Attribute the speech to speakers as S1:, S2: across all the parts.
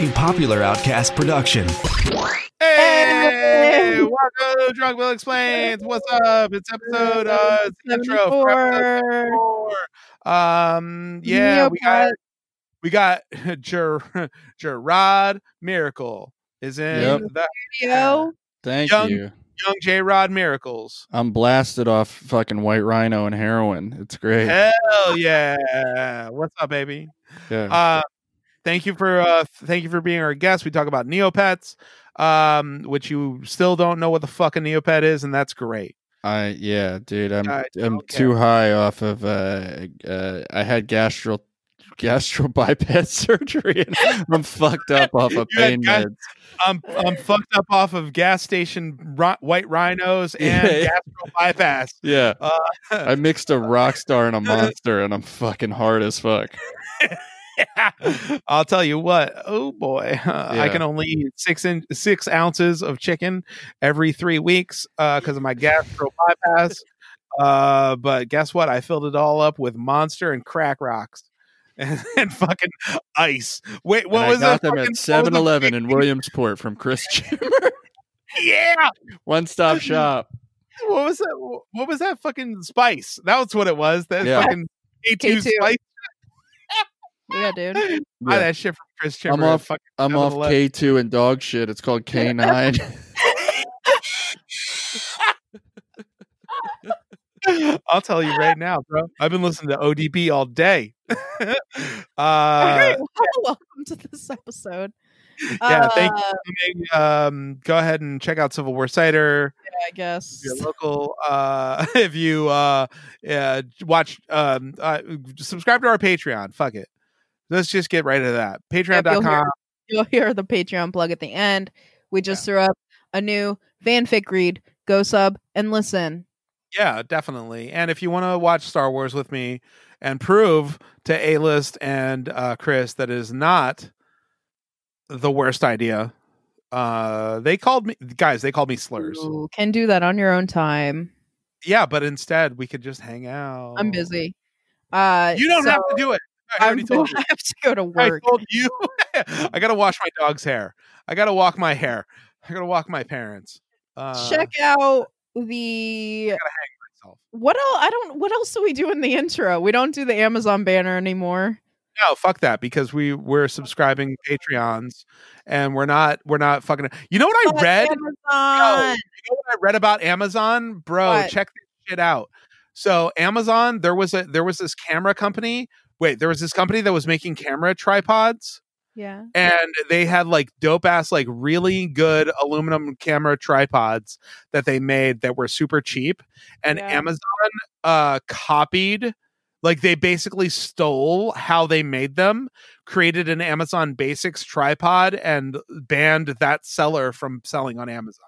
S1: A popular outcast production.
S2: Hey, welcome to Drunk Bill Explains. What's up? It's episode uh it's the intro for episode 74. Um yeah, we got we got Ger- Gerard Miracle is in
S3: Yep.
S2: the
S4: Yo,
S3: Thank
S2: Young-
S3: you.
S2: young J Rod Miracles.
S3: I'm blasted off fucking white rhino and heroin. It's great.
S2: Hell yeah. What's up, baby?
S3: Yeah.
S2: Uh, thank you for uh, thank you for being our guest. We talk about Neopets, um, which you still don't know what the fuck a Neopet is, and that's great.
S3: I yeah, dude. I'm
S2: I
S3: I'm
S2: don't
S3: too high off of uh, uh I had gastro gastro bypass surgery and I'm fucked up off of
S2: You had
S3: pain
S2: gas-
S3: meds.
S2: I'm I'm fucked up off of gas station ri- white rhinos and
S3: Yeah.
S2: gastro bypass.
S3: Yeah.
S2: Uh,
S3: I mixed a rock star and a monster and I'm fucking hard as fuck.
S2: I'll tell you what. Oh boy, I
S3: Yeah.
S2: can only eat six in, six ounces of chicken every three weeks because of my gastro bypass. Uh, but guess what? I filled it all up with monster and crack rocks and, and fucking ice. Wait, what
S3: And
S2: was
S3: I got
S2: that?
S3: them
S2: fucking- what
S3: at
S2: was the
S3: 7-Eleven in Williamsport from Chris Jimmer.
S2: big- Yeah.
S3: One stop shop.
S2: What was that? What was that fucking spice? That was what it was. That
S3: Yeah.
S2: fucking A two
S4: K2.
S2: spice.
S4: yeah, dude.
S2: Buy
S3: Yeah.
S2: that shit from Chris Chimmer.
S3: I'm off-
S2: Fucking-
S3: I'm off
S2: 7-Eleven.
S3: K two and dog shit. It's called K nine.
S2: I'll tell you right now, bro. I've been listening to ODB all day. uh,
S4: welcome to this episode. Uh,
S2: yeah, thank um, go ahead and check out Civil War Cider.
S4: I guess.
S2: If you're local, uh, if you uh, yeah, watch, um, uh, subscribe to our Patreon. Fuck it. Let's just get right into that.
S4: you'll hear-
S2: Patreon.com.
S4: You'll hear the Patreon plug at the end. We just threw up a new fanfic read. Go sub and listen.
S2: Yeah, definitely. And if you want to watch Star Wars with me and prove to A List and uh, Chris that it is not the worst idea, uh, they called me, guys, they called me slurs.
S4: You can do that on your own time.
S2: Yeah, but instead we could just hang out.
S4: I'm busy. Uh,
S2: Oh. You don't
S4: so
S2: have to do it. I
S4: I'm-
S2: already told you.
S4: I have to go to
S2: I
S4: work.
S2: told you. I got to wash my dog's hair. I got to walk my hair. I got to walk my parents. Uh,
S4: Check out the
S2: myself.
S4: what else? I don't. What else do we do in the intro? We don't do the Amazon banner anymore.
S2: no fuck that because we we're subscribing patreons and we're not we're not fucking you know what i
S4: Fuck
S2: read
S4: Amazon.
S2: you know what i read about amazon bro
S4: What?
S2: check this shit out so amazon there was a there was this camera company wait there was this company that was making camera tripods
S4: Yeah.
S2: and they had like dope ass like really good aluminum camera tripods that they made that were super cheap and
S4: Yeah.
S2: amazon uh copied like they basically stole how they made them created an amazon basics tripod and banned that seller from selling on amazon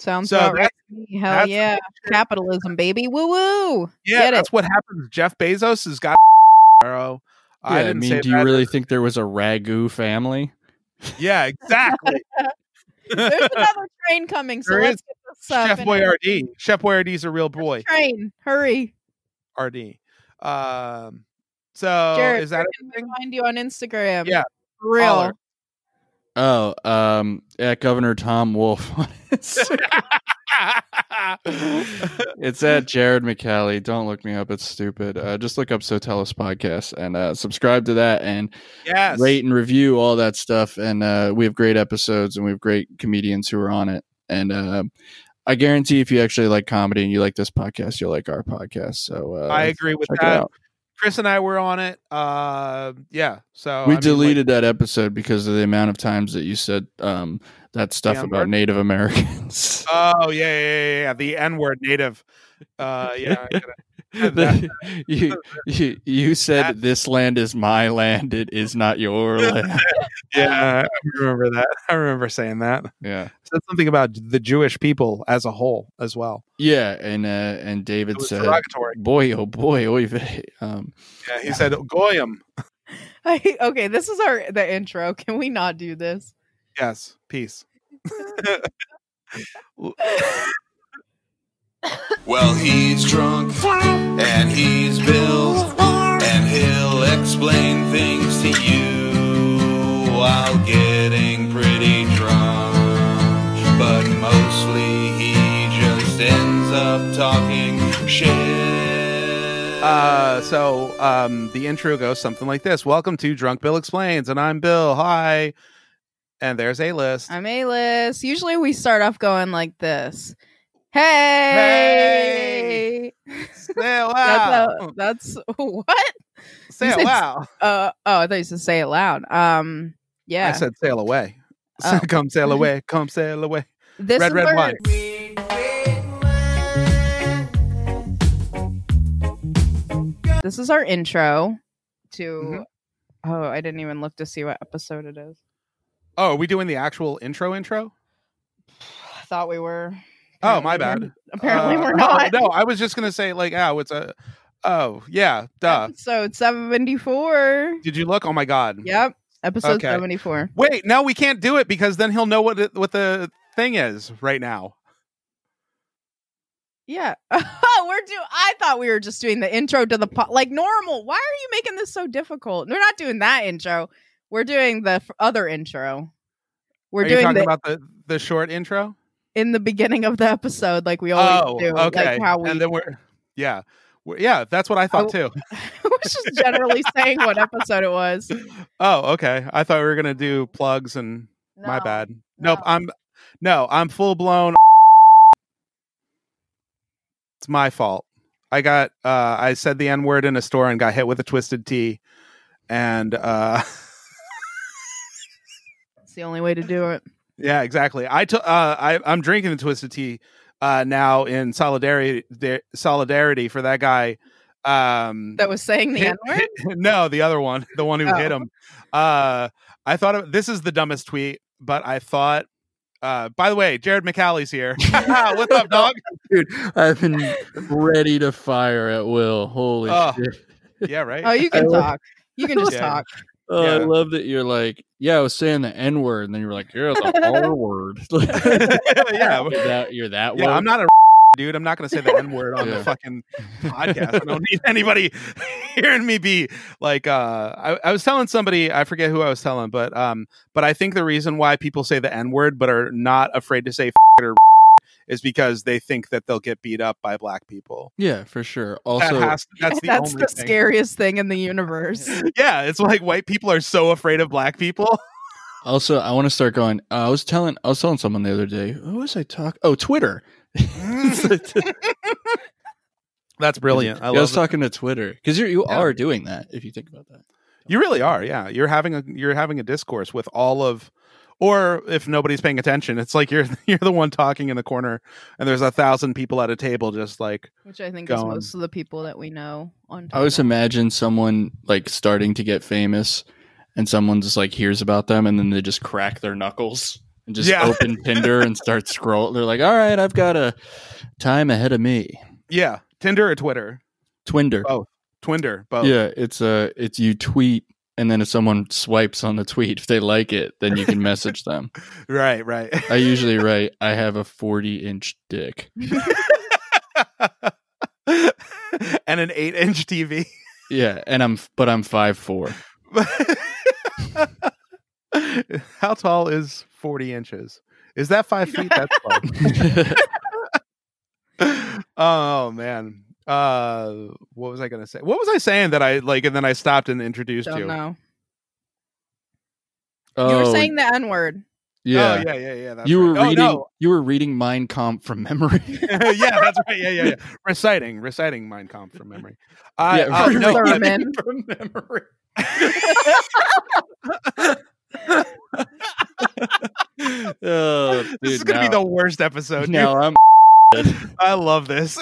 S4: Sounds
S2: So
S4: about
S2: that-
S4: right. to me. Hell
S2: that's-
S4: yeah. Capitalism, baby. Woo woo.
S2: yeah
S4: Get it.
S2: that's what happens jeff bezos has got arrow
S3: Yeah,
S2: I didn't
S3: mean,
S2: say
S3: do you
S2: that.
S3: really think there was a ragu family?
S2: Yeah, exactly.
S4: There's another train coming, so
S2: There
S4: let's get this up.
S2: Chef
S4: and-
S2: Boyardee. Chef Boyardee's a real boy.
S4: Train, hurry.
S2: RD. Um, so
S4: Jared,
S2: is that
S4: where can
S2: everything?
S4: we find you on Instagram?
S2: Yeah,
S4: For real.
S2: holler.
S3: Oh, um, at Governor Tom Wolf. it's at Jared McCallie. Don't look me up; it's stupid. Uh, just look up Sotellus podcast and uh, subscribe to that, and
S2: yes.
S3: rate and review all that stuff. And uh, we have great episodes, and we have great comedians who are on it. And uh, I guarantee, if you actually like comedy and you like this podcast, you'll like our podcast. So uh,
S2: I agree with
S3: check it
S2: that.
S3: out.
S2: Chris and I were on it. Uh, yeah. So
S3: we
S2: I mean, like,
S3: deleted that episode because of the amount of times that you said um, that stuff
S2: The N-word?
S3: about Native Americans.
S2: oh yeah, yeah, yeah, yeah. The N word native. Uh, yeah. I gotta-
S3: The- you, you, you said
S2: That-
S3: this land is my land; it is not your land.
S2: yeah. I remember that. I remember saying that.
S3: Yeah,
S2: Said something about the Jewish people as a whole as well.
S3: yeah. And uh, and David
S2: It was
S3: said,
S2: derogatory.
S3: "Boy, oh boy, oy vey." Um,
S2: Yeah. He said goyim.
S4: I, okay, this is our the intro. Can we not do this?
S2: Yes. Peace.
S5: Well, he's drunk, and he's Bill, and he'll explain things to you while getting pretty drunk. But mostly he just ends up talking shit.
S2: Uh, so um, the intro goes something like this: "Welcome to Drunk Bill Explains," and I'm Bill. Hi, and there's a list.
S4: I'm A list. Usually we start off going like this.
S2: Hey!
S4: Hey,
S2: Say
S4: that's,
S2: wow,
S4: a, that's what?
S2: say
S4: you
S2: it
S4: said-
S2: wow.
S4: Uh, oh, I thought you said say it loud. Um, yeah.
S2: I said sail away.
S4: Oh.
S2: come sail away. Come sail away.
S4: this
S2: red, red
S4: alert-
S2: wine.
S4: This is our intro to.
S2: Mhm.
S4: Oh, I didn't even look to see what episode it is.
S2: Oh, are we doing the actual intro intro?
S4: I thought we were.
S2: Oh, my
S4: Apparently
S2: bad.
S4: we're- Apparently,
S2: Uh,
S4: we're
S2: oh,
S4: not.
S2: no, I was just gonna say like, oh, it's a. Oh yeah, duh.
S4: Episode 74.
S2: Did you look? Oh my god.
S4: Yep. Episode
S2: Okay.
S4: 74.
S2: Wait, no, we can't do it because then he'll know what it, what the thing is right now.
S4: Yeah. Oh, we're do I thought we were just doing the intro to the po- like normal. Why are you making this so difficult? We're not doing that intro. We're doing the f- other intro.
S2: Are
S4: We're
S2: you
S4: doing
S2: talking
S4: the
S2: about the the short intro?
S4: in the beginning of the episode like we always
S2: oh,
S4: do.
S2: okay.
S4: Like how we
S2: And then we're yeah, we're, yeah. That's what I thought too.
S4: I was just generally saying what episode it was.
S2: Oh, okay. I thought we were gonna do plugs and my
S4: No,
S2: bad.
S4: no.
S2: Nope. I'm no. I'm full blown. It's my fault. I got. uh I said the n word in a store and got hit with a twisted T, and uh
S4: It's the only way to do it.
S2: yeah, exactly. I took. Uh, I I'm drinking the twisted T uh now in solidarity de- solidarity for that guy. Um,
S4: That was saying the
S2: hit-
S4: N word.
S2: hit- no, the other one, the one who
S4: Oh.
S2: hit him. Uh, I thought it, this is the dumbest tweet, but I thought. Uh, by the way, Jared McCally's here. What's up, dog?
S3: dude. I've been ready to fire at Will. Holy
S2: Oh.
S3: shit!
S2: Yeah, right.
S4: Oh, you can
S3: I love-
S4: talk. You can just
S2: Yeah.
S4: talk.
S3: Oh, I
S2: Yeah.
S3: love that you're like, yeah, I was saying the N word, and then you were like, you're the R word. Like,
S2: yeah,
S3: you're that, you're that
S2: yeah.
S3: woke.
S2: I'm not a dude. I'm not going to say the n word on
S3: Yeah.
S2: the fucking podcast. I don't need anybody hearing me be like. Uh, I, I was telling somebody, I forget who I was telling, but um, but I think the reason why people say the n word but are not afraid to say f- or is because they think that they'll get beat up by black people.
S3: Yeah, for sure. Also,
S2: that has, that's the
S4: That's
S2: only
S4: the
S2: thing.
S4: scariest thing in the universe.
S2: Yeah, it's like white people are so afraid of black people.
S3: also, I want to start going. uh, I was telling, I was telling someone the other day. Who was I talk? Oh, Twitter.
S2: That's brilliant. I
S3: I,
S2: love
S3: was
S2: it.
S3: talking to Twitter because you you
S2: Yeah.
S3: are doing that if you think about that.
S2: You really are. Yeah, you're having a you're having a discourse with all of, or if nobody's paying attention, it's like you're you're the one talking in the corner, and there's a thousand people at a table just like
S4: Which I think is
S2: Going.
S4: most of the people that we know on
S3: I always
S4: Twitter.
S3: imagine someone like starting to get famous, and someone just like hears about them, and then they just crack their knuckles and just
S2: Yeah.
S3: open Tinder and start scrolling. They're like, "All right, I've got a time ahead of me."
S2: yeah, Tinder or Twitter,
S3: Twinder.
S2: Oh, Twinder, both.
S3: Yeah, it's uh it's you tweet, and then if someone swipes on the tweet, if they like it, then you can message them.
S2: Right, right.
S3: I usually write, "I have a forty-inch dick."
S2: and an eight inch TV.
S3: Yeah, and I'm but I'm five four.
S2: How tall is forty inches? Is that five feet? That's tall. oh man uh what was i gonna say what was i saying that i like and then i stopped and introduced you
S4: don't know.
S3: oh,
S4: you were saying the N word.
S2: oh,
S3: yeah.
S2: yeah yeah yeah that's
S3: you were
S2: right. Oh,
S3: reading.
S2: no.
S3: You were reading Mein Kampf from memory.
S2: yeah that's right yeah yeah yeah reciting reciting mind comp from memory i
S3: Yeah,
S2: uh,
S3: right,
S2: no,
S3: right.
S2: but-
S4: Sermon.
S3: from memory. oh, dude,
S2: this is gonna
S3: now,
S2: be the worst episode dude.
S3: now I'm
S2: i love this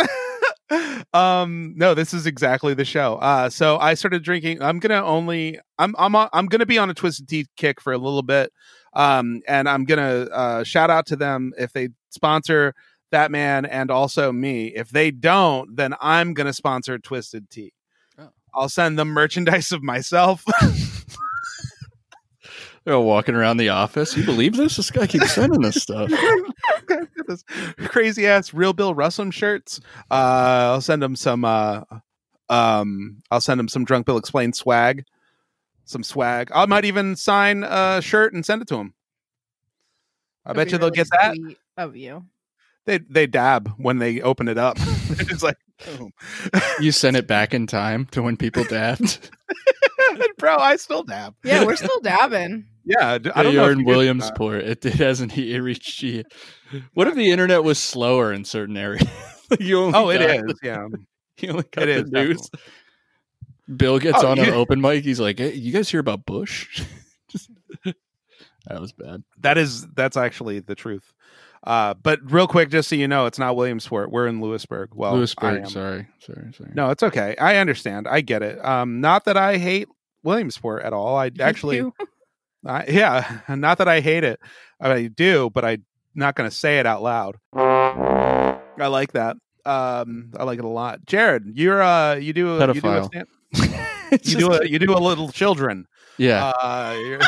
S2: um no this is exactly the show uh so i started drinking i'm gonna only i'm i'm on, i'm gonna be on a twisted tea kick for a little bit um and i'm gonna uh shout out to them if they sponsor that man and also me if they don't then i'm gonna sponsor twisted tea
S3: Oh.
S2: i'll send them merchandise of myself
S3: they're all walking around the office. You believe this? This guy keeps sending this stuff.
S2: crazy ass real bill russum shirts uh i'll send them some uh Um, I'll send him some Drunk Bill Explained swag, some swag. I might even sign a shirt and send it to him. I bet you they'll get that.
S4: of you.
S2: They they dab when they open it up. it's like, boom.
S3: You sent it back in time to when people dabbed.
S2: bro, I still dab.
S4: Yeah, we're still dabbing.
S2: Yeah, d- I
S3: Yeah,
S2: don't know.
S3: you're
S2: if
S3: in
S2: you did-
S3: Williamsport. It, it hasn't he- it reached you. What if the internet was slower in certain areas? you only
S2: Oh, it
S3: got-
S2: is. Yeah.
S3: You only got
S2: It
S3: the
S2: is,
S3: news. Bill gets
S2: Oh,
S3: on
S2: you-
S3: an open mic. He's like, "Hey, you guys hear about Bush?" Just- that was bad.
S2: That is that's actually the truth. Uh, but real quick, just so you know, it's not Williamsport. We're in Lewisburg. Well, Oh, I am.
S3: Lewisburg. Sorry, sorry, sorry.
S2: No, it's okay. I understand. I get it. Um, not that I hate Williamsport at all. I actually,
S4: You-
S2: I, yeah, not that I hate it. I do, but I'm not going to say it out loud. I like that. Um, I like it a lot. Jared, you're uh, you do you do a
S3: Pedophile.
S2: stand- you do a you do a little children.
S3: yeah.
S2: Uh, you're,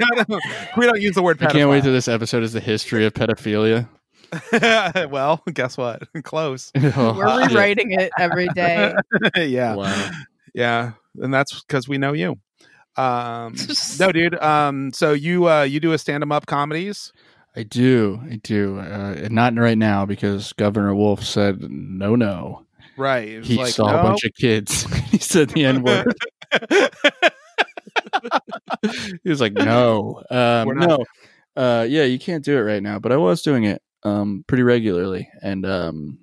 S2: we don't use the word.
S3: I can't wait
S2: pedophile.
S3: till this episode is the history of pedophilia.
S2: well, guess what? Close.
S3: Oh,
S4: We're
S3: shit.
S4: rewriting it every day.
S2: yeah.
S3: Wow.
S2: Yeah. And that's because we know you. Um no dude. Um so you uh you do a stand 'em up comedies.
S3: I do. I do. Uh, and not right now because Governor Wolf said no, no.
S2: Right. It was
S3: He
S2: like,
S3: saw
S2: no.
S3: a bunch of kids. he said the N word. he was like, no, um,
S2: We're not-
S3: no, uh, yeah, you can't do it right now. But I was doing it um, pretty regularly, and um,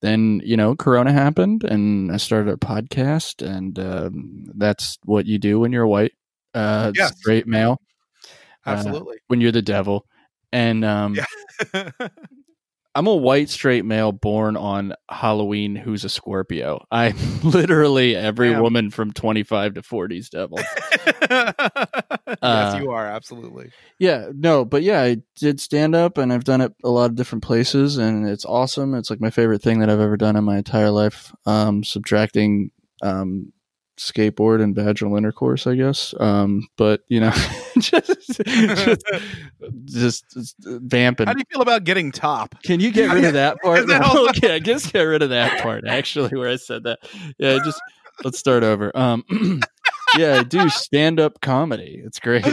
S3: then you know, Corona happened, and I started a podcast, and um, that's what you do when you're white, uh,
S2: Yes.
S3: straight male, uh,
S2: Absolutely.
S3: when you're the devil, and um,
S2: Yeah.
S3: I'm a white straight male born on Halloween who's a Scorpio. I'm literally every
S2: Damn.
S3: woman from 25 to 40's devil. Uh,
S2: yes, you are absolutely.
S3: Yeah, no, but yeah, I did stand up and I've done it a lot of different places and it's awesome. It's like my favorite thing that I've ever done in my entire life. Um, subtracting um, skateboard and vaginal intercourse, I guess. Um, but you know, just, just just vamping.
S2: How do you feel about getting top?
S3: Can you get rid of that part?
S2: Is that all-
S3: okay, I guess get rid of that part. Actually, where I said that, yeah, just let's start over. Um, yeah, I do stand up comedy. It's great.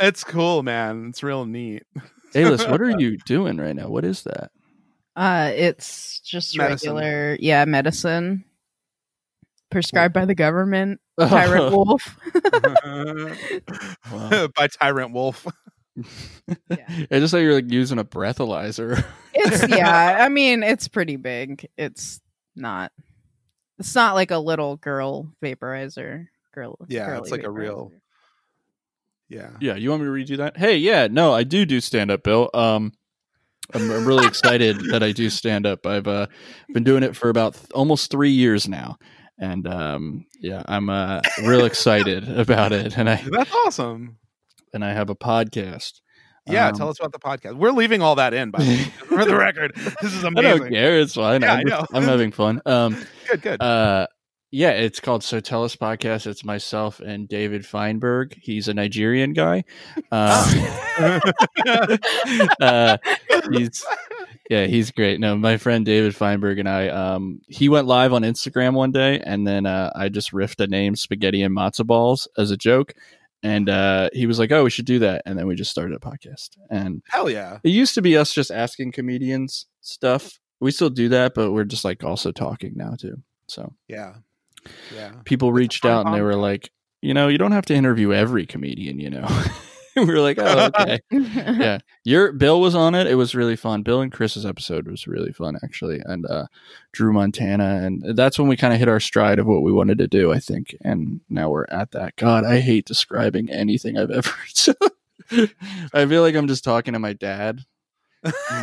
S2: It's cool, man. It's real neat.
S3: Alice, what are you doing right now? What is that?
S4: Uh, it's just
S2: Medicine.
S4: regular, yeah, medicine prescribed by the government.
S2: Oh.
S4: Tyrant Wolf.
S3: Uh-huh. Wow.
S2: By Tyrant Wolf.
S3: I just thought you were like using a breathalyzer.
S4: It's yeah. I mean, it's pretty big. It's not. It's not like a little girl vaporizer. Girl.
S2: Yeah,
S4: girly
S2: it's like a real-
S4: vaporizer.
S2: Yeah.
S3: yeah, you want me to redo that? Hey, yeah, no, I do do stand up, Bill. Um, I'm, I'm really excited that I do stand up. I've uh, been doing it for about th- almost three years now, and um, yeah, I'm uh, real excited about it. And I
S2: That's awesome.
S3: and I have a podcast.
S2: Yeah,
S3: Um,
S2: tell us about the podcast. We're leaving all that in, by the way, for the record. This is
S3: I
S2: amazing.
S3: don't care. It's fine.
S2: Yeah,
S3: I'm,
S2: I
S3: just-
S2: know.
S3: I'm having fun. Um,
S2: Good, good.
S3: Uh, yeah, it's called So Tell Us Podcast. It's myself and David Feinberg. He's a Nigerian guy. Uh, uh, he's yeah, he's great. No, my friend David Feinberg and I, um, he went live on Instagram one day, and then uh, I just riffed the name Spaghetti and Matzo Balls as a joke, and uh, he was like, "Oh, we should do that," and then we just started a podcast, and
S2: Hell yeah.
S3: it used to be us just asking comedians stuff. We still do that, but we're just like also talking now too. So
S2: Yeah. Yeah.
S3: people reached
S2: fun
S3: out and they were like, you know, you don't have to interview every comedian, you know. we were like, oh, okay. yeah. Your Bill was on it. It was really fun. Bill and Chris's episode was really fun actually. And uh Drew Montana and that's when we kind of hit our stride of what we wanted to do, I think. And now we're at that. God, I hate describing anything I've ever done. I feel like I'm just talking to my dad. I'm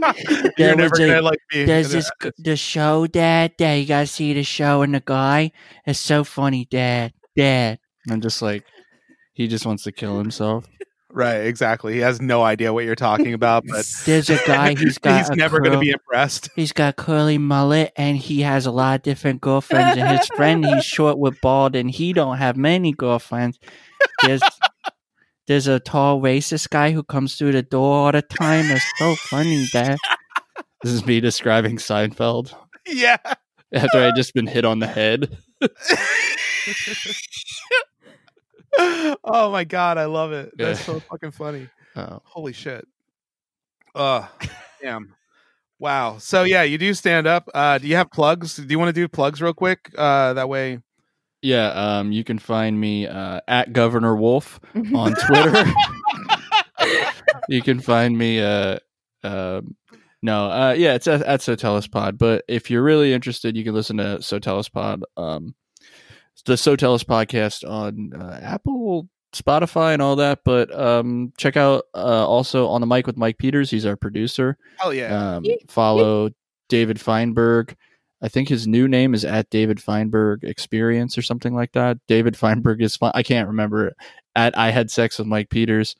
S3: like,
S2: You're
S6: was
S2: never
S6: a-
S2: gonna like be.
S6: There's this g- the show, Dad. Dad, you gotta see the show and the guy. It's so funny, Dad. Dad.
S3: I'm just like he just wants to kill himself.
S2: right, exactly. He has no idea what you're talking about, but
S6: There's a guy. He's got.
S2: he's
S6: a
S2: never
S6: curl-
S2: gonna be impressed.
S6: He's got curly mullet, and he has a lot of different girlfriends. And his friend, he's short with bald, and he don't have many girlfriends. There's there's a tall racist guy who comes through the door all the time. It's so funny, Dad.
S3: This is me describing Seinfeld.
S2: yeah.
S3: after I had just been hit on the head.
S2: oh my god, I love it. That's
S3: Yeah.
S2: so fucking funny.
S3: Oh,
S2: Holy shit. Uh damn. Wow. So yeah, you do stand up. Uh do you have plugs? Do you want to do plugs real quick? Uh that way
S3: yeah. Um, you can find me uh, at Governor Wolf
S4: Mm-hmm.
S3: on Twitter. you can find me. Uh, um no, uh, yeah, it's at, at Sotellus Pod. But if you're really interested, you can listen to Sotellus Pod, um, the Sotellus podcast on uh, Apple, Spotify, and all that. But um, check out uh, also on the mic with Mike Peters. He's our producer.
S2: hell yeah.
S3: Um, follow David Feinberg. I think his new name is at David Feinberg Experience or something like that. David Feinberg is fine. I can't remember. it. At I had sex with Mike Peters,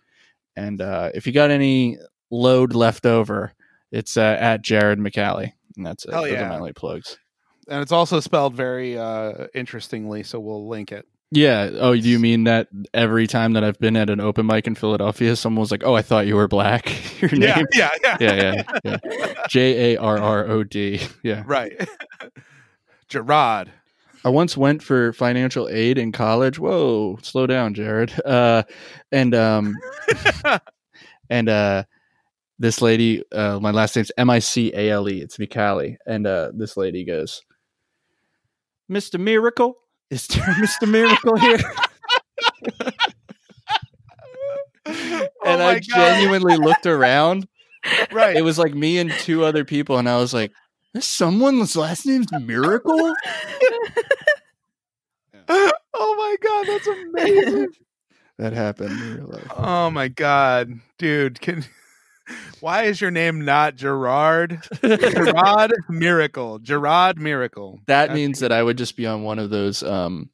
S3: and uh, if you got any load left over, it's uh, at Jared McCallie, and that's it.
S2: Hell
S3: Those
S2: yeah.
S3: are my only plugs.
S2: and it's also spelled very uh interestingly, so we'll link it.
S3: Yeah. Oh, do you mean that every time that I've been at an open mic in Philadelphia, someone was like, "Oh, I thought you were black." Your
S2: Yeah,
S3: name.
S2: yeah, yeah.
S3: Yeah, yeah, yeah. J A R R O D. Yeah.
S2: Right. Gerard.
S3: I once went for financial aid in college. Whoa, slow down, Jared. Uh, and um, and uh, this lady, uh, my last name's M I C A L E. It's Vicali, and uh, this lady goes, "Mr. Miracle, is there a Mr. Miracle here?"
S2: Oh
S3: and
S2: my
S3: I
S2: God.
S3: genuinely looked around.
S2: right.
S3: It was like me and two other people, and I was like, "There's someone's last name's Miracle."
S2: oh my god, that's amazing.
S3: That happened in real life.
S2: oh my god, dude, can why is your name not Gerard? Gerard Miracle. Gerard Miracle.
S3: that means that I would just be on one of those. Um,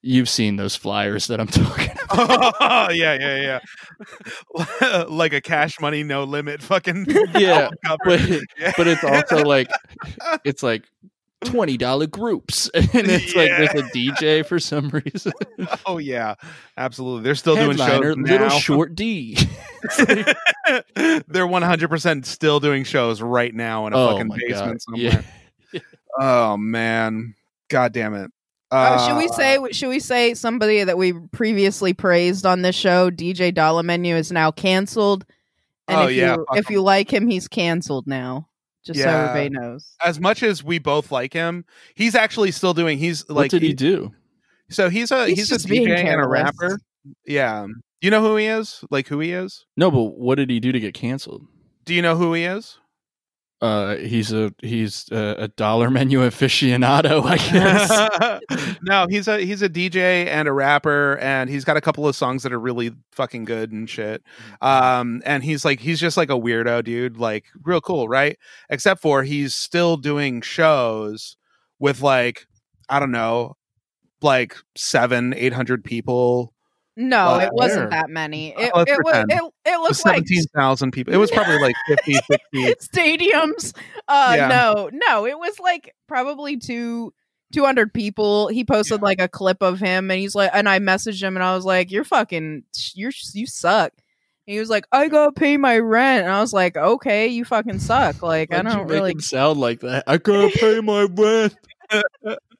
S3: you've seen those flyers that I'm talking. about.
S2: oh, yeah, yeah, yeah. like a cash money no limit fucking
S3: Yeah,
S2: cover.
S3: but
S2: Yeah.
S3: but it's also like it's like twenty dollar groups, and it's like
S2: Yeah.
S3: there's a DJ for some reason.
S2: oh yeah, absolutely. They're still doing
S3: Headliner,
S2: shows
S3: little
S2: now.
S3: short D.
S2: They're 100% still doing shows right now in a
S3: oh
S2: fucking
S3: my god!
S2: basement somewhere.
S3: Yeah.
S2: Oh man, god damn it. Uh,
S4: oh, should we say? Should we say somebody that we previously praised on this show, DJ Dollar Menu, is now canceled? And
S2: Oh,
S4: if
S2: yeah,
S4: you,
S2: fuck
S4: if you like him, he's canceled now. Just so
S2: Yeah.
S4: everybody knows.
S2: as much as we both like him, he's actually still doing. He's like,
S3: what did he do?
S2: so he's a
S4: He's
S2: he's, a
S4: just being
S2: DJ and a
S4: careless.
S2: rapper. Yeah, you know who he is? Like who he is?
S3: No, but what did he do to get canceled?
S2: Do you know who he is?
S3: Uh, he's a he's a, a dollar menu aficionado, I guess.
S2: no, he's a he's a DJ and a rapper, and he's got a couple of songs that are really fucking good and shit. Um, and he's like he's just like a weirdo dude, like real cool, right? Except for he's still doing shows with like I don't know, like seven eight hundred people,
S4: No,
S2: Well,
S4: it wasn't
S3: where?
S4: that many.
S2: Oh,
S4: It
S2: let's
S4: it, was,
S2: pretend.
S4: it it looked like
S2: seventeen thousand people. It was probably like 50, 60.
S4: stadiums. Uh
S2: Yeah.
S4: no, no, it was like probably two 200 people. He posted like a clip of him and he's like and I messaged him and I was like you're fucking you're you suck. And he was like I got to pay my rent and I was like okay, you fucking suck. Like I
S3: Why'd you
S4: don't
S3: make
S4: really
S3: him sound like that. I gotta pay my rent.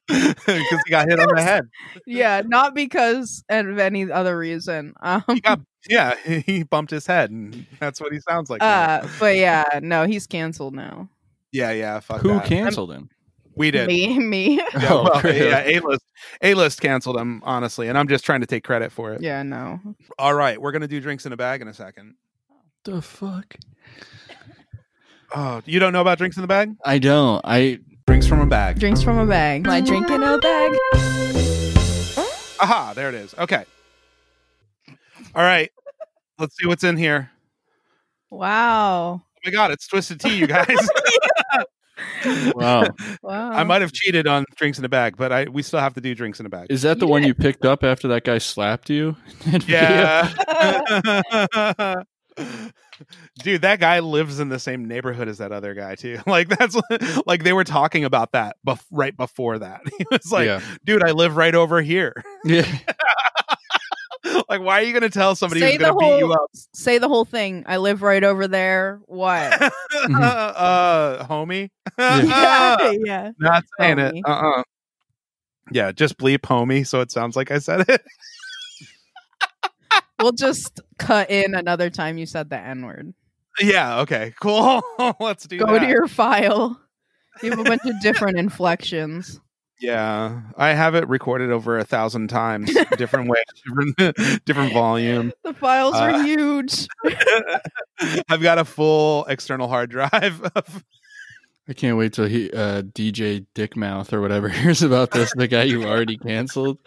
S2: Because he got hit on the head.
S4: Yeah, not because of any other reason. Um
S2: He got yeah, he bumped his head, and that's what he sounds like. now.
S4: uh but yeah, no, he's canceled now.
S2: yeah, yeah. Fuck
S3: Who
S2: that.
S3: canceled him?
S2: We did.
S4: Me me.
S2: Yeah,
S3: Oh,
S2: well,
S3: great.
S2: yeah, A list, A list canceled him honestly, and I'm just trying to take credit for it.
S4: yeah, no.
S2: All right, we're gonna do drinks in a bag in a second.
S3: The fuck?
S2: Oh, you don't know about drinks in the bag?
S3: I don't. I
S2: Drinks from a bag.
S4: Drinks from a bag.
S7: My drink in a bag.
S2: Aha, there it is. Okay. All right, let's see what's in here.
S4: Wow.
S2: Oh my god, it's twisted tea, you guys.
S3: wow.
S4: Wow.
S2: I might have cheated on drinks in a bag, but I we still have to do drinks in a bag.
S3: Is that the
S4: You
S3: one you picked up after that guy slapped you? in that video?
S2: Yeah. Dude, that guy lives in the same neighborhood as that other guy too. Like that's like they were talking about that bef- right before that. He was like,
S3: yeah.
S2: "Dude, I live right over here."
S3: Yeah.
S2: like, why are you going to tell somebody
S4: Say
S2: who's going
S4: the
S2: to beat you
S4: whole-
S2: up?
S4: Say the whole thing. I live right over there. What?
S3: Mm-hmm.
S2: uh, uh, homie. Ah!
S4: yeah, yeah.
S2: Not saying it.
S4: Homie.
S2: Uh uh Yeah, just bleep homie so it sounds like I said it.
S4: We'll just cut in another time you said the N word.
S2: yeah, okay, cool. Let's do
S4: Go
S2: that.
S4: to your file. You have a bunch of different inflections.
S2: yeah, I have it recorded over a thousand times, different ways, different, different volume.
S4: The files
S2: Uh,
S4: are huge.
S2: I've got a full external hard drive of
S3: I can't wait till he uh, DJ Dickmouth or whatever hears about this. The guy you already canceled.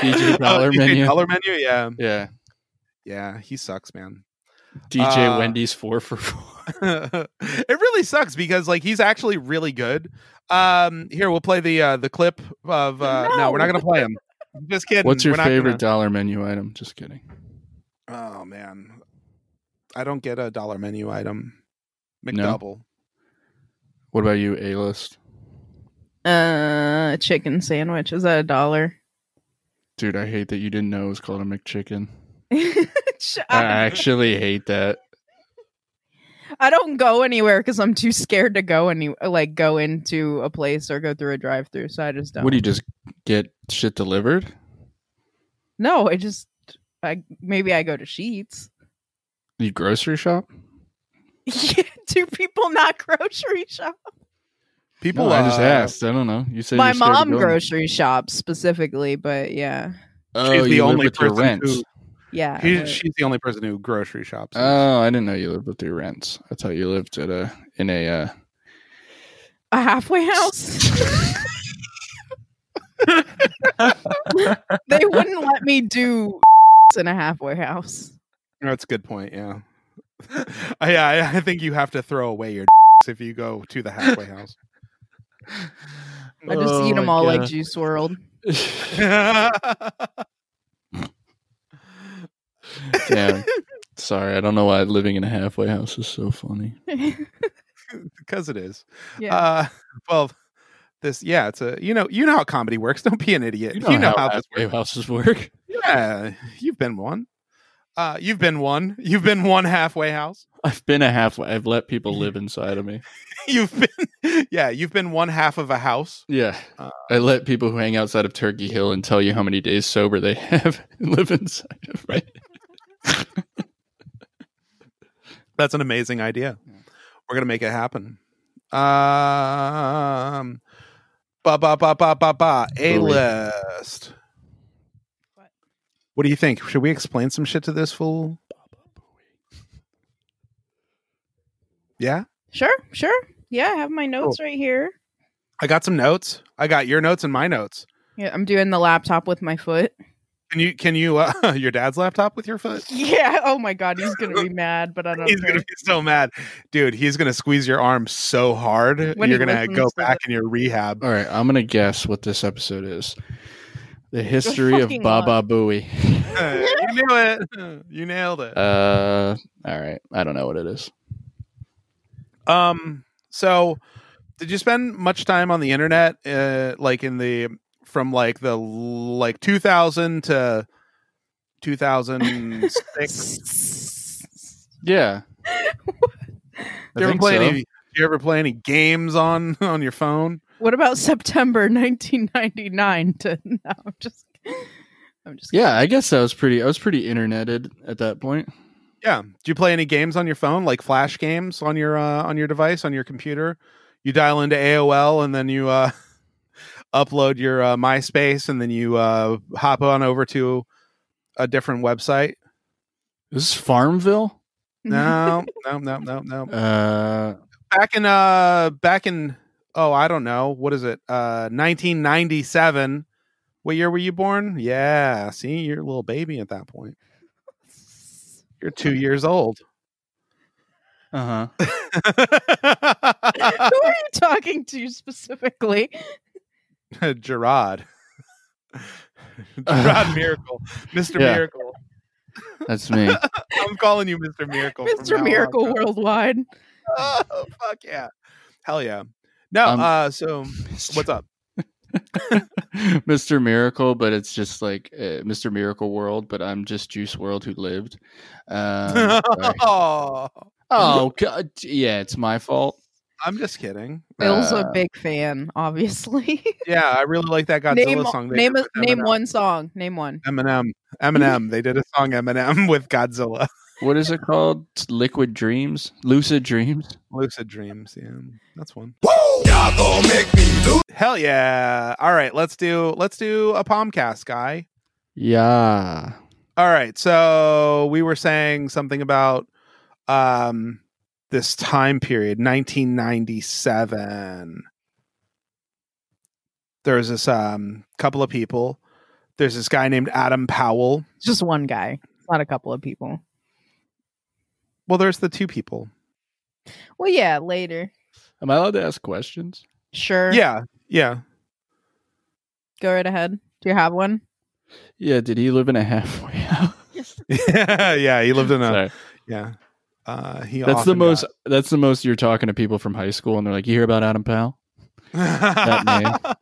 S3: DJ Dollar
S2: DJ
S3: Menu.
S2: Oh, Dollar menu, yeah,
S3: Yeah,
S2: yeah. He sucks, man.
S3: DJ
S2: Uh,
S3: Wendy's four for four.
S2: it really sucks because like he's actually really good. Um, here we'll play the uh, the clip of. Uh, no. we're not gonna play him. Just kidding.
S3: What's your
S2: We're not gonna-
S3: favorite Dollar Menu item? Just kidding.
S2: Oh man, I don't get a dollar menu item.
S3: No?
S2: McDouble.
S3: What about you, A list?
S4: Uh, chicken sandwich. Is that a dollar?
S3: Dude, I hate that you didn't know it was called a McChicken.
S4: Ch-
S3: I
S4: I,
S3: actually hate that.
S4: I don't go anywhere because I'm too scared to go any like go into a place or go through a drive-through. So I just don't.
S3: What do you just get shit delivered?
S4: No, I just I maybe I go to Sheets.
S3: You grocery shop?
S4: Yeah, do people not grocery shop?
S2: People,
S3: No, I just
S2: uh,
S3: asked. I don't know. You said
S4: My
S3: you're scared of
S4: mom
S3: going-
S4: grocery shops specifically, but yeah,
S3: Oh,
S2: She's the
S3: you live
S2: only
S3: with your
S2: person
S3: rents.
S2: who-
S4: yeah.
S2: she-
S4: but-
S2: she's the only person who grocery shops.
S3: Oh, I didn't know you lived with your rents. I thought you lived at a in a uh,
S4: a halfway house. they wouldn't let me do in a halfway house.
S2: That's a good point. Yeah. I, I, I think you have to throw away your if you go to the halfway house.
S4: I just eat them all like Juice World.
S3: yeah. Sorry, I don't know why living in a halfway house is so funny.
S2: because it is.
S4: yeah.
S2: Uh, well, this yeah, it's a you know you know how comedy works. Don't be an idiot. You know, how, this
S3: halfway houses work.
S2: Yeah, you've been one. Uh, you've been one. You've been one halfway house.
S3: I've been a halfway. I've let people live inside of me.
S2: You've been yeah. You've been one half of a house.
S3: Yeah,
S2: Uh,
S3: I let people who hang outside of Turkey Hill and tell you how many days sober they have and live inside of right.
S2: That's an amazing idea. We're gonna make it happen. Um, ba ba ba ba ba ba. A list.
S4: What?
S2: What do you think? Should we explain some shit to this fool? Yeah,
S4: sure, sure. Yeah, I have my notes right here.
S2: I got some notes. I got your notes and my notes.
S4: Yeah, I'm doing the laptop with my foot.
S2: Can you can you uh, your dad's laptop with your foot?
S4: Yeah. Oh my god, he's gonna be mad, but I don't.
S2: he's
S4: care.
S2: gonna be so mad, dude. He's gonna squeeze your arm so hard,
S4: When he
S2: you're gonna
S4: listens
S2: go
S4: to
S2: back in your rehab.
S3: All right, I'm gonna guess what this episode is: the history of
S4: fucking
S3: Baba Booey.
S2: you knew it. You nailed it.
S3: Uh, all right, I don't know what it is.
S2: Um. So, did you spend much time on the internet, uh, like in the from like the like 2000 to 2006?
S3: Yeah.
S2: Do you ever play any? do You ever play any games on on your phone?
S4: What about September 1999? To no, I'm just. I'm just.
S3: Yeah, I guess I was pretty. I was pretty interneted at that point.
S2: Yeah. Do you play any games on your phone, like flash games on your uh, on your device, on your computer? You dial into AOL and then you uh, upload your uh, MySpace and then you uh, hop on over to a different website.
S3: This is Farmville.
S2: No, no, no, no, no.
S3: Uh,
S2: Back in uh, back in oh, I don't know, what is it? Uh, 1997. What year were you born? Yeah, see, you're a little baby at that point. You're two years old.
S3: uh huh.
S4: Who are you talking to specifically?
S2: Gerard. Gerard Miracle. Mr.
S3: Yeah.
S2: Miracle.
S3: That's me.
S2: I'm calling you Mr. Miracle. from now
S4: Mr.
S2: on,
S4: Miracle
S2: bro.
S4: Worldwide.
S2: Oh, fuck yeah. Hell yeah. No,
S3: Um,
S2: uh so what's up?
S3: Mr. Miracle, but it's just like uh, Mr. Miracle World, but I'm just Juice World who lived. Um, sorry.
S2: oh,
S3: oh, God. Yeah, it's my fault.
S2: I'm just kidding.
S4: Bill's
S3: Uh,
S4: a big fan, obviously.
S2: Yeah, I really like that Godzilla
S4: name
S2: song. they
S4: name
S2: did
S4: a-
S2: with
S4: name
S2: Eminem.
S4: one song. Name one.
S2: Eminem. Eminem. they did a song Eminem with Godzilla.
S3: What is it called? Liquid Dreams? Lucid Dreams?
S2: Lucid Dreams. Yeah, that's one. Hell yeah! All right, let's do let's do a palmcast, guy.
S3: Yeah.
S2: All right, so we were saying something about um this time period, 1997. There's this um couple of people. There's this guy named Adam Powell.
S4: It's Just one guy. It's Not a couple of people.
S2: Well, there's the two people.
S4: Well, yeah, later.
S3: Am I allowed to ask questions?
S4: Sure.
S2: Yeah, yeah.
S4: Go right ahead. Do you have one?
S3: Yeah, did he live in a halfway house?
S2: yeah, he lived in a
S3: Sorry.
S2: yeah. Uh he
S3: That's the
S2: often
S3: most that's the most you're talking to people from high school and they're like, You hear about Adam Powell? that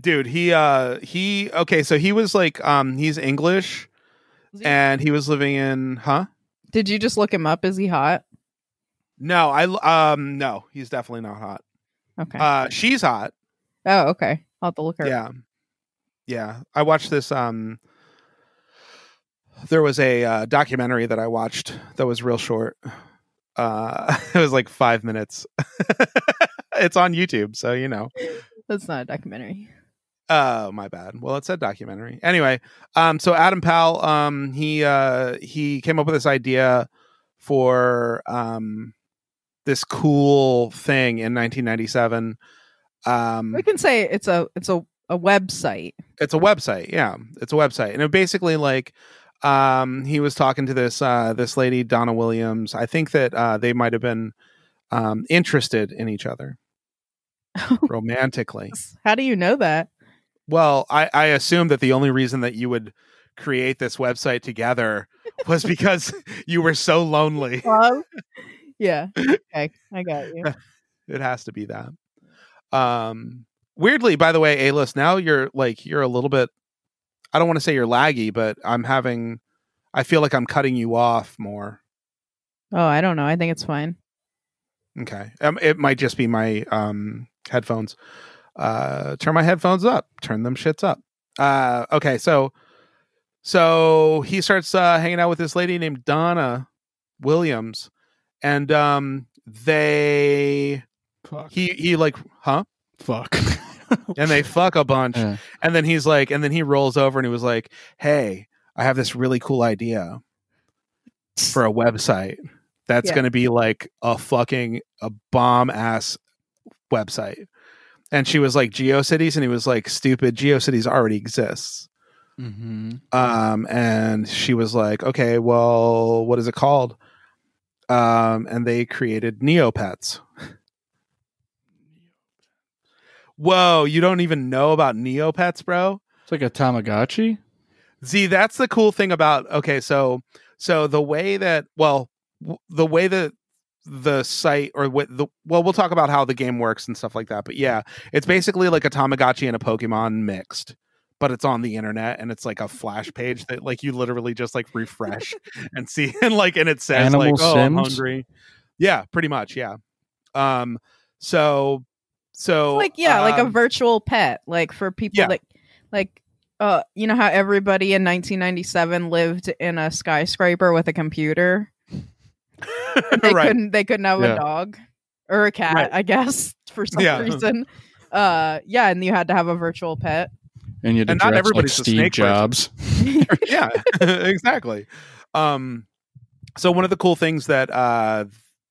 S2: Dude, he uh he okay, so he was like um he's English
S4: Is he-
S2: and he was living in huh?
S4: Did you just look him up? Is he hot?
S2: No, I um no, he's definitely not hot.
S4: Okay.
S2: Uh she's hot.
S4: oh, okay. I'll have to look her. up.
S2: Yeah. Yeah. I watched this um there was a uh, documentary that I watched that was real short. Uh it was like 5 minutes. it's on YouTube, so you know.
S4: That's not a documentary.
S2: Oh, my bad. Well, it said documentary. Anyway, um, so Adam Powell, um, he uh, he came up with this idea for um, this cool thing in 1997. Um,
S4: We can say it's a it's a, a website.
S2: it's a website yeah it's a website and it basically like um he was talking to this uh this lady donna williams i think that uh they might have been um interested in each other romantically
S4: How do you know that?
S2: well i i assume that the only reason that you would create this website together was because you were so lonely
S4: Love? yeah. Okay. I got you.
S2: it has to be that um weirdly by the way a-list now you're like you're a little bit i don't want to say you're laggy but i'm having i feel like i'm cutting you off more
S4: Oh, I don't know. I think it's fine.
S2: okay um, it might just be my um headphones uh turn my headphones up turn them shits up uh okay so so he starts uh hanging out with this lady named donna williams and um they
S3: Fuck.
S2: he he like huh
S3: Fuck.
S2: and they fuck a bunch.
S3: Yeah.
S2: And then he's like, and then he rolls over and he was like, "Hey, I have this really cool idea for a website that's
S4: Yeah.
S2: going to be like a fucking a bomb ass website." And she was like, "GeoCities," and he was like, "Stupid, GeoCities already exists."
S3: mm-hmm.
S2: Um, and she was like, "Okay, well, what is it called?" Um, and they created Neopets. Whoa, you don't even know about Neopets, bro?
S3: It's like a Tamagotchi.
S2: See, that's the cool thing about okay, so so the way that well, w- the way that the site or what the well, we'll talk about how the game works and stuff like that. But yeah, it's basically like a Tamagotchi and a Pokemon mixed, but it's on the internet and it's like a flash page that like you literally just like refresh and see and like and it says like
S3: Animal
S2: oh I'm
S3: Sims?
S2: hungry. Yeah, pretty much, yeah. Um so so
S4: Like yeah, like a
S2: um,
S4: virtual pet, like for people
S2: yeah.
S4: that like uh you know how everybody in 1997 lived in a skyscraper with a computer. They
S2: right.
S4: couldn't they couldn't have
S3: Yeah.
S4: a dog or a cat,
S2: Right.
S4: I guess, for some
S2: Yeah.
S4: reason. Uh yeah, and you had to have a virtual pet.
S3: And you had to
S2: And not
S3: dress like
S2: everybody's a
S3: Steve
S2: snake person.
S3: Jobs.
S2: yeah exactly um so one of the cool things that uh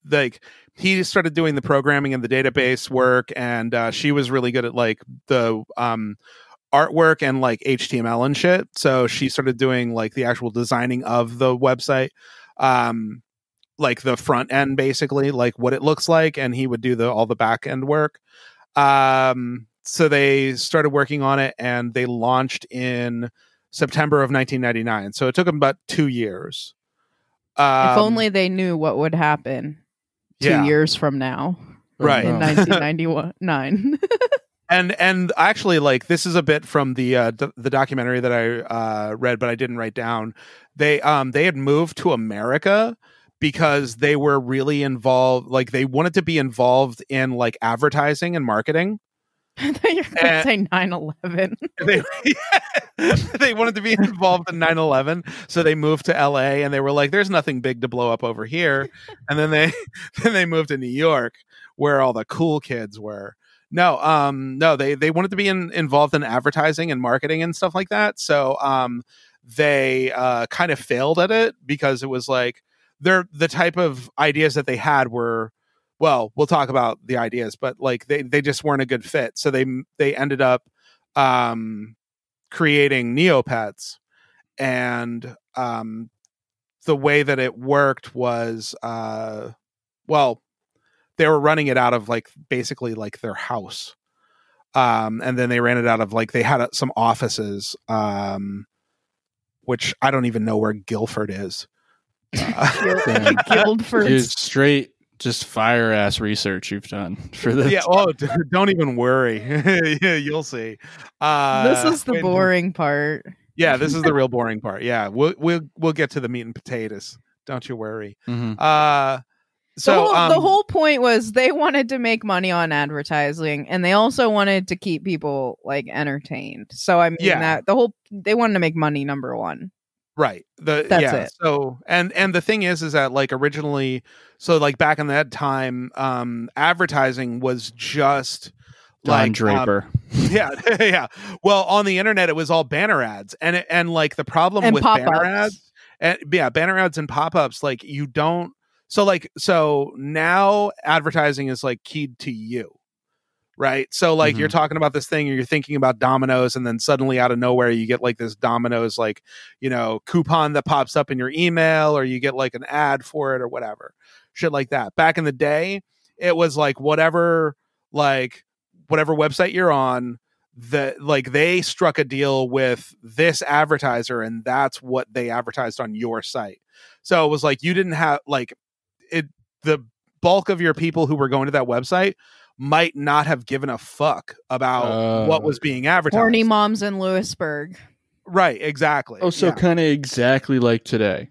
S2: like he started doing the programming and the database work and uh she was really good at like the um artwork and like html and shit so she started doing like the actual designing of the website um like the front end basically like what it looks like and he would do the all the back end work um so they started working on it and they launched in September of 1999. So it took them about two years. Um,
S4: if only they knew what would happen two
S2: yeah.
S4: years from now
S2: Right.
S4: in
S3: Oh.
S4: 1999.
S2: and and actually like this is a bit from the uh, d- the documentary that I uh, read but I didn't write down. They um they had moved to America because they were really involved like they wanted to be involved in like advertising and marketing.
S4: I thought you were going to
S2: Uh,
S4: say 9 11.
S2: They they wanted to be involved in 9/11, so they moved to LA and they were like there's nothing big to blow up over here. And then they then they moved to New York where all the cool kids were. No, um, no, they they wanted to be in, involved in advertising and marketing and stuff like that. So um, they uh, kind of failed at it because it was like they're the type of ideas that they had were well, we'll talk about the ideas, but like they they just weren't a good fit. So they they ended up um, creating Neopets, and um, the way that it worked was uh, well, they were running it out of like basically like their house um and then they ran it out of like they had uh, some offices um which i don't even know where guilford is Uh,
S3: Damn.
S4: Killed for
S3: Dude, straight just fire ass research you've done for this.
S2: yeah oh d- don't even worry yeah, you'll see uh
S4: this is the
S2: when-
S4: boring part.
S2: yeah this is the real boring part yeah we'll we'll, we'll get to the meat and potatoes don't you worry
S3: Mhm.
S2: uh so
S4: the, whole,
S2: um,
S4: the whole point was they wanted to make money on advertising and they also wanted to keep people like entertained. So I mean
S2: Yeah.
S4: that the whole they wanted to make money number one.
S2: right the
S4: That's
S2: yeah
S4: it.
S2: so and and the thing is is that like originally so like back in that time um advertising was just
S3: Don
S2: like um,
S3: Draper.
S2: yeah yeah well on the internet it was all banner ads and it- and like the problem
S4: And
S2: with
S4: pop-ups.
S2: banner ads and yeah banner ads and pop-ups like you don't so like so now advertising is like keyed to you right so like you're talking about this thing and you're thinking about dominoes and then suddenly out of nowhere you get like this dominoes like you know coupon that pops up in your email or you get like an ad for it or whatever shit like that back in the day it was like whatever like whatever website you're on the like they struck a deal with this advertiser and that's what they advertised on your site so it was like you didn't have like it the bulk of your people who were going to that website might not have given a fuck about
S3: Oh.
S2: what was being advertised
S4: Horny moms in Lewisburg.
S2: right exactly
S3: Oh, so
S2: Yeah.
S3: kind of exactly like today.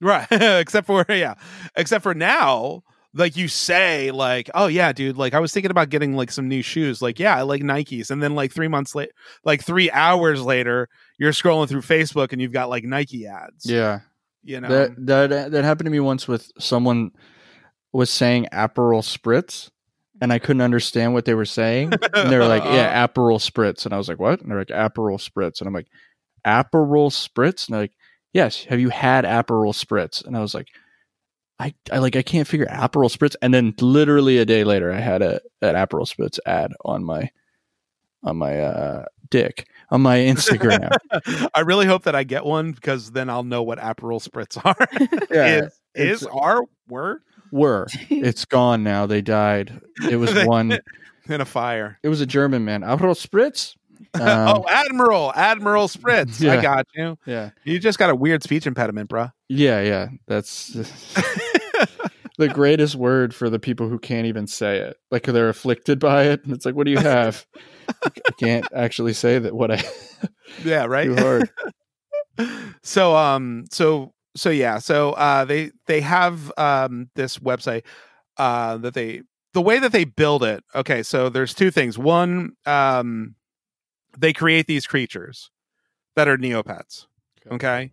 S2: Right. Except for yeah. Except for now, like you say, like, oh yeah, dude, like I was thinking about getting like some new shoes. Like, yeah, I like Nikes. And then like three months later like three hours later, you're scrolling through Facebook and you've got like Nike ads.
S3: Yeah.
S2: You know?
S3: That that that happened to me once with someone was saying Aperol Spritz, and I couldn't understand what they were saying. And they were like, "Yeah, Aperol Spritz," and I was like, "What?" And they're like, "Aperol Spritz," and I'm like, "Aperol Spritz?" And they're like, "Yes, have you had Aperol Spritz?" And I was like, "I, I like I can't figure Aperol Spritz." And then literally a day later, I had a an Aperol Spritz ad on my on my uh, dick on my Instagram.
S2: I really hope that I get one because then I'll know what Aperol spritz are. is
S3: it's-
S2: is our word
S3: were. It's gone now. They died. It was
S2: They-
S3: one.
S2: in a fire.
S3: It was a German man. Aperol Spritz. Um,
S2: oh, Admiral, Admiral Spritz. I
S3: Yeah.
S2: got you.
S3: yeah,
S2: You just got a weird speech impediment, bruh.
S3: yeah, yeah. That's the greatest word for the people who can't even say it. Like they're afflicted by it, and it's like, what do you have? I can't actually say that. What I
S2: yeah, right.
S3: too hard.
S2: so um so so yeah so uh they they have um this website uh that they the way that they build it okay so there's two things one um they create these creatures that are neopets okay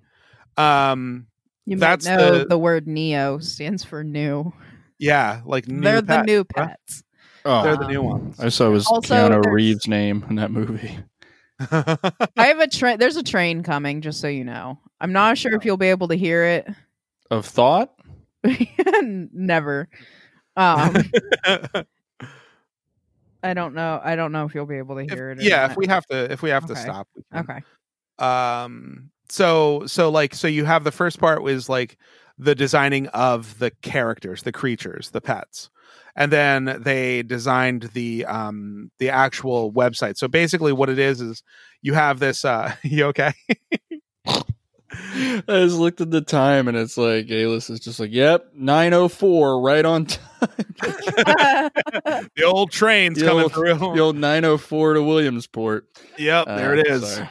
S2: um
S4: You
S2: That's
S4: might know
S2: the-
S4: the, word neo stands for new.
S2: yeah like
S4: They're the
S2: neopet-
S4: new
S2: huh?
S4: pets.
S3: Oh,
S2: they're the new
S4: Um,
S2: ones
S3: I saw it was
S4: Also,
S3: Keanu
S4: there's-
S3: Reeves' name in that movie.
S4: I have a train there's a train coming, just so you know. I'm not sure
S2: Oh.
S4: if you'll be able to hear it.
S3: Of thought.
S4: Never. Um I don't know. I don't know if you'll be able to
S2: If-
S4: hear it. or
S2: yeah
S4: not.
S2: if we have to if we have to
S4: Okay.
S2: stop we can.
S4: Okay.
S2: um so so like so you have the first part was like the designing of the characters the creatures the pets and then they designed the um the actual website so basically what it is is you have this uh you okay
S3: I just looked at the time and it's like Galus is just like, "Yep, nine oh four, right on time."
S2: The old train's
S3: The
S2: coming
S3: old-
S2: through.
S3: the old nine oh four to Williamsport.
S2: yep, there it
S3: Uh,
S2: is.
S3: sorry.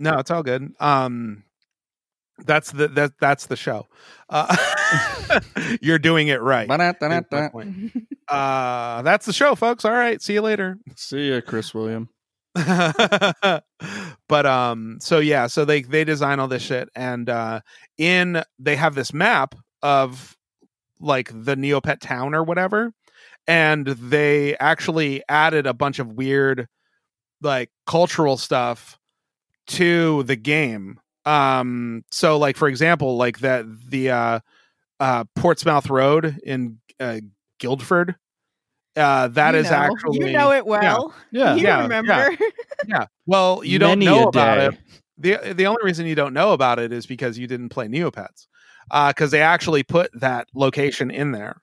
S2: No, it's all good. Um, that's the that that's the show. Uh, you're doing it right. is my
S3: Ba-da-da-da-da.
S2: point. Uh, that's the show, folks. All right, see you later.
S3: See ya, Chris William.
S2: but um, so yeah, so they they design all this shit, and uh, in they have this map of like the Neopet town or whatever, and they actually added a bunch of weird like cultural stuff to the game. Um, so like for example, like that the uh, uh, Portsmouth Road in uh, Guildford. Uh, that
S4: You
S2: is
S4: know.
S2: actually
S4: you know it well.
S3: Yeah.
S4: you
S2: yeah,
S4: remember.
S2: well, you don't
S3: Many
S2: know
S3: a
S2: about
S3: day.
S2: it. The uh, the only reason you don't know about it is because you didn't play Neopets. Uh, cuz they actually put that location in there.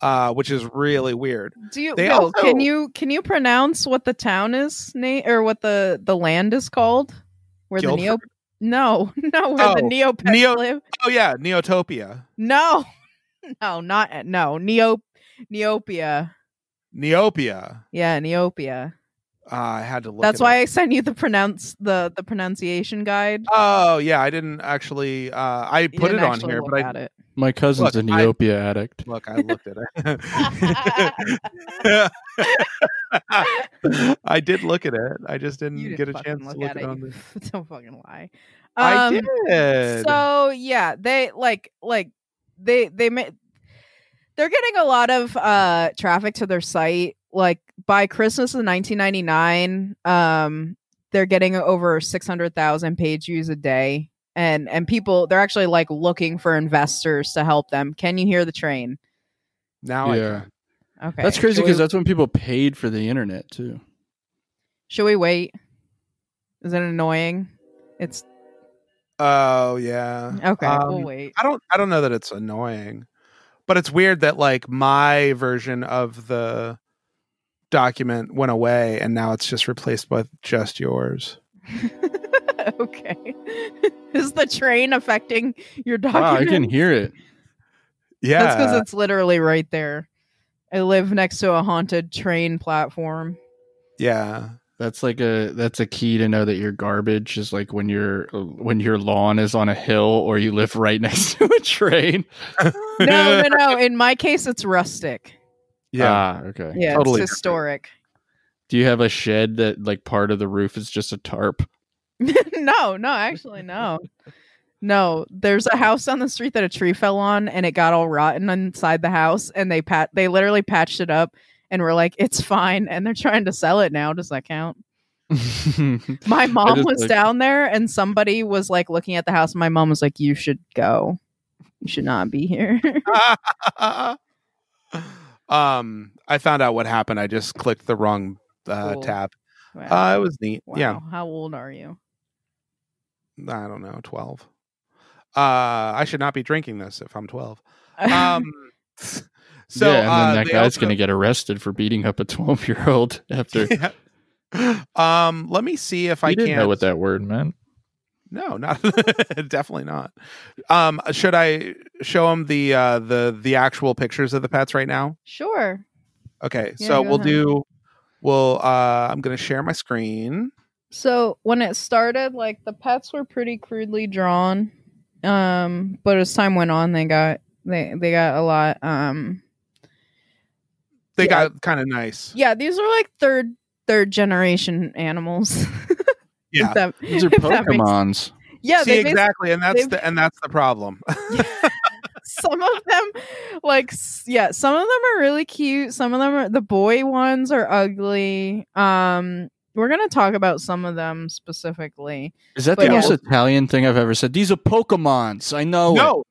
S2: Uh, which is really weird.
S4: Do you
S2: They
S4: Bill,
S2: also-
S4: can you can you pronounce what the town is name or what the the land is called? Where the neo
S2: Guildford?
S4: no no where the
S2: Oh,
S4: neopets
S2: Neo-
S4: live?
S2: Oh yeah, Neotopia.
S4: No, no, not no neo neopia.
S2: Neopia.
S4: Yeah, neopia.
S2: Uh, I had to look
S4: That's
S2: it
S4: why
S2: up.
S4: I sent you the pronounce the the pronunciation guide.
S2: Oh yeah, I didn't actually uh, I
S4: You
S2: put it
S4: didn't
S2: on
S4: actually
S2: here,
S4: look
S2: but I
S4: at it.
S3: My cousin's
S2: Look,
S3: an
S2: I-
S3: Ethiopia addict.
S2: Look, I looked at it. I did look at it. I just didn't,
S4: You didn't
S2: get a
S4: fucking
S2: chance to
S4: look
S2: look
S4: at
S2: it
S4: it.
S2: on
S4: you
S2: the.
S4: f- Don't fucking lie.
S2: I
S4: Um,
S2: did.
S4: So yeah, they like like they they ma- they're getting a lot of uh traffic to their site. Like by Christmas of 1999, um, they're getting over 600,000 page views a day, and and people they're actually like looking for investors to help them. Can you hear the train?
S2: now I
S3: yeah,
S4: Okay,
S3: that's crazy
S4: Should we-
S3: because that's when people paid for the internet too.
S4: should we wait? Is it annoying? It's
S2: Oh yeah.
S4: okay.
S2: Um,
S4: we'll wait.
S2: I don't I don't know that it's annoying. But it's weird that like my version of the document went away and now it's just replaced with just yours.
S4: okay. Is the train affecting your document?
S3: Wow, I can hear it.
S2: Yeah.
S4: That's because it's literally right there. I live next to a haunted train platform.
S2: yeah.
S3: That's like a that's a key to know that your garbage is like when your when your lawn is on a hill or you live right next to a train.
S4: No, no, no. In my case, it's rustic.
S2: Yeah.
S3: Ah, okay.
S4: Yeah,
S2: Totally
S4: it's historic.
S3: Do you have a shed that like part of the roof is just a tarp?
S4: no, no, actually, no. No, there's a house on the street that a tree fell on, and it got all rotten inside the house, and they pat they literally patched it up, and we're like, it's fine, and they're trying to sell it now. Does that count? My mom
S3: just
S4: was
S3: like-
S4: down there and somebody was like looking at the house. and My mom was like, You should go. You should not be here.
S3: Uh.
S2: um I found out what happened. I just clicked the wrong uh
S4: Cool.
S2: tab.
S4: wow.
S2: Uh it was neat.
S4: Wow.
S2: Yeah.
S4: How old are you?
S2: I don't know, 12. Uh I should not be drinking this if I'm 12. Um So
S3: yeah, and then
S2: uh,
S3: that
S2: they
S3: guy's
S2: also-
S3: gonna get arrested for beating up a twelve year old after
S2: Yeah. Um, let me see if I
S3: I didn't
S2: can.
S3: know what that word meant.
S2: No, not definitely not. Um, should I show him the uh, the the actual pictures of the pets right now?
S4: sure.
S2: Okay,
S4: Yeah,
S2: so
S4: go
S2: we'll
S4: ahead.
S2: do. We'll. Uh, I'm gonna share my screen.
S4: So when it started, like the pets were pretty crudely drawn. Um, but as time went on they got they they got a lot um
S2: They
S4: Yeah.
S2: got kind of nice.
S4: yeah, these are like third third generation animals. If
S2: Yeah.
S4: that-
S3: These are
S4: if that makes-
S3: Pokemons.
S4: Yeah,
S2: see
S4: they basically
S2: exactly, and that's
S4: they've-
S2: the and that's the problem.
S4: some of them like s- yeah some of them are really cute some of them are the boy ones are ugly um we're gonna talk about some of them specifically
S3: Is that
S4: But
S3: the
S4: yeah.
S3: most Italian thing I've ever said? These are Pokemons. I know. it.
S2: no,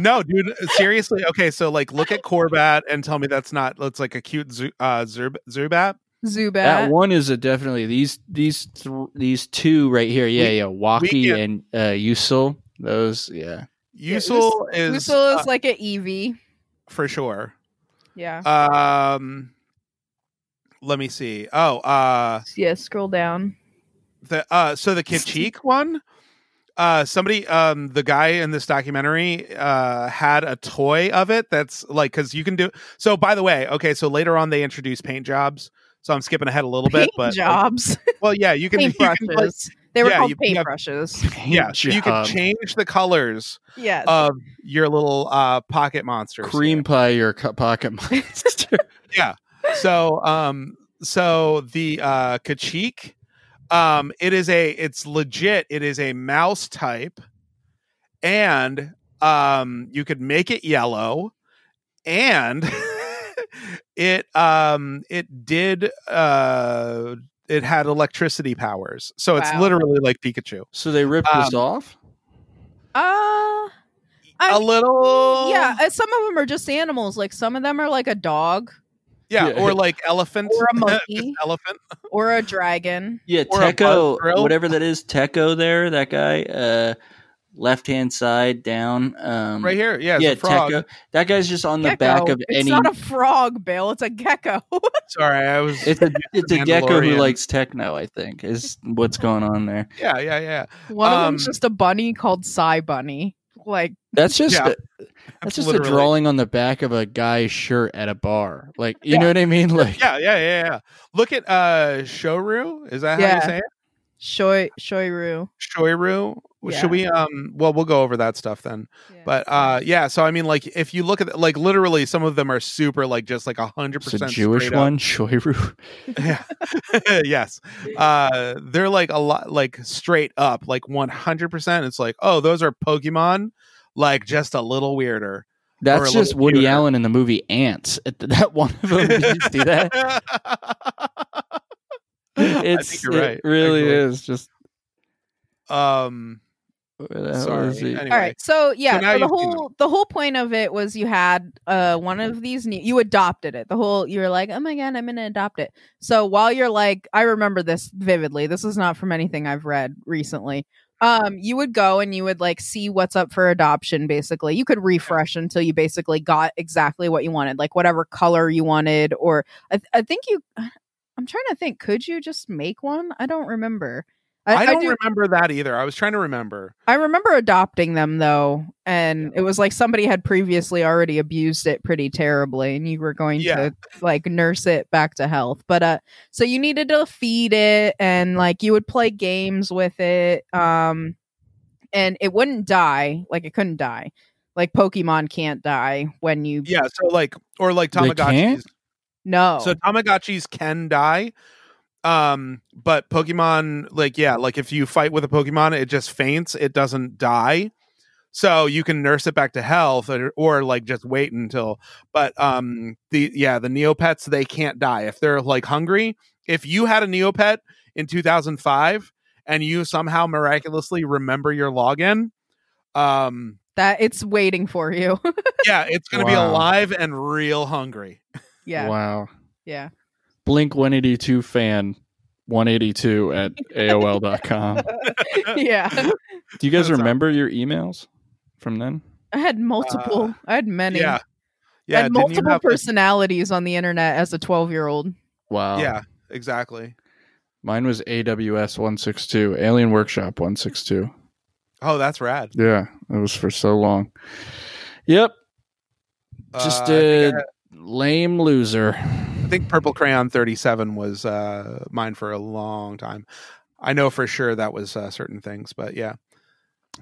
S2: no, dude, seriously. Okay, so like, look at Corbat and tell me that's not. That's like a cute Zu, uh, Zerb, Zubat.
S4: zubat
S3: That one is a definitely these these th- these two right here. Yeah,
S2: We-
S3: yeah, Waki
S2: get-
S3: and uh, Yusul. Those, yeah.
S2: Usul is
S4: Usul
S2: uh,
S4: is like an eevee
S2: for sure.
S4: yeah
S2: Um, let me see. Oh, uh,
S4: yeah scroll down
S2: the uh, so the Kachik one uh somebody um the guy in this documentary uh had a toy of it that's like because you can do so by the way okay so later on they introduce paint jobs so i'm skipping ahead a little bit
S4: paint
S2: but like,
S4: jobs,
S2: well yeah you can, you
S4: paint
S2: can like,
S4: brushes. They were
S2: yeah,
S4: called
S2: you-
S4: paint
S2: yeah.
S4: brushes.
S2: yeah you can
S3: job.
S2: change the colors
S4: Yes.
S2: of your little uh pocket monster
S3: cream pie your cu- pocket monster.
S2: so um so the uh kachik um it is a it's legit it is a mouse type and um you could make it yellow and it um it did uh it had electricity powers so it's
S4: Wow.
S2: literally like pikachu
S3: so they ripped this
S2: Um,
S3: off.
S4: uh,
S2: A
S4: I-
S2: little
S4: yeah. uh, Some of them are just animals. Like some of them are like a dog
S2: yeah,
S3: Yeah.
S2: or like elephant
S4: Or a
S2: Just
S4: monkey.
S2: elephant
S4: or a dragon.
S6: Yeah,
S2: Or a
S6: Teco,
S2: mongrel.
S6: whatever that is, Teco there, that guy, uh, left hand side down. Um,
S2: right here yeah, it's
S6: Yeah,
S2: a frog
S6: Teco. That guy's just on the
S4: Gecko.
S6: back of
S4: It's
S6: any.
S4: not a frog, Bill. It's a gecko.
S2: sorry i was
S6: it's a it's a gecko who
S2: Mandalorian.
S6: likes techno. I think is what's going on there.
S2: yeah yeah yeah
S4: One of them's
S2: Um,
S4: just a bunny called Psy Bunny. Like
S3: That's just
S2: Yeah.
S3: that's just
S2: Literally.
S3: a drawing on the back of a guy's shirt at a bar. Like you know what I mean? Like
S2: yeah, yeah, yeah, yeah. Look at uh Shoru. Is that how
S4: Yeah.
S2: you say it?
S4: Shoy Shoyru.
S2: Shoru.
S4: Yeah.
S2: Should we um well we'll go over that stuff then. But uh yeah, so I mean like if you look at like literally some of them are super like just like a hundred
S3: it's a
S2: percent
S3: Jewish
S2: straight up.
S3: one, Shoiru.
S2: Yeah. yes. Uh they're like a lot like straight up, like one hundred percent. It's like, oh, those are Pokemon, like just a little weirder. Or a
S3: That's
S2: little
S3: just Woody
S2: cuter.
S3: Allen in the movie Ants. At the- That one of them. Did you see that?
S2: I think
S3: It's
S2: you're right.
S3: it really
S2: actually.
S3: is just.
S2: Um
S3: where the hell
S2: sorry.
S3: is he?
S2: Anyway.
S4: All right. So yeah,
S2: So now
S4: so the
S2: you've seen
S4: whole the whole point of it was you had uh one of these new, you adopted it. The whole you were like, "Oh my god, I'm going to adopt it." So while you're like, I remember this vividly. This is not from anything I've read recently. Um you would go and you would like see what's up for adoption basically. You could refresh until you basically got exactly what you wanted, like whatever color you wanted or I, I think you I'm trying to think, could you just make one? I don't remember.
S2: I, don't
S4: do-
S2: remember that either. I was trying to remember.
S4: I remember adopting them though, and it was like somebody had previously already abused it pretty terribly, and you were going
S2: Yeah.
S4: to like nurse it back to health. But uh, so you needed to feed it, and like you would play games with it, um, and it wouldn't die. Like it couldn't die. Like Pokemon can't die when you
S2: Yeah, so like or like
S3: They can't?
S2: Tamagotchis.
S4: no.
S2: So Tamagotchis can die. Um, but Pokemon, like, yeah, like if you fight with a Pokemon, it just faints, it doesn't die. So you can nurse it back to health or, or like just wait until but um the yeah, the Neopets they can't die. If they're like hungry, if you had a Neopet in 2005 and you somehow miraculously remember your login, um
S4: that it's waiting for you.
S2: yeah, it's going to be
S3: Wow.
S2: alive and real hungry.
S4: yeah,
S3: Wow.
S4: yeah.
S3: Blink 182 fan 182 at AOL.com.
S2: Uh,
S4: yeah.
S3: Do you
S2: That's
S3: guys
S2: awesome.
S3: remember your emails from then?
S4: I had multiple. I had many.
S2: uh, Yeah. Yeah,
S4: had
S2: didn't you
S4: multiple
S2: have, like,
S4: personalities on the internet as a 12 year old.
S3: Wow.
S2: Yeah, exactly.
S3: Mine was AWS 162, Alien Workshop 162.
S2: Oh, that's rad.
S3: Yeah. It was for so long. Yep. Just
S2: Uh, I
S3: a
S2: think
S3: lame loser.
S2: I think Purple Crayon 37 was uh, mine for a long time. I know for sure that was uh, certain things, but yeah.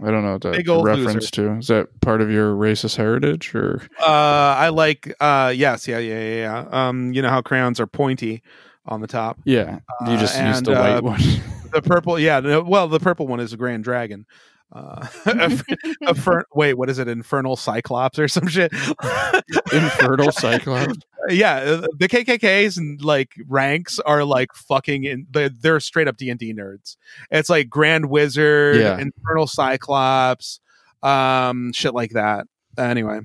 S3: I don't know what that's
S2: Big old
S3: reference to. Is that part of your racist heritage or
S2: Uh, I like, uh, yes, yeah, yeah, yeah, yeah. Um, you know how crayons are pointy on the top.
S3: yeah, you
S2: Uh,
S3: just used
S2: and,
S3: the
S2: uh,
S3: white one.
S2: The purple, yeah, no, well, the purple one is a grand dragon. Uh, a, a fern- wait, what is it? Infernal Cyclops or some shit?
S3: Infertile Cyclops.
S2: yeah, uh, the KKK's and like ranks are like fucking in they're, they're straight up D and D nerds. It's like Grand Wizard,
S3: Yeah.
S2: Infernal Cyclops, um, shit like that. Anyway,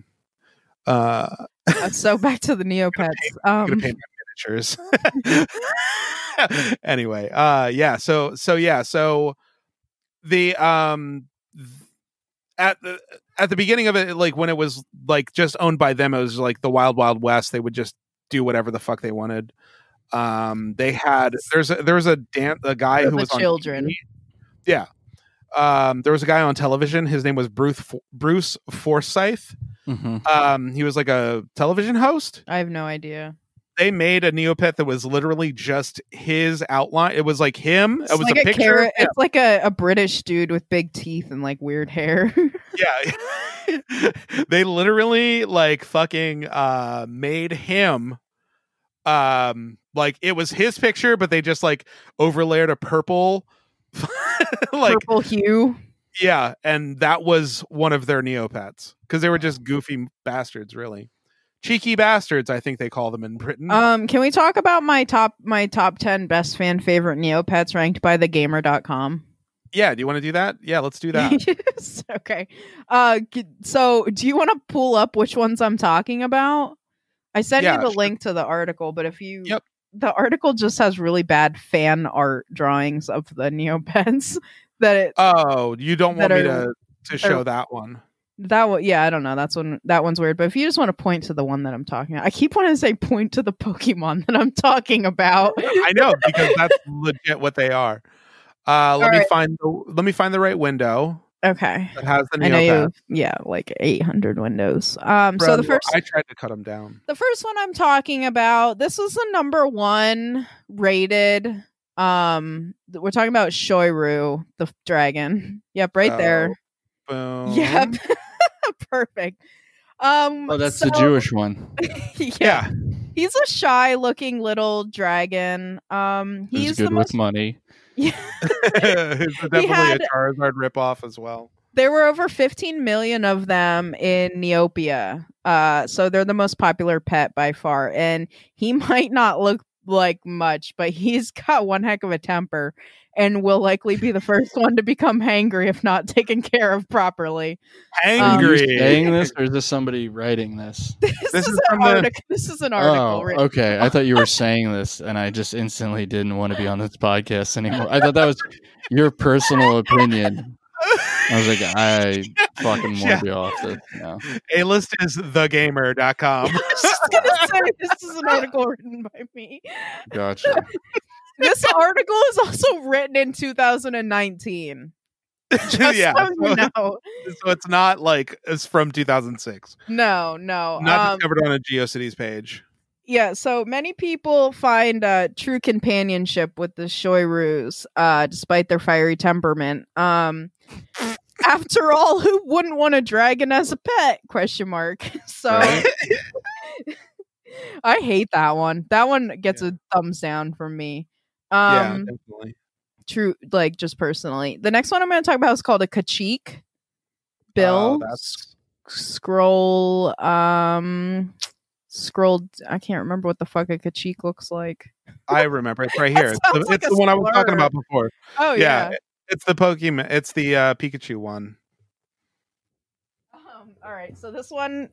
S2: uh,
S4: Uh, so back to the Neopets.
S2: I'm gonna
S4: Um,
S2: paint my miniatures. anyway, uh, yeah, so so yeah, so the um th- at the at the beginning of it, like when it was like just owned by them, it was like the Wild Wild West. They would just do whatever the fuck they wanted. Um, they had there's a, there was a dan- a guy who
S4: For the
S2: was
S4: children.
S2: on TV. yeah, um, there was a guy on television. His name was Bruce F- Bruce Forsyth.
S3: Mm-hmm.
S2: Um, he was like a television host.
S4: I have no idea.
S2: They made a Neopet that was literally just his outline. It was like him.
S4: It's
S2: it was
S4: like
S2: a picture. of
S4: carrot.
S2: him.
S4: It's like a, a British dude with big teeth and like weird hair.
S2: yeah they literally like fucking uh made him um like it was his picture but they just like overlaid a purple like
S4: Purple hue.
S2: yeah and that was one of their neopets because they were just goofy bastards really cheeky bastards i think they call them in britain
S4: Um, can we talk about my top my top ten best fan favorite Neopets ranked by thegamer.com?
S2: yeah do you want to do that yeah let's do that
S4: Yes, okay. Uh, g- so do you want to pull up which ones I'm talking about? I sent
S2: Yeah,
S4: you the
S2: sure.
S4: link to the article, but if you
S2: Yep.
S4: the article just has really bad fan art drawings of the Neopets that it
S2: oh you don't want
S4: That
S2: me
S4: are-
S2: to to show that one
S4: that one yeah I don't know that's one that one's weird. But if you just want to point to the one that I'm talking about, I keep wanting to say point to the Pokemon that I'm talking about.
S2: I know because that's legit what they are. Uh, let
S4: All
S2: me
S4: right.
S2: find the let me find the right window
S4: okay.
S2: that has the
S4: I know
S2: Neopets.
S4: you, yeah, like 800 windows. Um, so the
S2: Bro,
S4: first,
S2: I tried to cut them down.
S4: the first one I'm talking about, this was the number one rated. Um, th- we're talking about Shoiru, the f- dragon. Yep, right there.
S2: Boom.
S4: Yep, perfect. Um,
S3: Oh, that's the
S4: so-
S3: Jewish one.
S4: yeah,
S2: Yeah.
S4: he's a shy-looking little dragon. Um,
S3: He's
S4: he's
S3: good
S4: the
S3: with
S4: most
S3: money.
S2: it's definitely
S4: had-
S2: a Charizard ripoff as well.
S4: There were over 15 million of them in Neopia. Uh, so they're the most popular pet by far. And he might not look like much, but he's got one heck of a temper and will likely be the first one to become hangry if not taken care of properly. Um,
S3: Are you
S2: Angry.
S3: saying this, or is this somebody writing this?
S4: This,
S2: This
S4: is,
S2: is
S4: an
S2: from the-
S4: article. This is an article.
S3: oh,
S4: written-
S3: okay. I thought you were saying this, and I just instantly didn't want to be on this podcast anymore. I thought that was your personal opinion. I was like, I fucking want to
S2: Yeah.
S3: be off this now.
S2: A list is thegamer.com.
S4: I was just gonna say this is an article written by me.
S3: Gotcha.
S4: This article is also written in 2019. Just
S2: yeah.
S4: so you
S2: So,
S4: know.
S2: so it's not like it's from 2006.
S4: No, no.
S2: Not
S4: um,
S2: discovered on a GeoCities page.
S4: yeah so many people find uh, true companionship with the shoirus uh, despite their fiery temperament um, after all who wouldn't want a dragon as a pet question mark so
S3: Right?
S4: i hate that one that one gets a thumbs down from me
S2: yeah,
S4: um
S2: definitely.
S4: true like just personally the next one i'm going to talk about is called a kachik bill
S2: Oh, that's
S4: scroll um scrolled i can't remember what the fuck a kachik looks like
S2: I remember it's right here. It's
S4: That
S2: the,
S4: sounds like
S2: it's
S4: a
S2: the one I was talking
S4: slur.
S2: about before.
S4: oh
S2: yeah. It's the Pokemon. It's the uh, Pikachu one.
S4: Um, all right so this one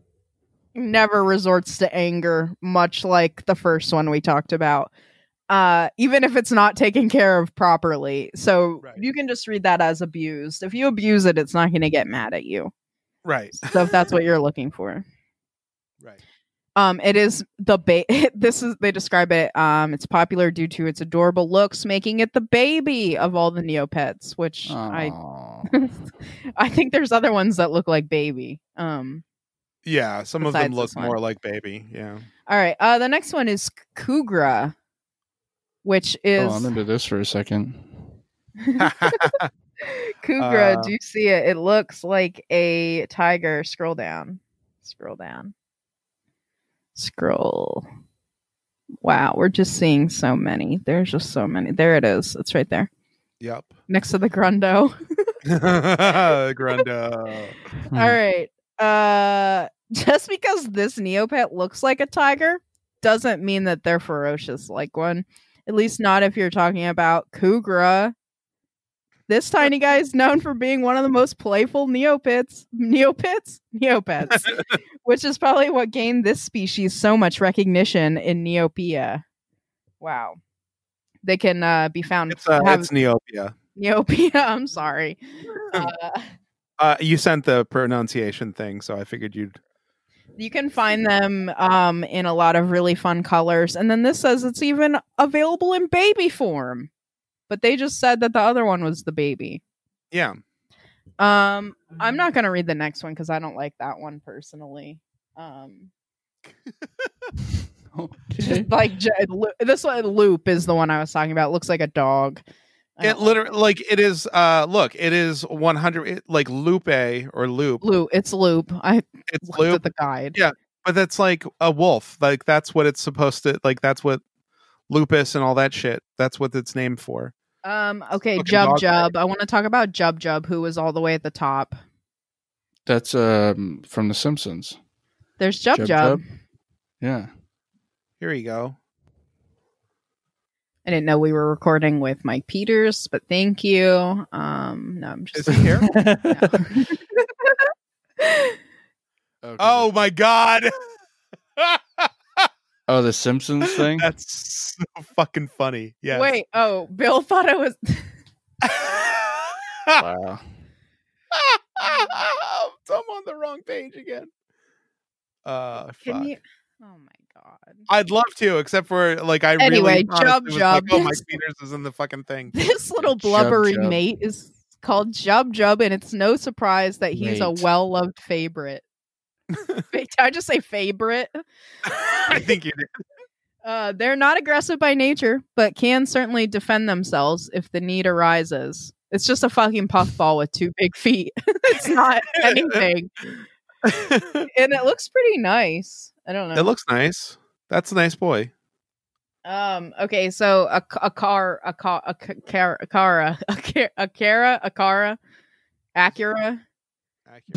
S4: never resorts to anger much like the first one we talked about uh even if it's not taken care of properly so
S2: Right.
S4: you can just read that as abused if you abuse it it's not going to get mad at you
S2: Right.
S4: so if that's what you're looking for
S2: Right.
S4: Um, it is the ba- this is they describe it. Um, it's popular due to its adorable looks, making it the baby of all the Neopets, which I
S3: Aw.
S4: I think there's other ones that look like baby. Um,
S2: Yeah. Some of them
S4: Besides
S2: look
S4: this one.
S2: more like baby. Yeah.
S4: all right. Uh, the next one is Kugra, which
S3: Oh,
S4: is
S3: I'm into this for a second.
S4: Kugra.
S2: Uh,
S4: do you see it? It looks like a tiger. Scroll down. Scroll down. Scroll. Wow, we're just seeing so many. There's just so many. There it is. It's right there.
S2: yep.
S4: next to the grundo
S2: Grundo.
S3: Hmm.
S4: all right uh just because this neopet looks like a tiger doesn't mean that they're ferocious like one at least not if you're talking about kugra this tiny guy is known for being one of the most playful neopets neopets neopets which is probably what gained this species so much recognition in neopia wow they can uh, be found
S2: It's uh,
S4: have
S2: it's Neopia.
S4: neopia i'm sorry uh,
S2: Uh, you sent the pronunciation thing, so I figured you'd.
S4: You can find them um, in a lot of really fun colors. And then this says it's even available in baby form. But they just said that the other one was the baby.
S2: Yeah.
S4: Um, I'm not gonna read the next one because I don't like that one personally. Um, just like j- lo- this one, loop is the one I was talking about. Looks like a dog. I
S2: It
S4: don't
S2: literally like it is uh look, it is 100 it, like Lupe or Loop.
S4: like loop. It's loop. I
S2: It's
S4: looked
S2: Loop,
S4: at the guide.
S2: Yeah. but that's like a wolf. Like that's what it's supposed to like that's what lupus and all that shit. That's what it's named for.
S4: Um. Okay.
S2: Fucking
S4: Jub
S2: dog guide.
S4: Jub. I want to talk about Jub Jub, who was all the way at the top.
S3: That's um from The Simpsons.
S4: There's Jub Jub.
S3: Jub Jub. Yeah.
S2: Here you go.
S4: I didn't know we were recording with Mike Peters, but thank you. Um. No, I'm
S2: Is
S4: just.
S2: he here?
S4: No.
S2: oh my god.
S3: Oh, The Simpsons thing.
S2: that's so fucking funny. Yeah.
S4: Wait. Oh, Bill thought I was.
S3: wow.
S2: I'm on the wrong page again. Uh,
S4: Can
S2: fuck.
S4: you? Oh my god.
S2: I'd love to, except for like I really
S4: Anyway,
S2: thought it
S4: Jub
S2: was
S4: Jub.
S2: Like, oh, Mike
S4: Yes.
S2: Peters is in the fucking thing.
S4: This little
S3: Jub
S4: blubbery
S3: Jub.
S4: mate is called Jub Jub, and it's no surprise that he's a
S3: Mate.
S4: well loved favorite. Did I just say favorite?
S2: I think you did.
S4: Uh, they're not aggressive by nature, but can certainly defend themselves if the need arises. It's just a fucking puffball with two big feet. it's not anything. And it looks pretty nice. I don't know.
S2: it looks nice. That's a nice boy.
S4: Um. Okay. So a, a car, a car, a ca- car, a cara, a ca- a cara, a cara, Acura.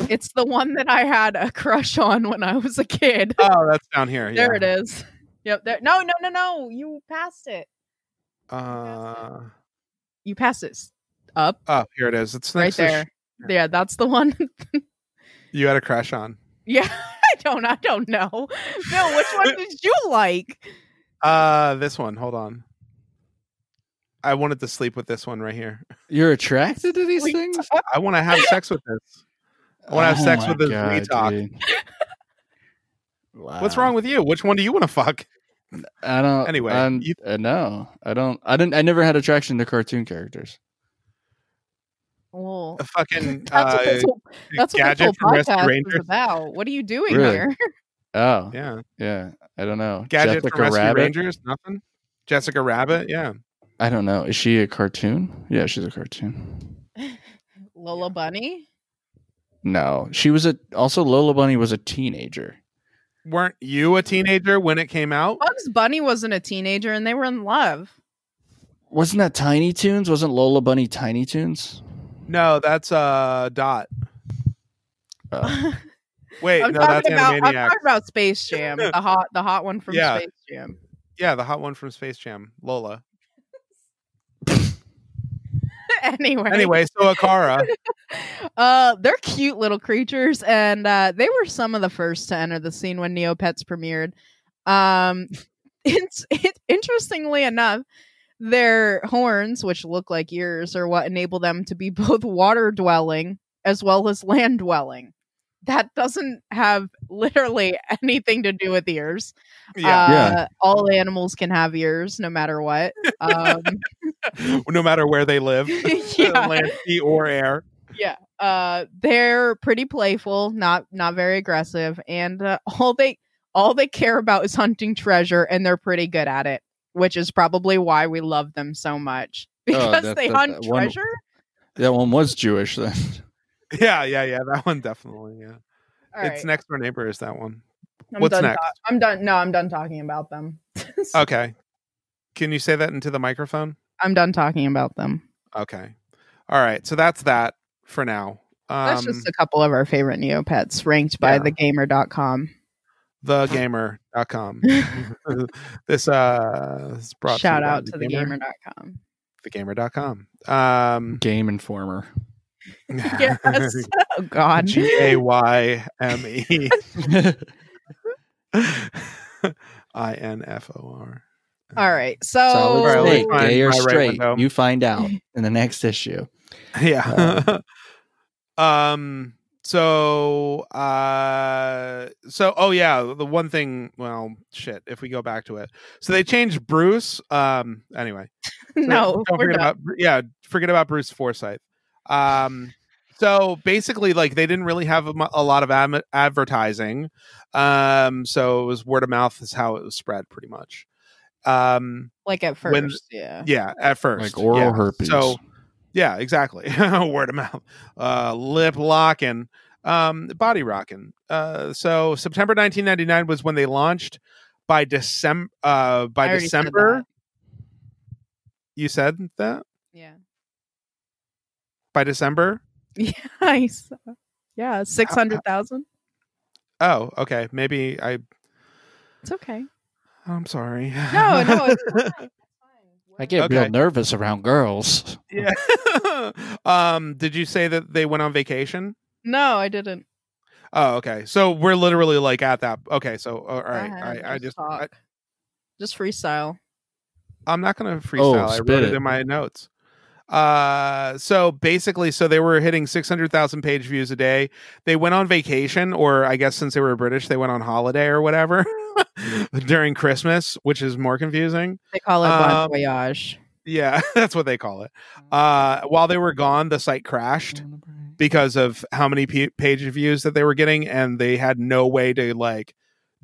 S4: It's the one that I had a crush on when I was a kid.
S2: Oh, that's down here.
S4: There
S2: yeah.
S4: it is. Yep. There. No. No. No. No. You passed it.
S2: Uh,
S4: You passed it s- up
S2: oh, here it is. It's
S4: right
S2: next to
S4: there. yeah. That's the one.
S2: sh- you had a crush on.
S4: yeah. I don't. I don't know. Bill, which one did you like?
S2: Uh, this one. Hold on. I wanted to sleep with this one right here.
S3: You're attracted to these
S4: Wait.
S3: things.
S2: I want to have sex with this. I want to have
S3: Oh
S2: sex
S3: my
S2: with this
S3: God,
S2: wee talk.
S3: dude.
S2: What's
S3: Wow.
S2: wrong with you? Which one do you want to fuck?
S3: I don't.
S2: Anyway,
S3: I'm-
S2: you-
S3: uh, no, I don't. I didn't. I never had attraction to cartoon characters.
S4: Well,
S2: A fucking
S4: that's what
S2: uh,
S4: this whole, that's what this
S2: gadget
S4: whole
S2: from Rescue
S4: podcast is
S2: Rangers.
S4: about. What are you doing
S3: Really?
S4: here?
S3: Oh, yeah.
S2: Yeah,
S3: I don't know.
S2: gadget
S3: Jessica
S2: from Rescue
S3: Rabbit.
S2: Rangers. Nothing. Jessica Rabbit. Yeah.
S3: I don't know. Is she a cartoon? Yeah, she's a cartoon.
S4: Lola Bunny.
S3: No, she was a. Also, Lola Bunny was a teenager.
S2: Weren't you a teenager when it came out?
S4: Bugs Bunny wasn't a teenager and they were in love.
S3: Wasn't that Tiny Toons? Wasn't Lola Bunny Tiny Toons?
S2: No, that's uh Dot.
S3: Oh.
S2: Wait,
S4: I'm,
S2: no, that's
S4: talking about, I'm
S2: Animaniacs.
S4: talking about Space Jam, the hot the hot one from
S2: Yeah.
S4: Space Jam.
S2: Yeah, the hot one from Space Jam, Lola.
S4: anyway.
S2: Anyway, so Akara.
S4: Uh they're cute little creatures and uh they were some of the first to enter the scene when Neopets premiered. Um it's it, interestingly enough, their horns, which look like ears, are what enable them to be both water dwelling as well as land dwelling. That doesn't have literally anything to do with ears.
S2: yeah.
S4: Uh,
S3: Yeah.
S4: All animals can have ears, no matter what. Um,
S2: no matter where they live,
S4: yeah,
S2: land, sea, or air.
S4: yeah. Uh, they're pretty playful, not not very aggressive, and uh, all they all they care about is hunting treasure, and they're pretty good at it, which is probably why we love them so much
S2: Oh,
S4: because
S3: that-
S4: they
S3: that-
S4: hunt
S3: that one-
S4: treasure.
S3: That one was Jewish then.
S2: Yeah, yeah, yeah. That one definitely. Yeah.
S4: All right,
S2: It's next door neighbor is that one.
S4: I'm
S2: What's
S4: done
S2: next? Uh,
S4: ta- I'm done. No, I'm done talking about them.
S2: Okay. Can you say that into the microphone?
S4: I'm done talking about them.
S2: Okay. All right. So that's that for now.
S4: That's
S2: Um,
S4: just a couple of our favorite Neopets ranked by
S2: yeah.
S4: thegamer.com.
S2: thegamer.com. this uh is brought to
S4: Shout
S2: you by
S4: out to thegamer.com.
S2: thegamer.com. Um
S3: Game Informer.
S4: yes. Oh God.
S2: G A Y M E I N F O R.
S4: All right.
S3: Solid
S2: All right, let's
S4: So
S3: snake,
S2: find
S3: gay or
S2: my right
S3: straight.
S2: window.
S3: you find out in the next issue.
S2: Yeah. um so uh so oh yeah, the one thing well shit, if we go back to it. So they changed Bruce. Um anyway. So
S4: no,
S2: don't
S4: we're
S2: forget
S4: done.
S2: about yeah, forget about Bruce Forsyth. Um, so basically, like they didn't really have a, mu- a lot of am- advertising. Um, so it was word of mouth is how it was spread, pretty much. Um,
S4: like at first,
S2: When-
S4: yeah.
S2: yeah, at first,
S3: Like oral
S2: yeah.
S3: herpes.
S2: So, yeah, exactly. Word of mouth, uh, lip locking, um, body rocking. Uh, so September 1999 was when they launched. By December, uh,
S4: I
S2: by
S4: already said
S2: December,
S4: that.
S2: you said that.
S4: yeah,
S2: By December,
S4: yeah, I saw. yeah, six hundred thousand.
S2: oh, okay, maybe I.
S4: It's okay.
S2: I'm sorry.
S4: No, no, it's fine. It's fine.
S6: I get
S2: Okay.
S6: real nervous around girls.
S2: yeah. um, did you say that they went on vacation?
S4: no, I didn't.
S2: Oh, okay. So we're literally like at that. Okay, so uh, all
S4: I
S2: right.
S4: had
S2: I, I just I,
S4: talk. just freestyle.
S2: I'm not gonna freestyle. I
S3: spit
S2: wrote it.
S3: it.
S2: in my notes. Uh, so basically, so they were hitting 600,000 page views a day. They went on vacation, or I guess since they were British, they went on holiday or whatever during Christmas, which is more confusing.
S4: They call it
S2: Um,
S4: bon voyage.
S2: Yeah, that's what they call it. Uh, while they were gone, the site crashed because of how many p- page views that they were getting, and they had no way to like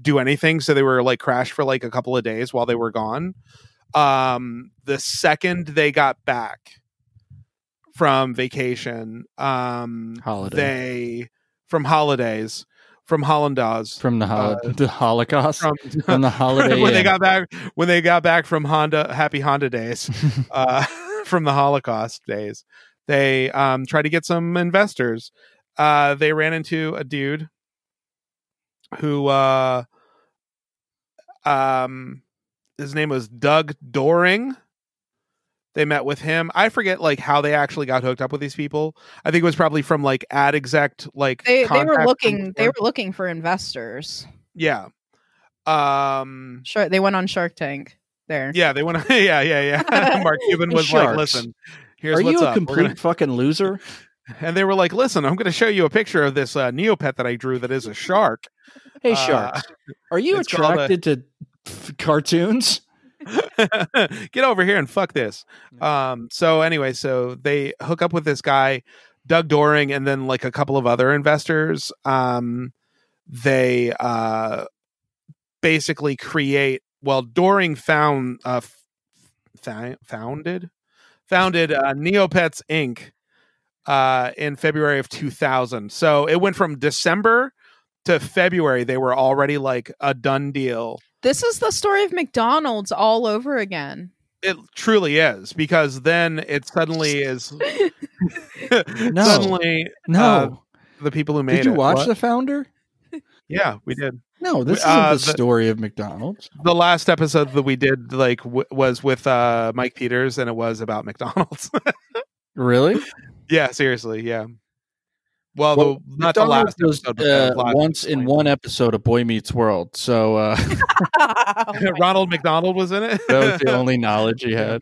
S2: do anything. So they were like crashed for like a couple of days while they were gone. Um, the second they got back from vacation, um,
S3: Holiday.
S2: they from holidays from Hollandas
S3: From the, hol- the Holocaust. From,
S2: Uh, from
S6: the holiday.
S2: when they
S6: Inn.
S2: got back when they got back from Honda Happy Honda days,
S3: um,
S2: uh, from the Holocaust days, they um, tried to get some investors. Uh, they ran into a dude who, uh, um, his name was Doug Doring. They met with him. I forget like how they actually got hooked up with these people. I think it was probably from like ad exec like
S4: They they
S2: contacts
S4: were
S2: from
S4: looking they
S2: before.
S4: were looking for investors.
S2: Mm. yeah. Um,
S4: Sure, they went on Shark Tank there.
S2: Yeah, they went. Yeah, yeah, yeah. Mark Cuban was like,
S3: Sharks.
S2: "Listen, here's
S3: Are
S2: what's
S3: you a
S2: up." We're
S3: complete
S2: gonna-
S3: fucking loser?
S2: and they were like, "Listen, I'm going to show you a picture of this uh, Neopet that I drew that is a shark."
S6: Hey,
S2: Uh,
S6: sharks. Are you
S2: it's called a-
S6: attracted to f- cartoons?
S2: Get over here and fuck this. Um, so anyway, so they hook up with this guy, Doug Doring, and then like a couple of other investors. Um, they uh, basically create. Well, Doring found uh, f- fa- founded founded uh, Neopets Inc. Uh, in February of 2000. So it went from December to February. They were already like a done deal.
S4: This is the story of McDonald's all over again.
S2: it truly is because then it suddenly is suddenly
S6: No.
S2: the people who made
S3: Did you
S2: it-
S3: watch
S2: Uh, What?
S3: The Founder?
S2: yeah we did
S3: No, this isn't
S2: Uh,
S3: the,
S2: the-
S3: story of McDonald's.
S2: the last episode that we did like w- was with uh mike peters and it was about mcdonald's
S3: Really?
S2: yeah seriously yeah well,
S3: Well,
S2: the, not the last
S3: was
S2: episode but the
S3: uh,
S2: last
S3: once in
S2: one.
S3: one episode of Boy Meets World, so uh,
S4: Oh
S2: ronald mcdonald was in it
S3: that was the only knowledge he had.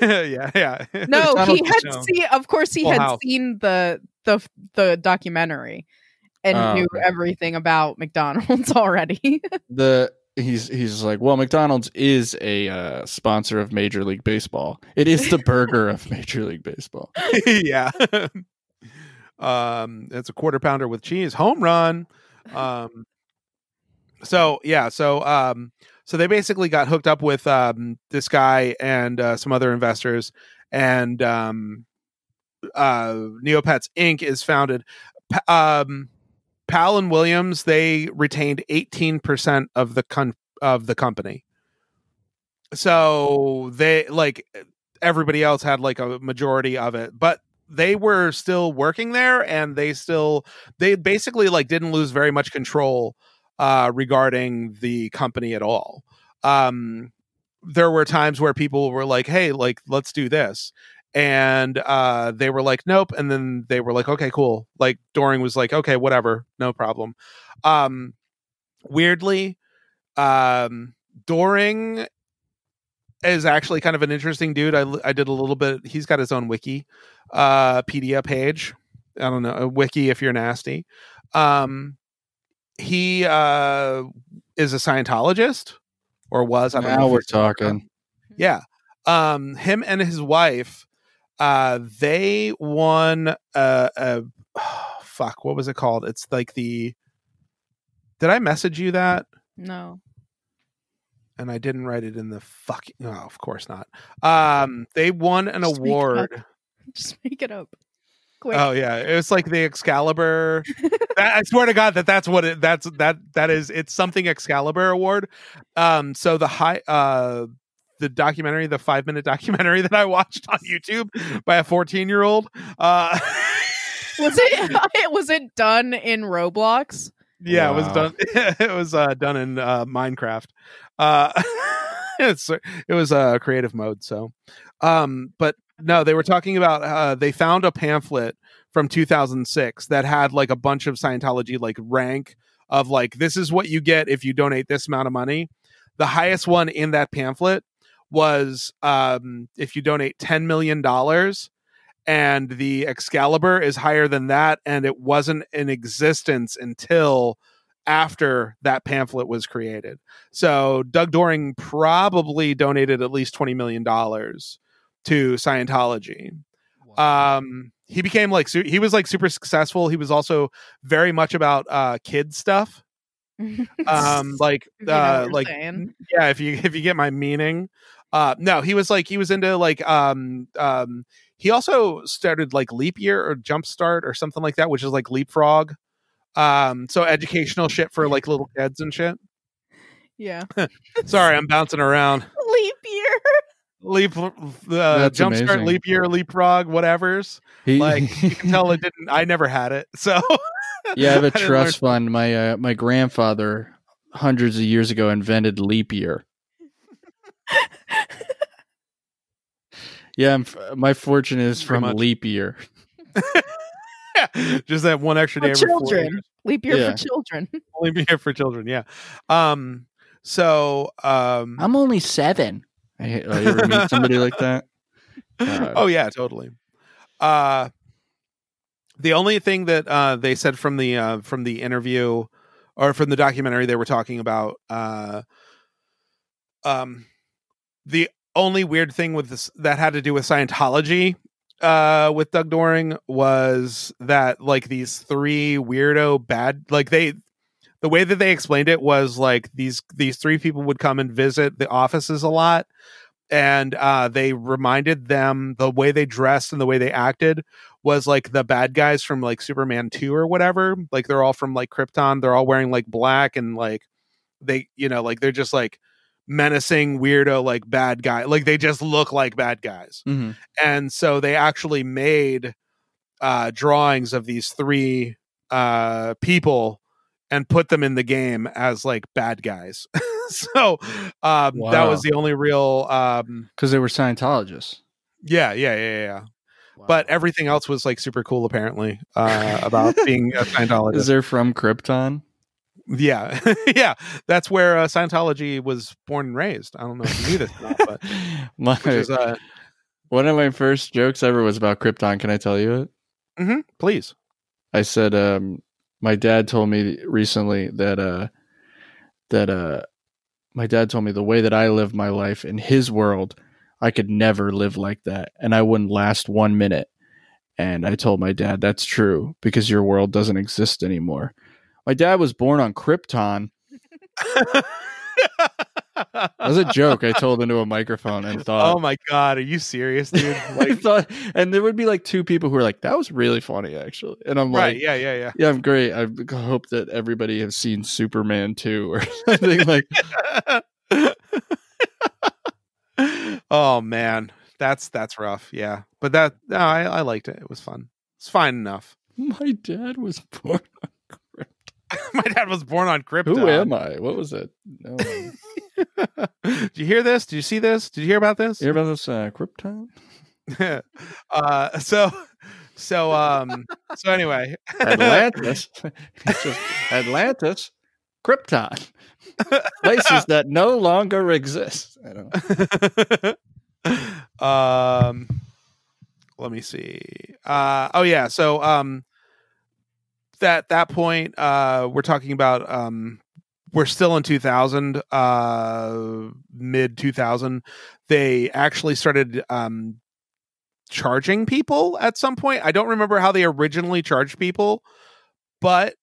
S2: yeah yeah
S4: no,
S2: Donald
S4: he had
S2: Trump.
S4: seen. Of course, he
S2: Full
S4: had
S2: House.
S4: seen the the the documentary and
S3: Oh,
S4: knew
S3: okay.
S4: everything about McDonald's already.
S3: The he's he's like, well, McDonald's is a uh, sponsor of Major League Baseball. It is the burger of Major League Baseball.
S2: yeah. um, it's a quarter pounder with cheese, home run. Um, so yeah, so um, so they basically got hooked up with um this guy and uh, some other investors, and um, uh, Neopets Inc. is founded. Pa- um, Pal and Williams they retained eighteen percent of the con- of the company. So they like everybody else had like a majority of it, but they were still working there and they still they basically like didn't lose very much control uh regarding the company at all um there were times where people were like hey like let's do this and uh they were like nope and then they were like okay cool like doring was like okay whatever no problem um weirdly um doring is actually kind of an interesting dude i, I did a little bit he's got his own wiki uh pedia page i don't know a wiki if you're nasty um he uh is a scientologist or was i don't know
S3: Now
S2: if
S3: we're
S2: he's still around.
S3: talking.
S2: yeah um him and his wife uh, they won a, a fuck. What was it called? It's like the. Did I message you that?
S4: No.
S2: And I didn't write it in the fuck. No, of course not. Um, they won an
S4: Just make it up.
S2: award.
S4: Just make it up. Quick.
S2: Oh yeah, it was like the Excalibur. That- I swear to God that that's what it. That's that that is. It's something Excalibur award. Um, so the high uh the documentary, the five minute documentary that I watched on YouTube by a fourteen year old. Uh,
S4: Was it was it done in Roblox?
S2: yeah, it was
S3: Wow.
S2: done. It was uh, done in uh, Minecraft. Uh, it's it was uh, creative mode. So, um, but no, they were talking about uh, they found a pamphlet from 2006 that had like a bunch of Scientology like rank of like this is what you get if you donate this amount of money. The highest one in that pamphlet was um, if you donate 10 million dollars and the Excalibur is higher than that, and it wasn't in existence until after that pamphlet was created. So Doug Doring probably donated at least twenty million dollars to Scientology. Um, he became like su- he was like super successful. He was also very much about uh, kid stuff. Um, like
S4: You know what
S2: uh,
S4: we're
S2: like
S3: Mm-hmm.
S4: saying.
S2: yeah if you if you get my meaning uh no he was like he was into like um um he also started like leap year or jump start or something like that which is like leapfrog um so educational shit for like little kids and shit
S4: yeah.
S2: sorry i'm bouncing around
S4: Leap year.
S2: leap uh jump start
S3: amazing.
S2: leap year leapfrog whatever's
S3: He-
S2: like, you can tell it didn't i never had it so
S3: yeah, I have a
S2: didn't learn-
S3: trust fund. My uh, my grandfather hundreds of years ago invented leap year. yeah, I'm, f- my fortune is
S2: Pretty
S3: from
S2: much.
S3: leap year.
S2: just that one extra day
S4: For
S2: every four
S4: children. Leap year
S3: Yeah.
S4: for children.
S2: only be here for children yeah um so um
S6: I'm only seven.
S3: I hate, oh, you ever meet somebody like that? God.
S2: oh yeah, totally. Uh the only thing that uh they said from the uh from the interview or from the documentary they were talking about uh um the only weird thing with this that had to do with Scientology uh with Doug Doring was that like these three weirdo bad like they the way that they explained it was like these these three people would come and visit the offices a lot and uh, they reminded them the way they dressed and the way they acted was like the bad guys from like Superman 2 or whatever. Like they're all from like Krypton. They're all wearing like black and like they, you know, like they're just like menacing, weirdo, like bad guy. Like they just look like bad guys
S3: Mhm.
S2: and so they actually made uh, drawings of these three uh, people and put them in the game as like bad guys. so um, that
S3: Wow.
S2: was the only real, um,
S3: 'Cause they were Scientologists.
S2: yeah, yeah, yeah, yeah. But everything else was like super cool, apparently, uh, about being a Scientologist.
S3: Is they're from Krypton?
S2: yeah, yeah, that's where uh, Scientology was born and raised. I don't know if you knew this, or not, but
S3: My-
S2: which is, uh,
S3: one of my first jokes ever was about Krypton. Can I tell you it?
S2: mhm, please,
S3: I said, um, my dad told me recently that uh, that uh, my dad told me the way that I live my life in his world, I could never live like that, and I wouldn't last one minute. And I told my dad that's true because your world doesn't exist anymore. My dad was born on Krypton. That was a joke I told into a microphone and thought,
S2: oh my god, are you serious, dude?
S3: I
S2: Like,
S3: thought, and there would be like two people who were like, "That was really funny, actually." And I'm
S2: right?
S3: like,
S2: Yeah, yeah, yeah.
S3: "Yeah, I'm great. I hope that everybody has seen Superman 2 or something like."
S2: oh man, that's that's rough. Yeah, but that no, I, I liked it. It was fun. It's fine enough.
S3: My dad was born.
S2: My dad was born on Krypton.
S3: Who am I? What was it? No, you
S2: Did you hear this? Did you see this? Did you hear about this?
S3: hear about this uh, Krypton?
S2: uh, so, so um, so anyway,
S3: Atlantis, It's just Atlantis, Krypton, places that no longer exist. I don't know.
S2: um let me see uh oh yeah so um that that point uh we're talking about um we're still in 2000 uh mid 2000 they actually started um charging people at some point. I don't remember how they originally charged people, but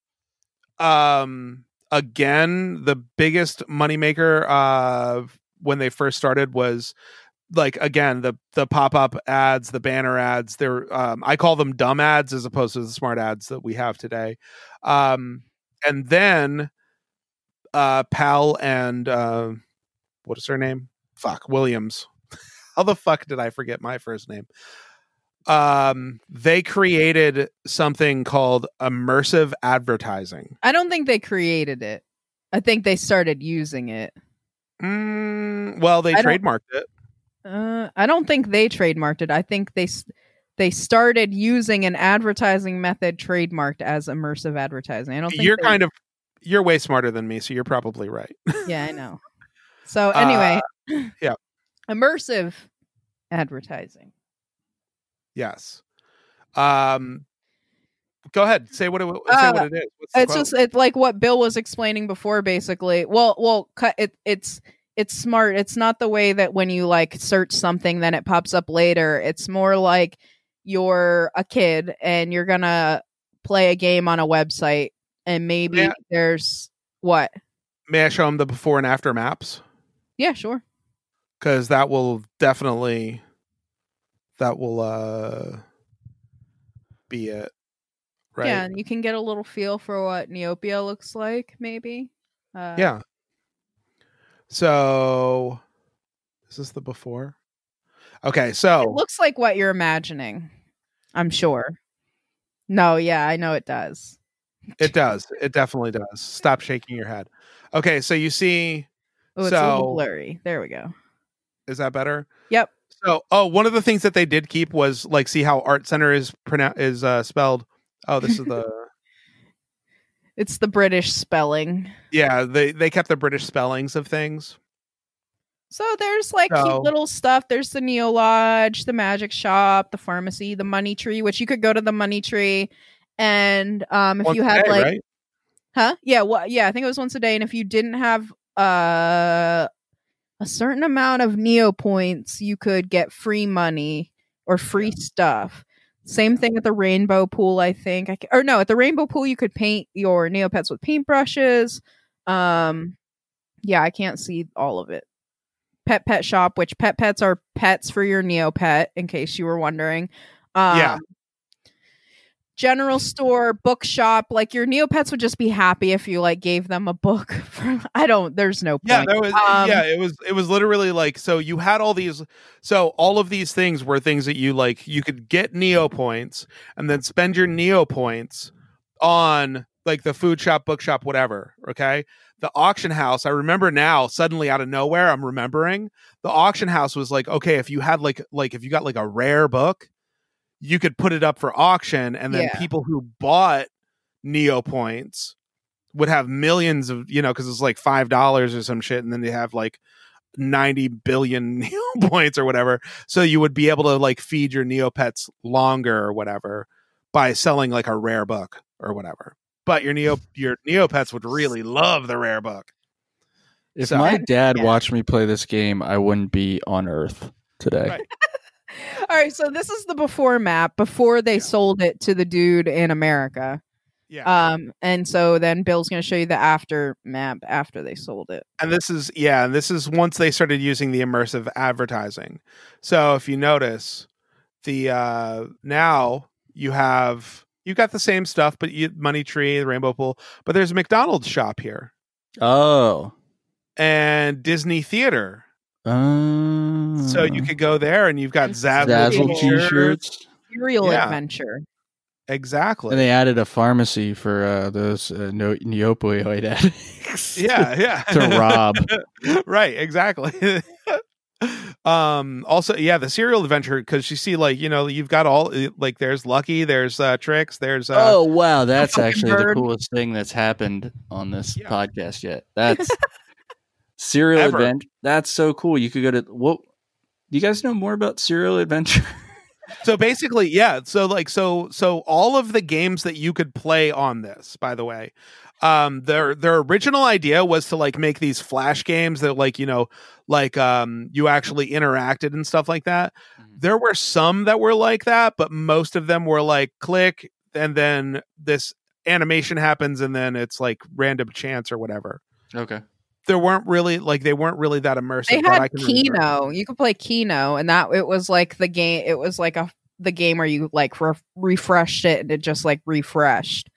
S2: um again, the biggest moneymaker uh when they first started was like again the the pop-up ads the banner ads they're um i call them dumb ads as opposed to the smart ads that we have today um and then uh pal and uh what is her name fuck williams how the fuck did i forget my first name um they created something called immersive advertising
S4: I don't think they created it. I think they started using it.
S2: Mm, well they
S4: I don't-
S2: trademarked it
S4: Uh, I don't think they trademarked it. I think they s- they started using an advertising method trademarked as immersive advertising. I don't. Think
S2: you're
S4: they-
S2: kind of you're way smarter than me so you're probably right
S4: Yeah, I know. So
S2: Uh,
S4: anyway,
S2: yeah.
S4: immersive advertising.
S2: Yes. Um, go ahead. Say what it, say
S4: Uh,
S2: what it is. What's the
S4: It's
S2: quote?
S4: just it's like what Bill was explaining before, basically. Well, well, cut it. It's it's smart. It's not the way that when you like search something, then it pops up later. It's more like you're a kid and you're gonna play a game on a website, and maybe
S2: Yeah.
S4: there's what?
S2: May I show them the before and after maps?
S4: Yeah, sure.
S2: Because that will definitely that will uh be it. Right.
S4: Yeah, and you can get a little feel for what Neopia looks like, maybe. Uh,
S2: Yeah. So is this the before? Okay, so
S4: It looks like what you're imagining. I'm sure. No, yeah, I know it does.
S2: it does. It definitely does. Stop shaking your head. Okay, so you see
S4: Oh, it's a
S2: So-
S4: little blurry. There we go.
S2: Is that better?
S4: Yep.
S2: So, oh, one of the things that they did keep was like see how art center is pronoun- is uh, spelled. Oh, this is the
S4: It's the British spelling.
S2: yeah. They they kept the British spellings of things.
S4: So there's like
S2: So-
S4: cute little stuff. There's the Neo Lodge, the Magic Shop, the pharmacy, the Money Tree, which you could go to the Money Tree, and um, if
S2: Once
S4: you
S2: a
S4: had
S2: day,
S4: like,
S2: right?
S4: huh? Yeah, well, yeah, I think it was once a day, and if you didn't have uh a certain amount of Neo points, you could get free money or free stuff. Same thing at the Rainbow Pool, I think. I c or no, at the Rainbow Pool, you could paint your Neopets with paintbrushes. Um, yeah, I can't see all of it. Pet Pet Shop, which pet pets are pets for your Neopet, in case you were wondering. Um,
S2: Yeah.
S4: General store, bookshop, like your Neopets would just be happy if you like gave them a book. From, I don't. There's no point.
S2: Yeah, there was
S4: Um,
S2: yeah. It was it was literally like so you had all these so all of these things were things that you like you could get neo points and then spend your neo points on like the food shop, bookshop, whatever. Okay. The auction house, I remember now suddenly out of nowhere, I'm remembering the auction house was like, okay, if you had like like if you got like a rare book, you could put it up for auction and then
S4: Yeah.
S2: people who bought neo points would have millions of you know because it's like five dollars or some shit and then they have like 90 billion neo points or whatever so you would be able to like feed your neopets longer or whatever by selling like a rare book or whatever but your neo your neopets would really love the rare book
S3: If
S2: So-
S3: my dad
S4: Yeah.
S3: watched me play this game, I wouldn't be on Earth today.
S2: Right.
S4: All right, so this is the before map before they sold it to the dude in America.
S2: yeah
S4: Um, and so then Bill's going to show you the after map after they sold it.
S2: and this is yeah and this is once they started using the immersive advertising so if you notice the uh now you have you got the same stuff but you money tree the rainbow pool but there's a mcdonald's shop here
S3: Oh.
S2: and disney theater
S3: Um,
S2: so you could go there and you've got zazzle,
S3: Zazzle
S2: t-shirts.
S3: t-shirts.
S4: Serial
S2: Yeah.
S4: adventure.
S2: exactly
S3: And they added a pharmacy for uh, those uh, no- neopioid addicts.
S2: yeah yeah
S3: to rob.
S2: right exactly um also yeah the serial adventure because you see like you know you've got all eh, like there's lucky there's uh tricks there's uh
S3: oh wow, that's
S4: fucking
S3: actually the
S4: bird.
S3: coolest thing that's happened on this
S2: Yeah.
S3: podcast yet. That's serial
S2: Ever.
S3: adventure. That's so cool. You could go to what? Do you guys know more about serial adventure?
S2: so basically yeah so like so so all of the games that you could play on this by the way um their their original idea was to like make these flash games that like you know like um you actually interacted and stuff like that
S4: Mm-hmm.
S3: Mhm.
S2: there were some that were like that but most of them were like click and then this animation happens and then it's like random chance or whatever
S3: Okay.
S2: there weren't really like they weren't really that immersive
S4: They
S2: but I
S4: had
S2: can remember.
S4: Keno. You could play Keno, and that it was like the game. It was like a the game where you like re- refreshed it, and it just like refreshed.